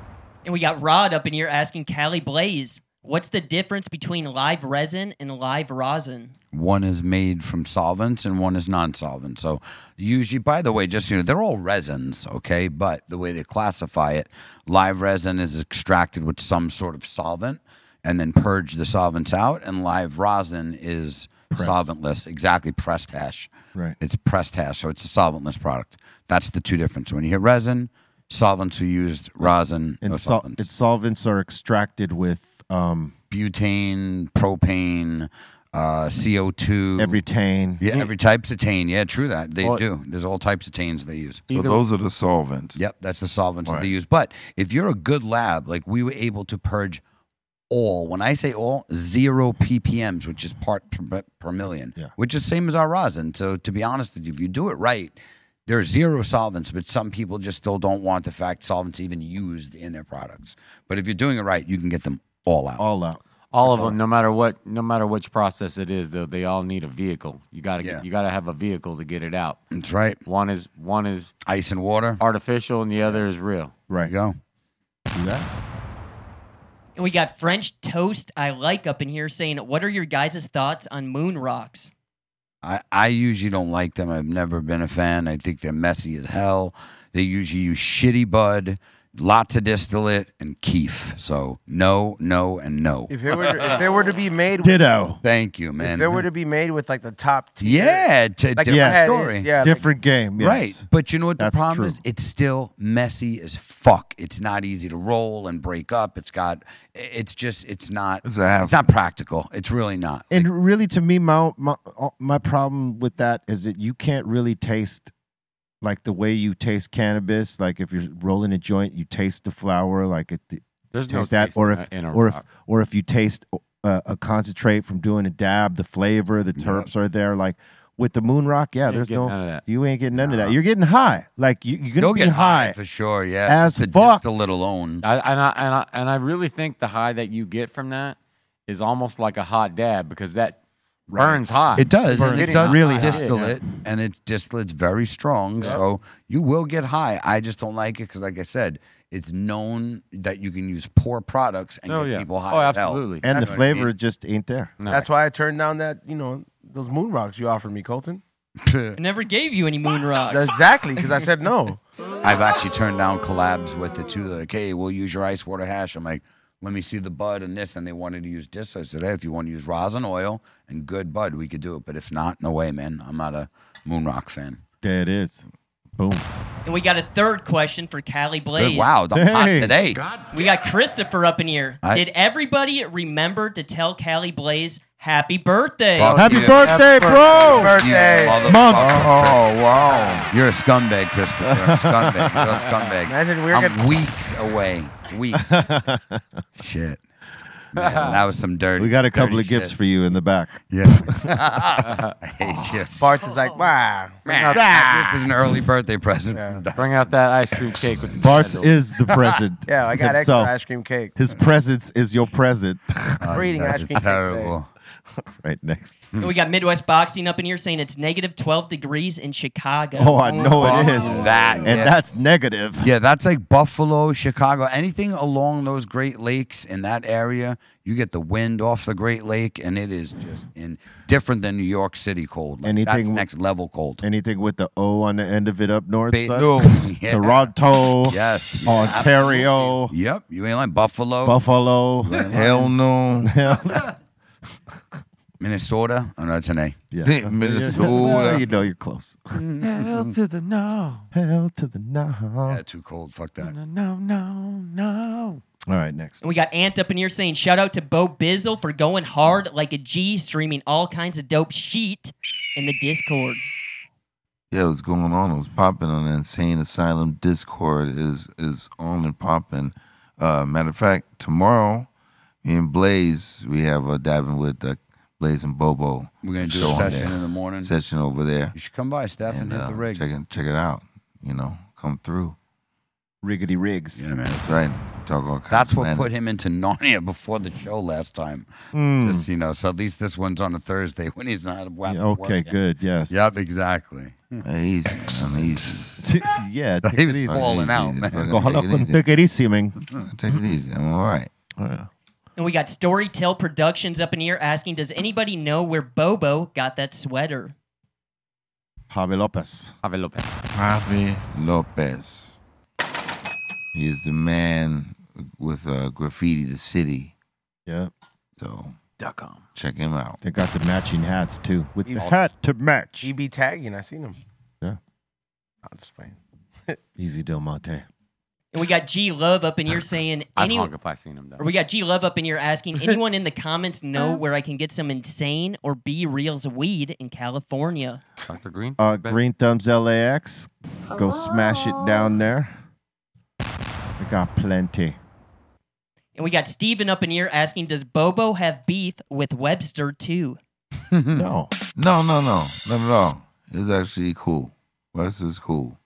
S8: And we got Rod up in here asking, Cali Blaze, what's the difference between live resin and live rosin?
S6: One is made from solvents and one is non-solvent. So usually, by the way, just so you know, they're all resins, okay? But the way they classify it, live resin is extracted with some sort of solvent and then purge the solvents out, and live rosin is solventless, exactly pressed hash.
S5: Right.
S6: It's pressed hash, so it's a solventless product. That's the two differences. When you hear resin, solvents are used, rosin,
S5: And
S6: no
S5: sol- its solvents are extracted with um,
S6: butane, propane, uh, CO2.
S5: Every tane.
S6: Yeah, every types of tane. Yeah, true that. They
S3: Well-
S6: do. There's all types of tanes they use.
S3: So those are the solvents.
S6: Yep, that's the solvents that
S3: Right.
S6: they use. But if you're a good lab, like we were able to purge all, when I say all, zero ppms, which is part per, per million, which is same as our rosin. So to be honest with you, if you do it right, there's zero solvents, but some people just still don't want the fact solvents even used in their products. But if you're doing it right, you can get them all out.
S5: Uh, All out.
S9: All of them, no matter what, no matter which process it is, though, they all need a vehicle. You gotta
S6: Yeah.
S9: get, you gotta have a vehicle to get it out.
S6: That's right.
S9: One is one is
S6: ice and water,
S9: artificial, and the other is real.
S5: Right.
S6: Go.
S8: And we got French Toast I Like up in here saying, What are your guys' thoughts on moon rocks?
S6: I, I usually don't like them. I've never been a fan. I think they're messy as hell. They usually use shitty bud. lots of distillate and keef. So no, no, and no.
S7: If it were, if it were to be made, with-
S6: Thank you, man.
S7: If it were to be made with like the top tier,
S6: Yeah, it's a
S7: Like,
S6: different
S7: yeah,
S6: story.
S7: yeah, like- Different game, yes.
S6: Right. But you know what the
S7: That's
S6: problem
S7: true.
S6: is? It's still messy as fuck. It's not easy to roll and break up. It's got it's just it's not it's, not practical. It's really not.
S5: And really, to me, my, my uh, my problem with that is that you can't really taste like the way you taste cannabis. Like if you're rolling a joint, you taste the flower. Like it, it
S9: There's no
S5: taste that,
S9: taste
S5: or
S9: in
S5: if
S9: a- in a
S5: or if
S9: rock.
S5: or if you taste uh, a concentrate from doing a dab, the flavor, the terps are there. Like with the moon rock, yeah,
S9: ain't
S5: there's
S9: getting
S5: no
S9: none of that.
S5: you ain't getting none of that. You're getting high. Like you, you're gonna
S9: You'll
S5: be
S9: get high
S5: high
S6: for sure. Yeah,
S5: as fuck.
S6: a little alone.
S9: I, and I and I and I really think the high that you get from that is almost like a hot dab because that burns high.
S6: It does.
S9: Burns
S6: and it
S9: hot.
S6: does
S9: Really
S6: really
S9: hot.
S6: distillate, and it's distillate's very strong. So you will get high. I just don't like it because, like I said, it's known that you can use poor products and
S5: Oh,
S6: get
S5: yeah.
S6: people high.
S5: Oh,
S6: as hell.
S5: absolutely. And the
S6: You know what I
S5: flavor
S6: mean?
S5: just ain't there.
S7: That's why I turned down that you know those moon rocks you offered me, Colton.
S8: I never gave you any moon rocks.
S7: exactly, because I said no.
S6: I've actually turned down collabs with the two. Like, hey, we'll use your ice water hash. I'm like, let me see the bud and this. And they wanted to use this. I said, hey, if you want to use rosin oil and good bud, we could do it. But if not, no way, man. I'm not a moon rock fan.
S5: There it is. Boom.
S8: And we got a third question for Callie Blaze.
S6: wow, the hot Hey. today. God
S8: we got Christopher up in here.
S6: I-
S8: Did everybody remember to tell Callie Blaze happy birthday?
S6: Fuck you. You motherfucker. Oh, wow. You're a scumbag, Christopher. You're a scumbag. You're a scumbag.
S7: Imagine we were
S6: I'm
S7: gonna-
S6: weeks away. Weeks. Shit. Man, that was some dirty.
S5: We got a
S6: dirty
S5: couple of gifts
S6: shit.
S5: for you in the back.
S6: Yeah. I hate you.
S7: Bart is like, wow,
S6: Bring out- This is an early birthday present.
S9: Bring out that ice cream cake with the
S5: Bart's
S9: candle.
S5: is the present.
S7: Yeah, I got extra
S5: himself.
S7: ice cream cake.
S5: His presence is your present.
S7: We're eating ice cream cake terrible.
S5: right next.
S9: Hmm.
S8: And we got Midwest Boxing up in here saying it's negative 12 degrees in Chicago.
S5: Oh, I know it is.
S6: That
S5: and
S6: yeah.
S5: that's negative.
S6: Yeah, that's like Buffalo, Chicago, anything along those Great Lakes in that area. You get the wind off the Great Lake, and it is just in different than New York City cold. Like,
S5: Anything
S6: that's
S5: with-
S6: next level cold.
S5: Anything with the O on the end of it up north?
S6: Ba-
S5: son?
S6: no, yeah.
S5: Toronto.
S6: Yes. yeah,
S5: Ontario.
S6: absolutely. Yep. You ain't like Buffalo.
S5: Buffalo.
S6: You ain't
S5: Hell
S6: lying.
S5: no.
S6: Minnesota. Oh no, it's an A.
S5: Yeah. Minnesota. You know you're close.
S4: Hell to the no.
S5: Hell to the no. Yeah,
S6: too cold. Fuck that.
S4: No, no, no.
S5: All right, next.
S8: And we got Ant up in here saying shout out to Bo Bizzle for going hard like a G, streaming all kinds of dope sheet in the Discord.
S3: Yeah, what's going on? It was popping on the Insane Asylum Discord is is on and popping. Uh, matter of fact, tomorrow, me and Blaze, we have a diving with uh, Blaze and Bobo.
S6: We're gonna do
S3: show
S6: a
S3: on
S6: session
S3: there.
S6: in the morning.
S3: Session over there.
S6: You should come by, Steph, and, hit
S3: uh,
S6: the rigs.
S3: Check it, check it out. You know, come through.
S5: Riggedy rigs.
S6: Yeah, man.
S3: That's right. Talk all kinds
S6: That's
S3: of
S6: what
S3: madness.
S6: put him into Narnia before the show last time.
S5: Mm.
S6: Just you know, so at least this one's on a Thursday when he's not. at
S5: Yeah,
S6: work
S5: okay,
S6: yet.
S5: good, yes.
S6: Yep. Exactly.
S3: Easy. I'm easy.
S5: yeah,
S6: He
S5: take it
S6: was
S5: easy.
S6: falling out, man.
S5: Call up and take it easy, man.
S6: Hmm.
S3: Take it easy. I'm all right.
S8: And we got Storytell Productions up in here asking, does anybody know where Bobo got that sweater?
S5: Javi Lopez.
S9: Javi Lopez.
S3: Javi Lopez. He is the man with uh, graffiti the city.
S5: Yeah.
S3: So check him out.
S5: They got the matching hats too, with the
S7: Evil.
S5: hat to match.
S7: He be tagging. I seen him.
S5: Yeah.
S7: I'm just playing.
S5: Easy Del Monte.
S8: And we got G Love up in here saying,
S9: I'd
S8: any-
S9: honk if I seen him. Though.
S8: or we got G Love up in here asking, anyone in the comments know where I can get some insane or B Reels weed in California?
S9: Dr. Green.
S5: Uh, Green Thumbs LAX. Go smash it down there. We got plenty.
S8: And we got Steven up in here asking, does Bobo have beef with Webster too?
S5: no.
S3: No, no, no. Not at all. It's actually cool. Wes is cool.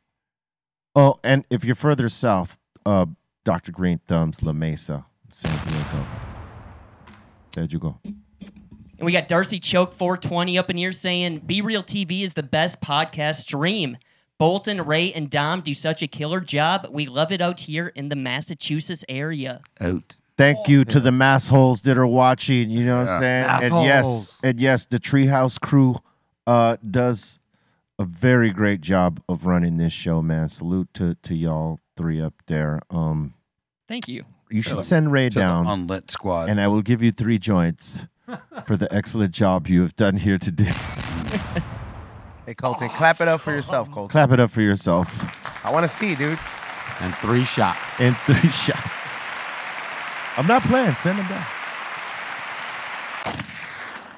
S5: Oh, and if you're further south, uh, Dr. Green Thumbs, La Mesa, San Diego. There you go.
S8: And we got Darcy Choke 420 up in here saying, Be Real TV is the best podcast stream. Bolton, Ray, and Dom do such a killer job. We love it out here in the Massachusetts area.
S3: Out.
S5: Thank you to the mass holes that are watching. You know what I'm saying?
S8: Yeah.
S5: and yes,
S8: Massholes.
S5: and yes, the Treehouse crew uh, does a very great job of running this show, man. Salute to to y'all three up there. Um,
S8: Thank you.
S5: you should send Ray
S6: to the
S5: down
S6: unlit squad,
S5: and I will give you three joints for the excellent job you have done here today.
S7: Hey, Colton, clap it up for yourself, Colton.
S5: Clap it up for yourself.
S7: I want to see, dude.
S5: And three shots. And three shots. I'm not playing. Send them down.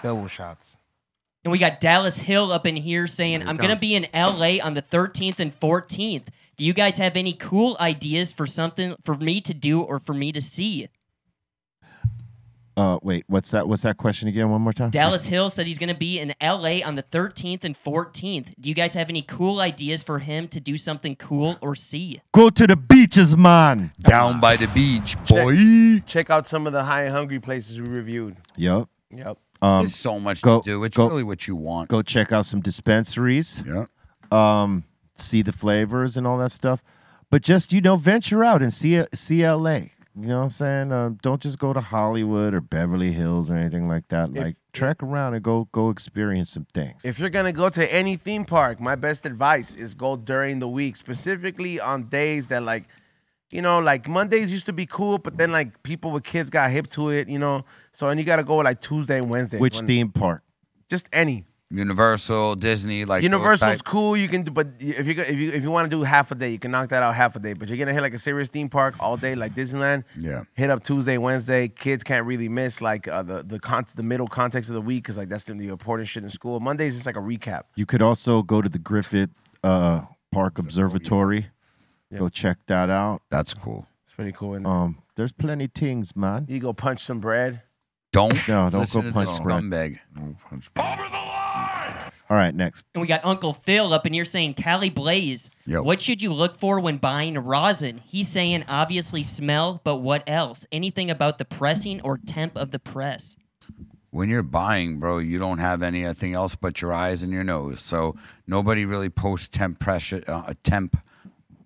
S7: Double shots.
S8: And we got Dallas Hill up in here saying,
S7: Here it
S8: I'm going to
S7: comes.
S8: be in LA on the 13th and 14th. Do you guys have any cool ideas for something for me to do or for me to see?
S5: Uh, wait, what's that? What's that question again? One more time.
S8: Dallas Hill said he's going to be in LA on the 13th and 14th. Do you guys have any cool ideas for him to do something cool or see?
S5: Go to the beaches, man.
S6: Down by the beach, boy.
S7: Check out some of the high and hungry places we reviewed.
S5: Yep.
S7: Yep.
S6: There's so much to do. It's really what you want.
S5: Um, Go check out some dispensaries.
S6: Yeah.
S5: Um, see the flavors and all that stuff. But just you know, venture out and see see LA. You know what I'm saying? Um, don't just go to Hollywood or Beverly Hills or anything like that. like trek around and go go experience some things.
S7: If you're gonna go to any theme park, my best advice is go during the week, specifically on days that like, you know, like Mondays used to be cool, but then like people with kids got hip to it, you know. So and you gotta go like Tuesday and Wednesday.
S5: Which
S7: When-
S5: theme park?
S7: Just any.
S6: Universal, Disney, like those
S7: Universal's
S6: type-
S7: cool. You can do, but if you go- if you if you want to do half a day, you can knock that out half a day. But you're gonna hit like a serious theme park all day, like Disneyland.
S6: Yeah.
S7: Hit up Tuesday, Wednesday. Kids can't really miss like uh, the the con- the middle context of the week because like that's the, the important shit in school. Mondays is like a recap.
S5: You could also go to the Griffith uh, Park Observatory.
S7: Yeah.
S5: Go check that out.
S6: That's cool.
S7: It's pretty cool. isn't it?
S5: Um, there's plenty things, man.
S7: You go punch some bread.
S6: Don't
S5: no, don't
S6: listen
S5: go
S6: to
S5: punch
S6: this
S5: spread.
S6: scumbag.
S5: All right, next.
S8: And we got Uncle Phil up in here saying, Cali Blaze,
S5: Yo.
S8: what should you look for when buying rosin? He's saying, obviously, smell, but what else? Anything about the pressing or temp of the press?
S6: when you're buying, bro, you don't have anything else but your eyes and your nose. So nobody really posts temp pressure, uh, temp,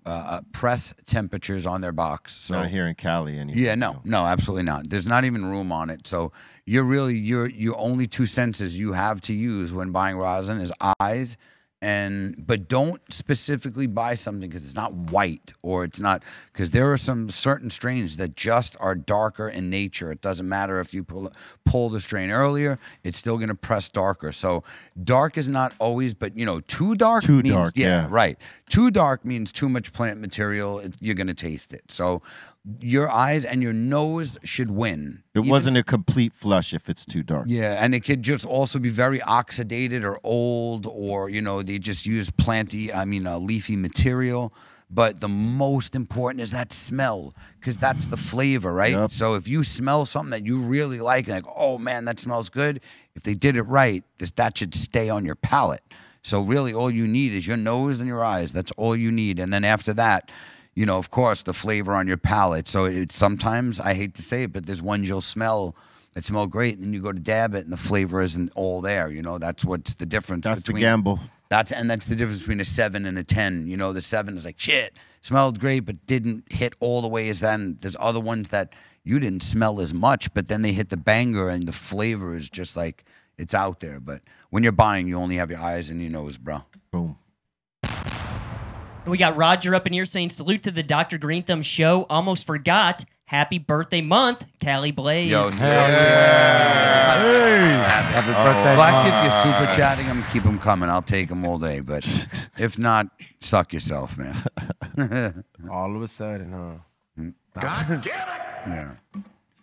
S6: uh, uh, press temperatures on their box. So
S5: Not here in Cali anymore.
S6: Yeah, no, no, absolutely not. There's not even room on it. So you're really your your only two senses you have to use when buying rosin is eyes and but don't specifically buy something because it's not white or it's not because there are some certain strains that just are darker in nature. It doesn't matter if you pull pull the strain earlier; it's still going to press darker. So dark is not always, but you know, too dark.
S5: Too
S6: means-
S5: dark, yeah.
S6: right. Too dark means too much plant material. It- You're going to taste it. So your eyes and your nose should win.
S5: It
S6: Even-
S5: wasn't a complete flush if it's too dark.
S6: Yeah, and it could just also be very oxidated or old, or you know, they just use planty, I mean, uh, leafy material. But the most important is that smell, because that's the flavor, right? So if you smell something that you really like, like, oh man, that smells good. If they did it right, this that should stay on your palate. So really, all you need is your nose and your eyes. That's all you need, and then after that, you know, of course, the flavor on your palate. So it, sometimes I hate to say it, but there's ones you'll smell that smell great, and then you go to dab it, and the flavor isn't all there. You know, that's what's the difference.
S5: That's the
S6: between,
S5: gamble.
S6: That's and that's the difference between a seven and a ten. You know, the seven is like shit, smelled great, but didn't hit all the way as then. There's other ones that you didn't smell as much, but then they hit the banger, and the flavor is just like it's out there. But when you're buying, you only have your eyes and your nose, bro.
S5: Boom.
S8: And we got Roger up in here saying, salute to the Dr. Green Thumb show. Almost forgot. Happy birthday month, Cali Blaze.
S6: Yo, Hell yeah.
S9: Happy birthday,
S6: Black Sheep,
S9: Mom.
S6: if you're super chatting them, keep them coming. I'll take them all day. But if not, suck yourself, man.
S7: All of a sudden, huh?
S6: God damn it! Yeah.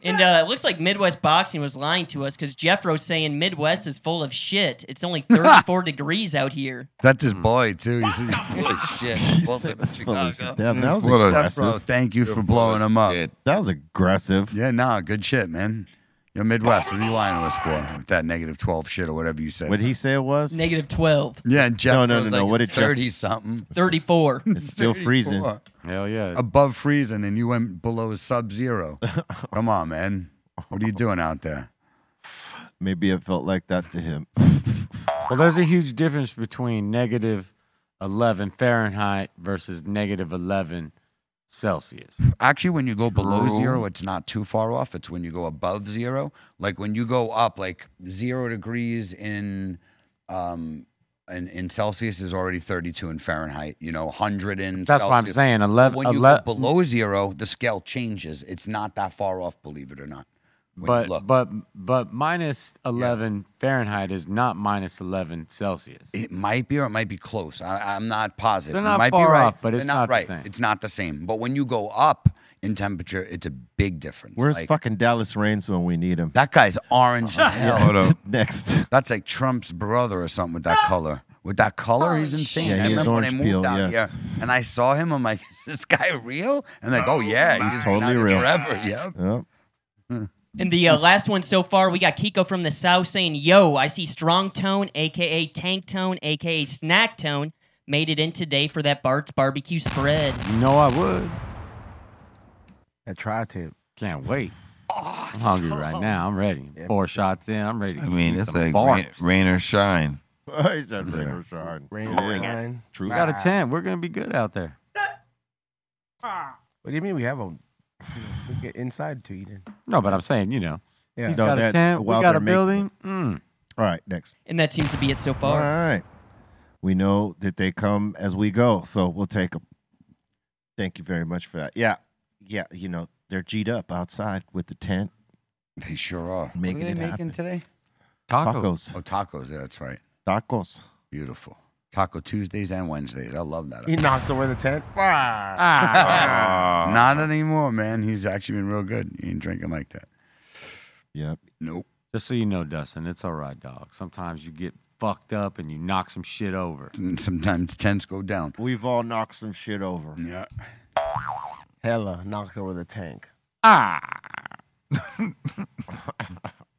S8: And uh, it looks like Midwest Boxing was lying to us because Jeffro's saying Midwest is full of shit. It's only 34 degrees out here.
S6: That's
S5: Hmm.
S6: his boy, too. He's he's full of shit. Well,
S5: said
S6: that's
S5: it's full of
S6: Chicago.
S5: shit. Damn, that was
S6: Full of-
S5: aggressive.
S6: Bro, thank you for blowing him up.
S5: That was aggressive.
S6: Yeah, nah, good shit, man. You're Midwest. What are you lying to us for with that negative 12 shit or whatever you said?
S5: What he say it was?
S8: Negative 12.
S6: Yeah, and Jeff
S5: No, no,
S6: was
S5: no, no.
S6: like
S5: What
S6: it's
S5: did Jeff-
S6: 30 something.
S8: 34.
S5: It's still freezing.
S6: 34.
S9: Hell yeah.
S6: above freezing and you went below sub zero. Come on, man. What are you doing out there?
S5: Maybe it felt like that to him.
S9: Well, there's a huge difference between negative 11 Fahrenheit versus negative 11 Celsius.
S6: Actually, when you go below
S9: True.
S6: zero, it's not too far off. It's when you go above zero. Like when you go up, like zero degrees in um, in, in Celsius is already 32 in Fahrenheit, you know, 100 in
S9: That's what I'm
S6: Celsius.
S9: saying,
S6: But
S9: 11
S6: when you
S9: ele-
S6: go below zero, the scale changes. It's not that far off, believe it or not. when you
S9: But but but minus eleven Fahrenheit is not minus eleven Celsius.
S6: It might be or it might be close. I, I'm not positive.
S9: They're
S6: You
S9: not
S6: might
S9: far
S6: be right.
S9: off, but it's
S6: They're not,
S9: not the
S6: right.
S9: same.
S6: It's not the same. But when you go up in temperature, it's a big difference.
S5: Where's
S6: Like,
S5: fucking Dallas Reigns when we need him?
S6: That guy's orange as hell.
S5: Hold up. Next.
S6: That's like Trump's brother or something with that
S9: Ah!
S6: color. With that color, he's
S9: Oh,
S6: insane.
S5: Yeah, he
S6: I
S5: is
S6: remember when I
S5: orange
S6: moved
S5: peel,
S6: down
S5: yes.
S6: here and I saw him. I'm like, is this guy real? And like, oh yeah, he's,
S5: He's
S6: been
S5: totally
S6: out here
S5: real.
S6: Forever. Yep.
S8: In the uh, last one so far, we got Kiko from the South saying, Yo, I see Strong Tone, aka Tank Tone, aka Snack Tone, made it in today for that Bart's barbecue spread.
S9: No, I would.
S13: A tri tip.
S9: Can't wait. I'm hungry right now. I'm ready. Four shots in. I'm ready.
S3: I mean, it's
S9: that's
S3: like rain, rain or shine.
S5: he said rain or shine.
S13: Rain
S5: It
S13: or
S5: is.
S13: shine.
S5: True.
S9: We got a tent. We're gonna be good out there.
S13: What do you mean we have them? We get inside to eat in.
S9: No, but I'm saying, you know,
S13: Yeah.
S9: he's
S13: No,
S9: got a
S13: that-
S9: tent. We
S13: while
S9: got
S13: they're
S9: a
S13: making-
S9: building. Mm.
S5: All right, next.
S8: And that seems to be it so
S5: All
S8: far.
S5: right. We know that they come as we go, so we'll take them. Thank you very much for that. Yeah. Yeah, you know, they're G'd up outside with the tent.
S6: They sure are.
S5: Making
S6: what are
S5: it
S6: they
S5: happen.
S6: making today?
S5: Tacos.
S6: Oh, tacos. Yeah, that's right.
S5: Tacos.
S6: Beautiful. Taco Tuesdays and Wednesdays. I love that.
S13: He knocks over the tent. Ah.
S6: Ah. Not anymore, man. He's actually been real good. He ain't drinking like that.
S5: Yep.
S6: Nope.
S9: Just so you know, Dustin, it's all right, dog. Sometimes you get fucked up and you knock some shit over.
S6: Sometimes tents go down.
S5: We've all knocked some shit over.
S6: Yeah.
S13: Hella knocked over the tank.
S9: Ah.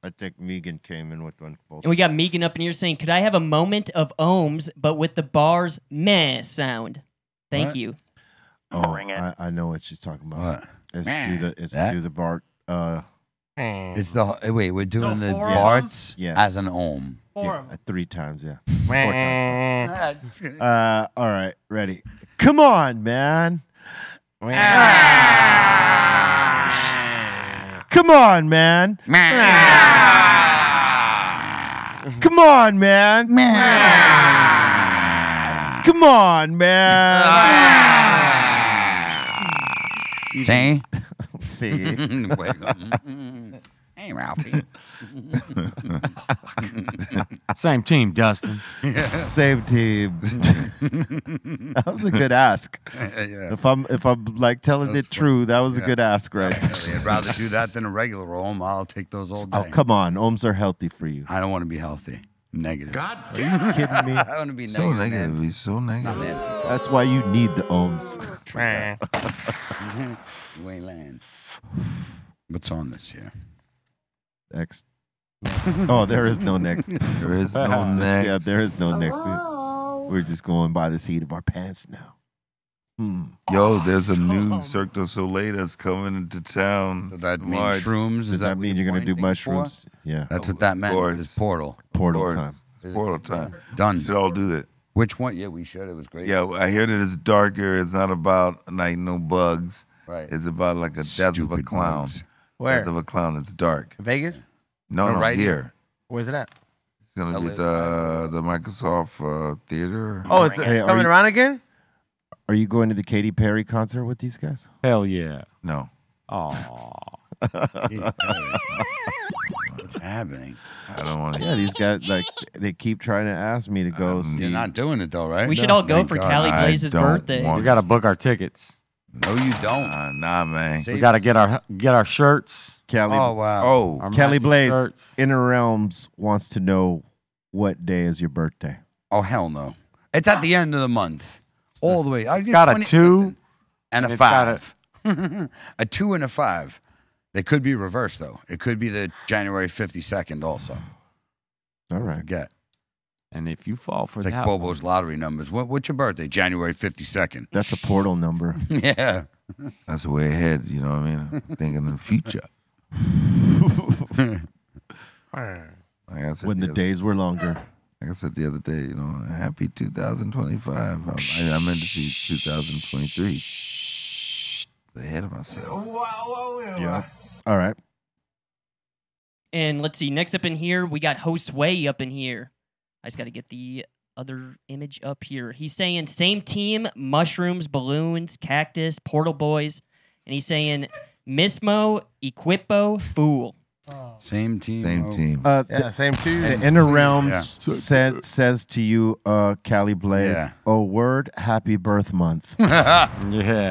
S5: I think Megan came in with one.
S8: And we got Megan up in here saying, Could I have a moment of ohms, but with the bar's meh sound? Thank
S5: What?
S8: you.
S5: Oh, I, I know what she's talking about. It's
S8: Meh.
S5: through the it's
S6: That?
S5: through the Bart. Uh,
S6: It's the eh, wait. We're doing the,
S5: four of
S6: Barts
S5: them? Yes.
S6: as an ohm.
S5: yeah, uh, three times, yeah, four
S6: Ah,
S5: times.
S6: just kidding.
S5: Uh, all right, ready? Come on, man. Ah. Come on, man. Ah. Come on, man. Ah. Come on, man.
S6: Ah. See?
S5: See?
S6: Mm. hey, Ralphie.
S9: Same team, Dustin.
S5: Same team. that was a good ask.
S6: Yeah.
S5: If I'm if I'm like telling it true, that was a
S6: Yeah.
S5: good ask, right?
S6: Definitely. I'd rather do that than a regular ohm. I'll take those all day.
S5: Oh come on, ohms are healthy for you.
S6: I don't want to be healthy. Negative. God
S5: damn. Are you kidding me?
S6: I want to be
S3: So
S6: negative.
S3: negative. He's so negative.
S5: That's why you need the ohms.
S6: Wayland. What's on this here?
S5: next. Oh, there is no next.
S3: There is no next.
S5: Yeah, there is no next. We- We're just going by the seat of our pants now. Hmm.
S11: Oh,
S3: Yo, there's a new Cirque du Soleil that's coming into town.
S6: that mean shrooms? Is
S5: Does that,
S6: what
S5: mean you're gonna do
S6: winding for?
S5: mushrooms? Yeah.
S6: That's what that meant.
S3: course.
S6: This portal.
S5: Portal
S3: Or
S5: time.
S3: It's portal time.
S6: Done.
S3: We should all do it.
S6: Which one? Yeah, we should. It was great.
S3: Yeah, I hear that it's darker. It's not about like no bugs.
S6: Right.
S3: It's about like a death of a clown.
S11: Where?
S3: Death of a clown. It's dark.
S11: Vegas?
S3: No,
S11: Or
S3: no,
S11: right
S3: here.
S11: Where's it at?
S3: It's gonna be
S11: LA.
S3: the the Microsoft uh, Theater.
S11: Oh, it's
S5: Hey, are
S11: coming
S5: you-
S11: around again?
S5: Are you going to the Katy Perry concert with these guys?
S9: Hell yeah.
S3: No.
S9: Aw.
S6: What's happening?
S3: I don't want
S5: yeah, these guys like they keep trying to ask me to go. see.
S6: You're not doing it though, right?
S8: We should all go for Cali Blaze's birthday.
S9: We got to book our tickets.
S6: No, you don't.
S5: Uh,
S3: nah, man.
S9: We got to get our get our shirts.
S5: Cali.
S6: Oh, wow.
S3: Oh.
S9: Our
S5: Kelly
S9: matching
S5: Blaze,
S9: shirts.
S5: Inner Realms wants to know what day is your birthday.
S6: Oh hell no! It's at the end of the month, all the way. It's
S5: got a two, and
S6: and a
S5: it's got a-
S6: five. A, two and a five. They could be reversed though. It could be the January fifty second also.
S5: All right.
S6: Forget.
S9: And if you fall for
S6: It's like
S9: that one-
S6: Bobo's lottery numbers. What, what's your birthday? January fifty second.
S5: That's a portal number.
S6: yeah.
S3: That's way ahead. You know what I mean? I'm thinking in the future. Like I said
S5: When the
S3: other-
S5: days were longer.
S3: Like I said the other day, you know, happy 2025. I'm, I, I meant to see 2023. Ahead of myself.
S5: Yeah. All right.
S8: And let's see, next up in here, we got Host Way up in here. I just got to get the other image up here. He's saying same team, mushrooms, balloons, cactus, portal boys, and he's saying Mismo, Equipo, Fool.
S6: Same team.
S3: Same team.
S5: Uh,
S6: Oh. Yeah, same team.
S5: The inner realm
S6: Yeah.
S5: said, says to you, uh, Callie Blaze,
S6: Yeah.
S5: oh, word, happy birth month.
S6: It's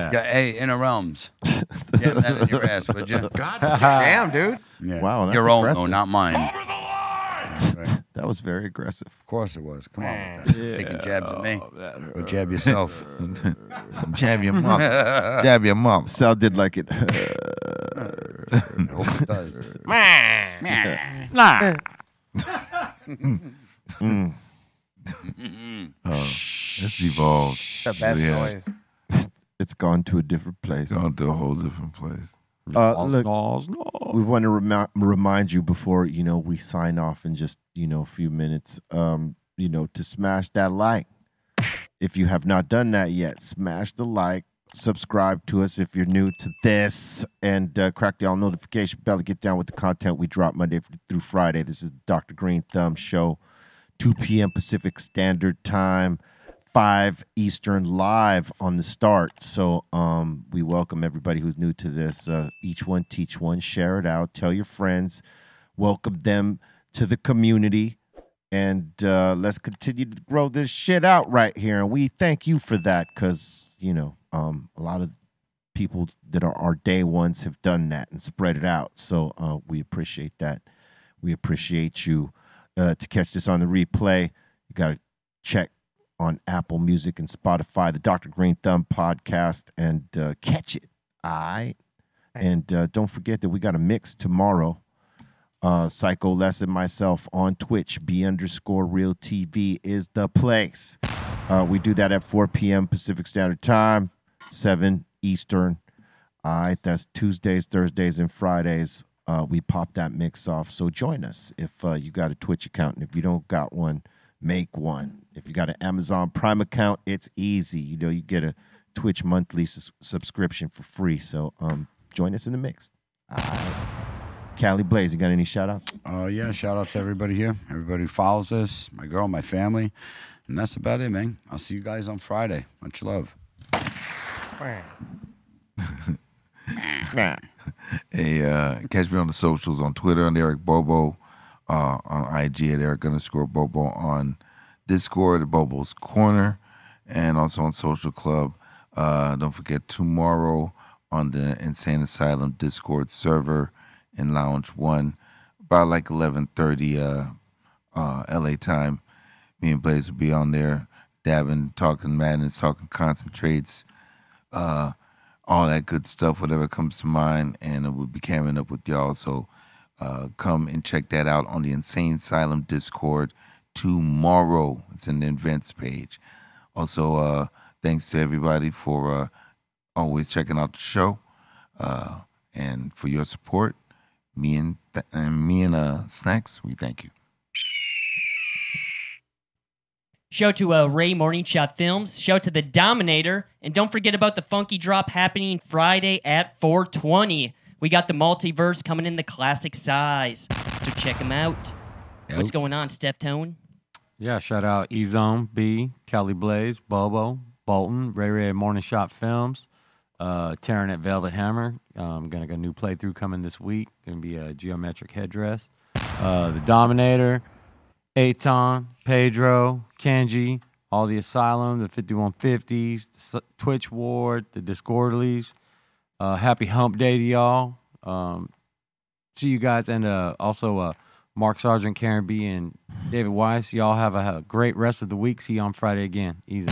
S6: got- hey, inner realms. Get that in your ass, would you? God
S5: damn,
S6: dude.
S5: Wow, that's
S6: your own
S5: impressive.
S6: though, not mine.
S5: that was very aggressive.
S6: Of course it was. Come on, with that. taking jabs at me. Go jab yourself.
S3: Oh, Jab your mom. Jab your mom.
S5: Sal did like it.
S6: Nope, it does.
S5: Yeah.
S6: Nah.
S3: Mm. Oh, it's evolved.
S13: The best noise.
S5: it's gone to a different place.
S3: Gone to a whole different place.
S5: Uh, look, we want to remi- remind you before you know we sign off in just you know a few minutes. Um, you know to smash that like if you have not done that yet. Smash the like, subscribe to us if you're new to this, and uh, crack the all notification bell to get down with the content we drop Monday through Friday. This is the Dr. Green Thumb Show, 2 p.m. Pacific Standard Time. 5 Eastern live on the start. So um, we welcome everybody who's new to this. Uh, each one, teach one, share it out, tell your friends, welcome them to the community, and uh, let's continue to grow this shit out right here. And we thank you for that because, you know, um, a lot of people that are our day ones have done that and spread it out. So uh, we appreciate that. We appreciate you. Uh, to catch this on the replay, you got to check on Apple Music and Spotify, the Dr. Green Thumb podcast, and uh, catch it. All right. And uh, don't forget that we got a mix tomorrow. Uh, Psycho Lesson myself on Twitch, B underscore real TV is the place. Uh, we do that at 4 p.m. Pacific Standard Time, 7 Eastern. All right, that's Tuesdays, Thursdays, and Fridays. Uh, we pop that mix off. So join us if uh, you got a Twitch account. And if you don't got one, make one. If you got an Amazon Prime account, it's easy. You know, you get a Twitch monthly sus- subscription for free. So um, join us in the mix. All right. Callie Blaze, you got any shout outs?
S6: Uh, yeah, shout out to everybody here, everybody who follows us, my girl, my family. And that's about it, man. I'll see you guys on Friday. Much love.
S3: Hey, uh, catch me on the socials on Twitter on Eric Bobo, uh, on IG at Eric underscore Bobo, on Discord at Bobo's Corner, and also on Social Club. Uh, don't forget tomorrow on the Insane Asylum Discord server in Lounge One, about like eleven thirty uh, uh, LA time. Me and Blaze will be on there, dabbing, talking madness, talking concentrates. Uh, all that good stuff, whatever comes to mind, and we'll be coming up with y'all. So uh, come and check that out on the Insane Asylum Discord tomorrow. It's in the events page. Also, uh, thanks to everybody for uh, always checking out the show uh, and for your support. Me and th- and me and uh, Snacks, we thank you.
S8: Shout to uh, Ray Morning Shot Films. Shout to the Dominator, and don't forget about the Funky Drop happening Friday at 4:20. We got the multiverse coming in the classic size, so check them out.
S9: Yep.
S8: What's going on, Steph Tone?
S9: Yeah, shout out Ezone, B, Kelly Blaze, Bobo, Bolton, Ray Ray at Morning Shot Films, uh, Taryn at Velvet Hammer. Um, gonna got a new playthrough coming this week. Gonna be a geometric headdress. Uh, the Dominator, Aton, Pedro, Kenji, all the Asylum, the 5150s, the S- Twitch Ward, the Discordlies. Uh, happy Hump Day to y'all. Um, see you guys and uh, also uh, Mark Sargent, Karen B, and David Weiss. Y'all have a, a great rest of the week. See you on Friday again. Easy.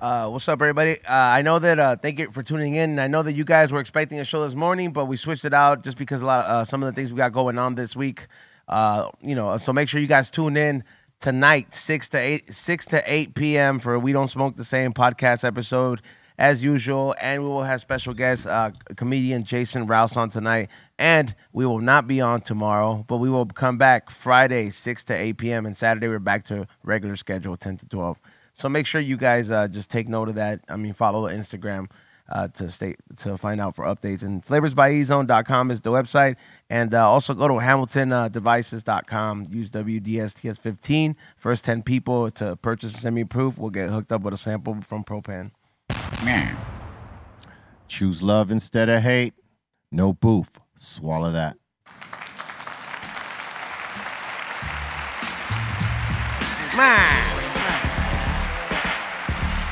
S7: Uh, what's up, everybody? Uh, I know that uh, thank you for tuning in. I know that you guys were expecting a show this morning, but we switched it out just because a lot of uh, some of the things we got going on this week. Uh, you know, so make sure you guys tune in tonight, six to eight, six to eight p.m. for We Don't Smoke the Same podcast episode as usual, and we will have special guest uh, comedian Jason Rouse on tonight, and we will not be on tomorrow, but we will come back Friday, six to eight p.m. and Saturday we're back to regular schedule, ten to twelve. So make sure you guys uh, just take note of that. I mean, follow the Instagram uh, to stay to find out for updates. And flavorsbyezone.com is the website. And uh, also go to uh, hamiltondevices.com. Use WDSTS15. First 10 people to purchase semi proof will get hooked up with a sample from Propan.
S5: Choose love instead of hate. No boof. Swallow that.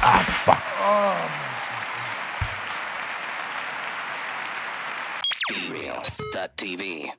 S14: Ah, fuck. Be real. The TV.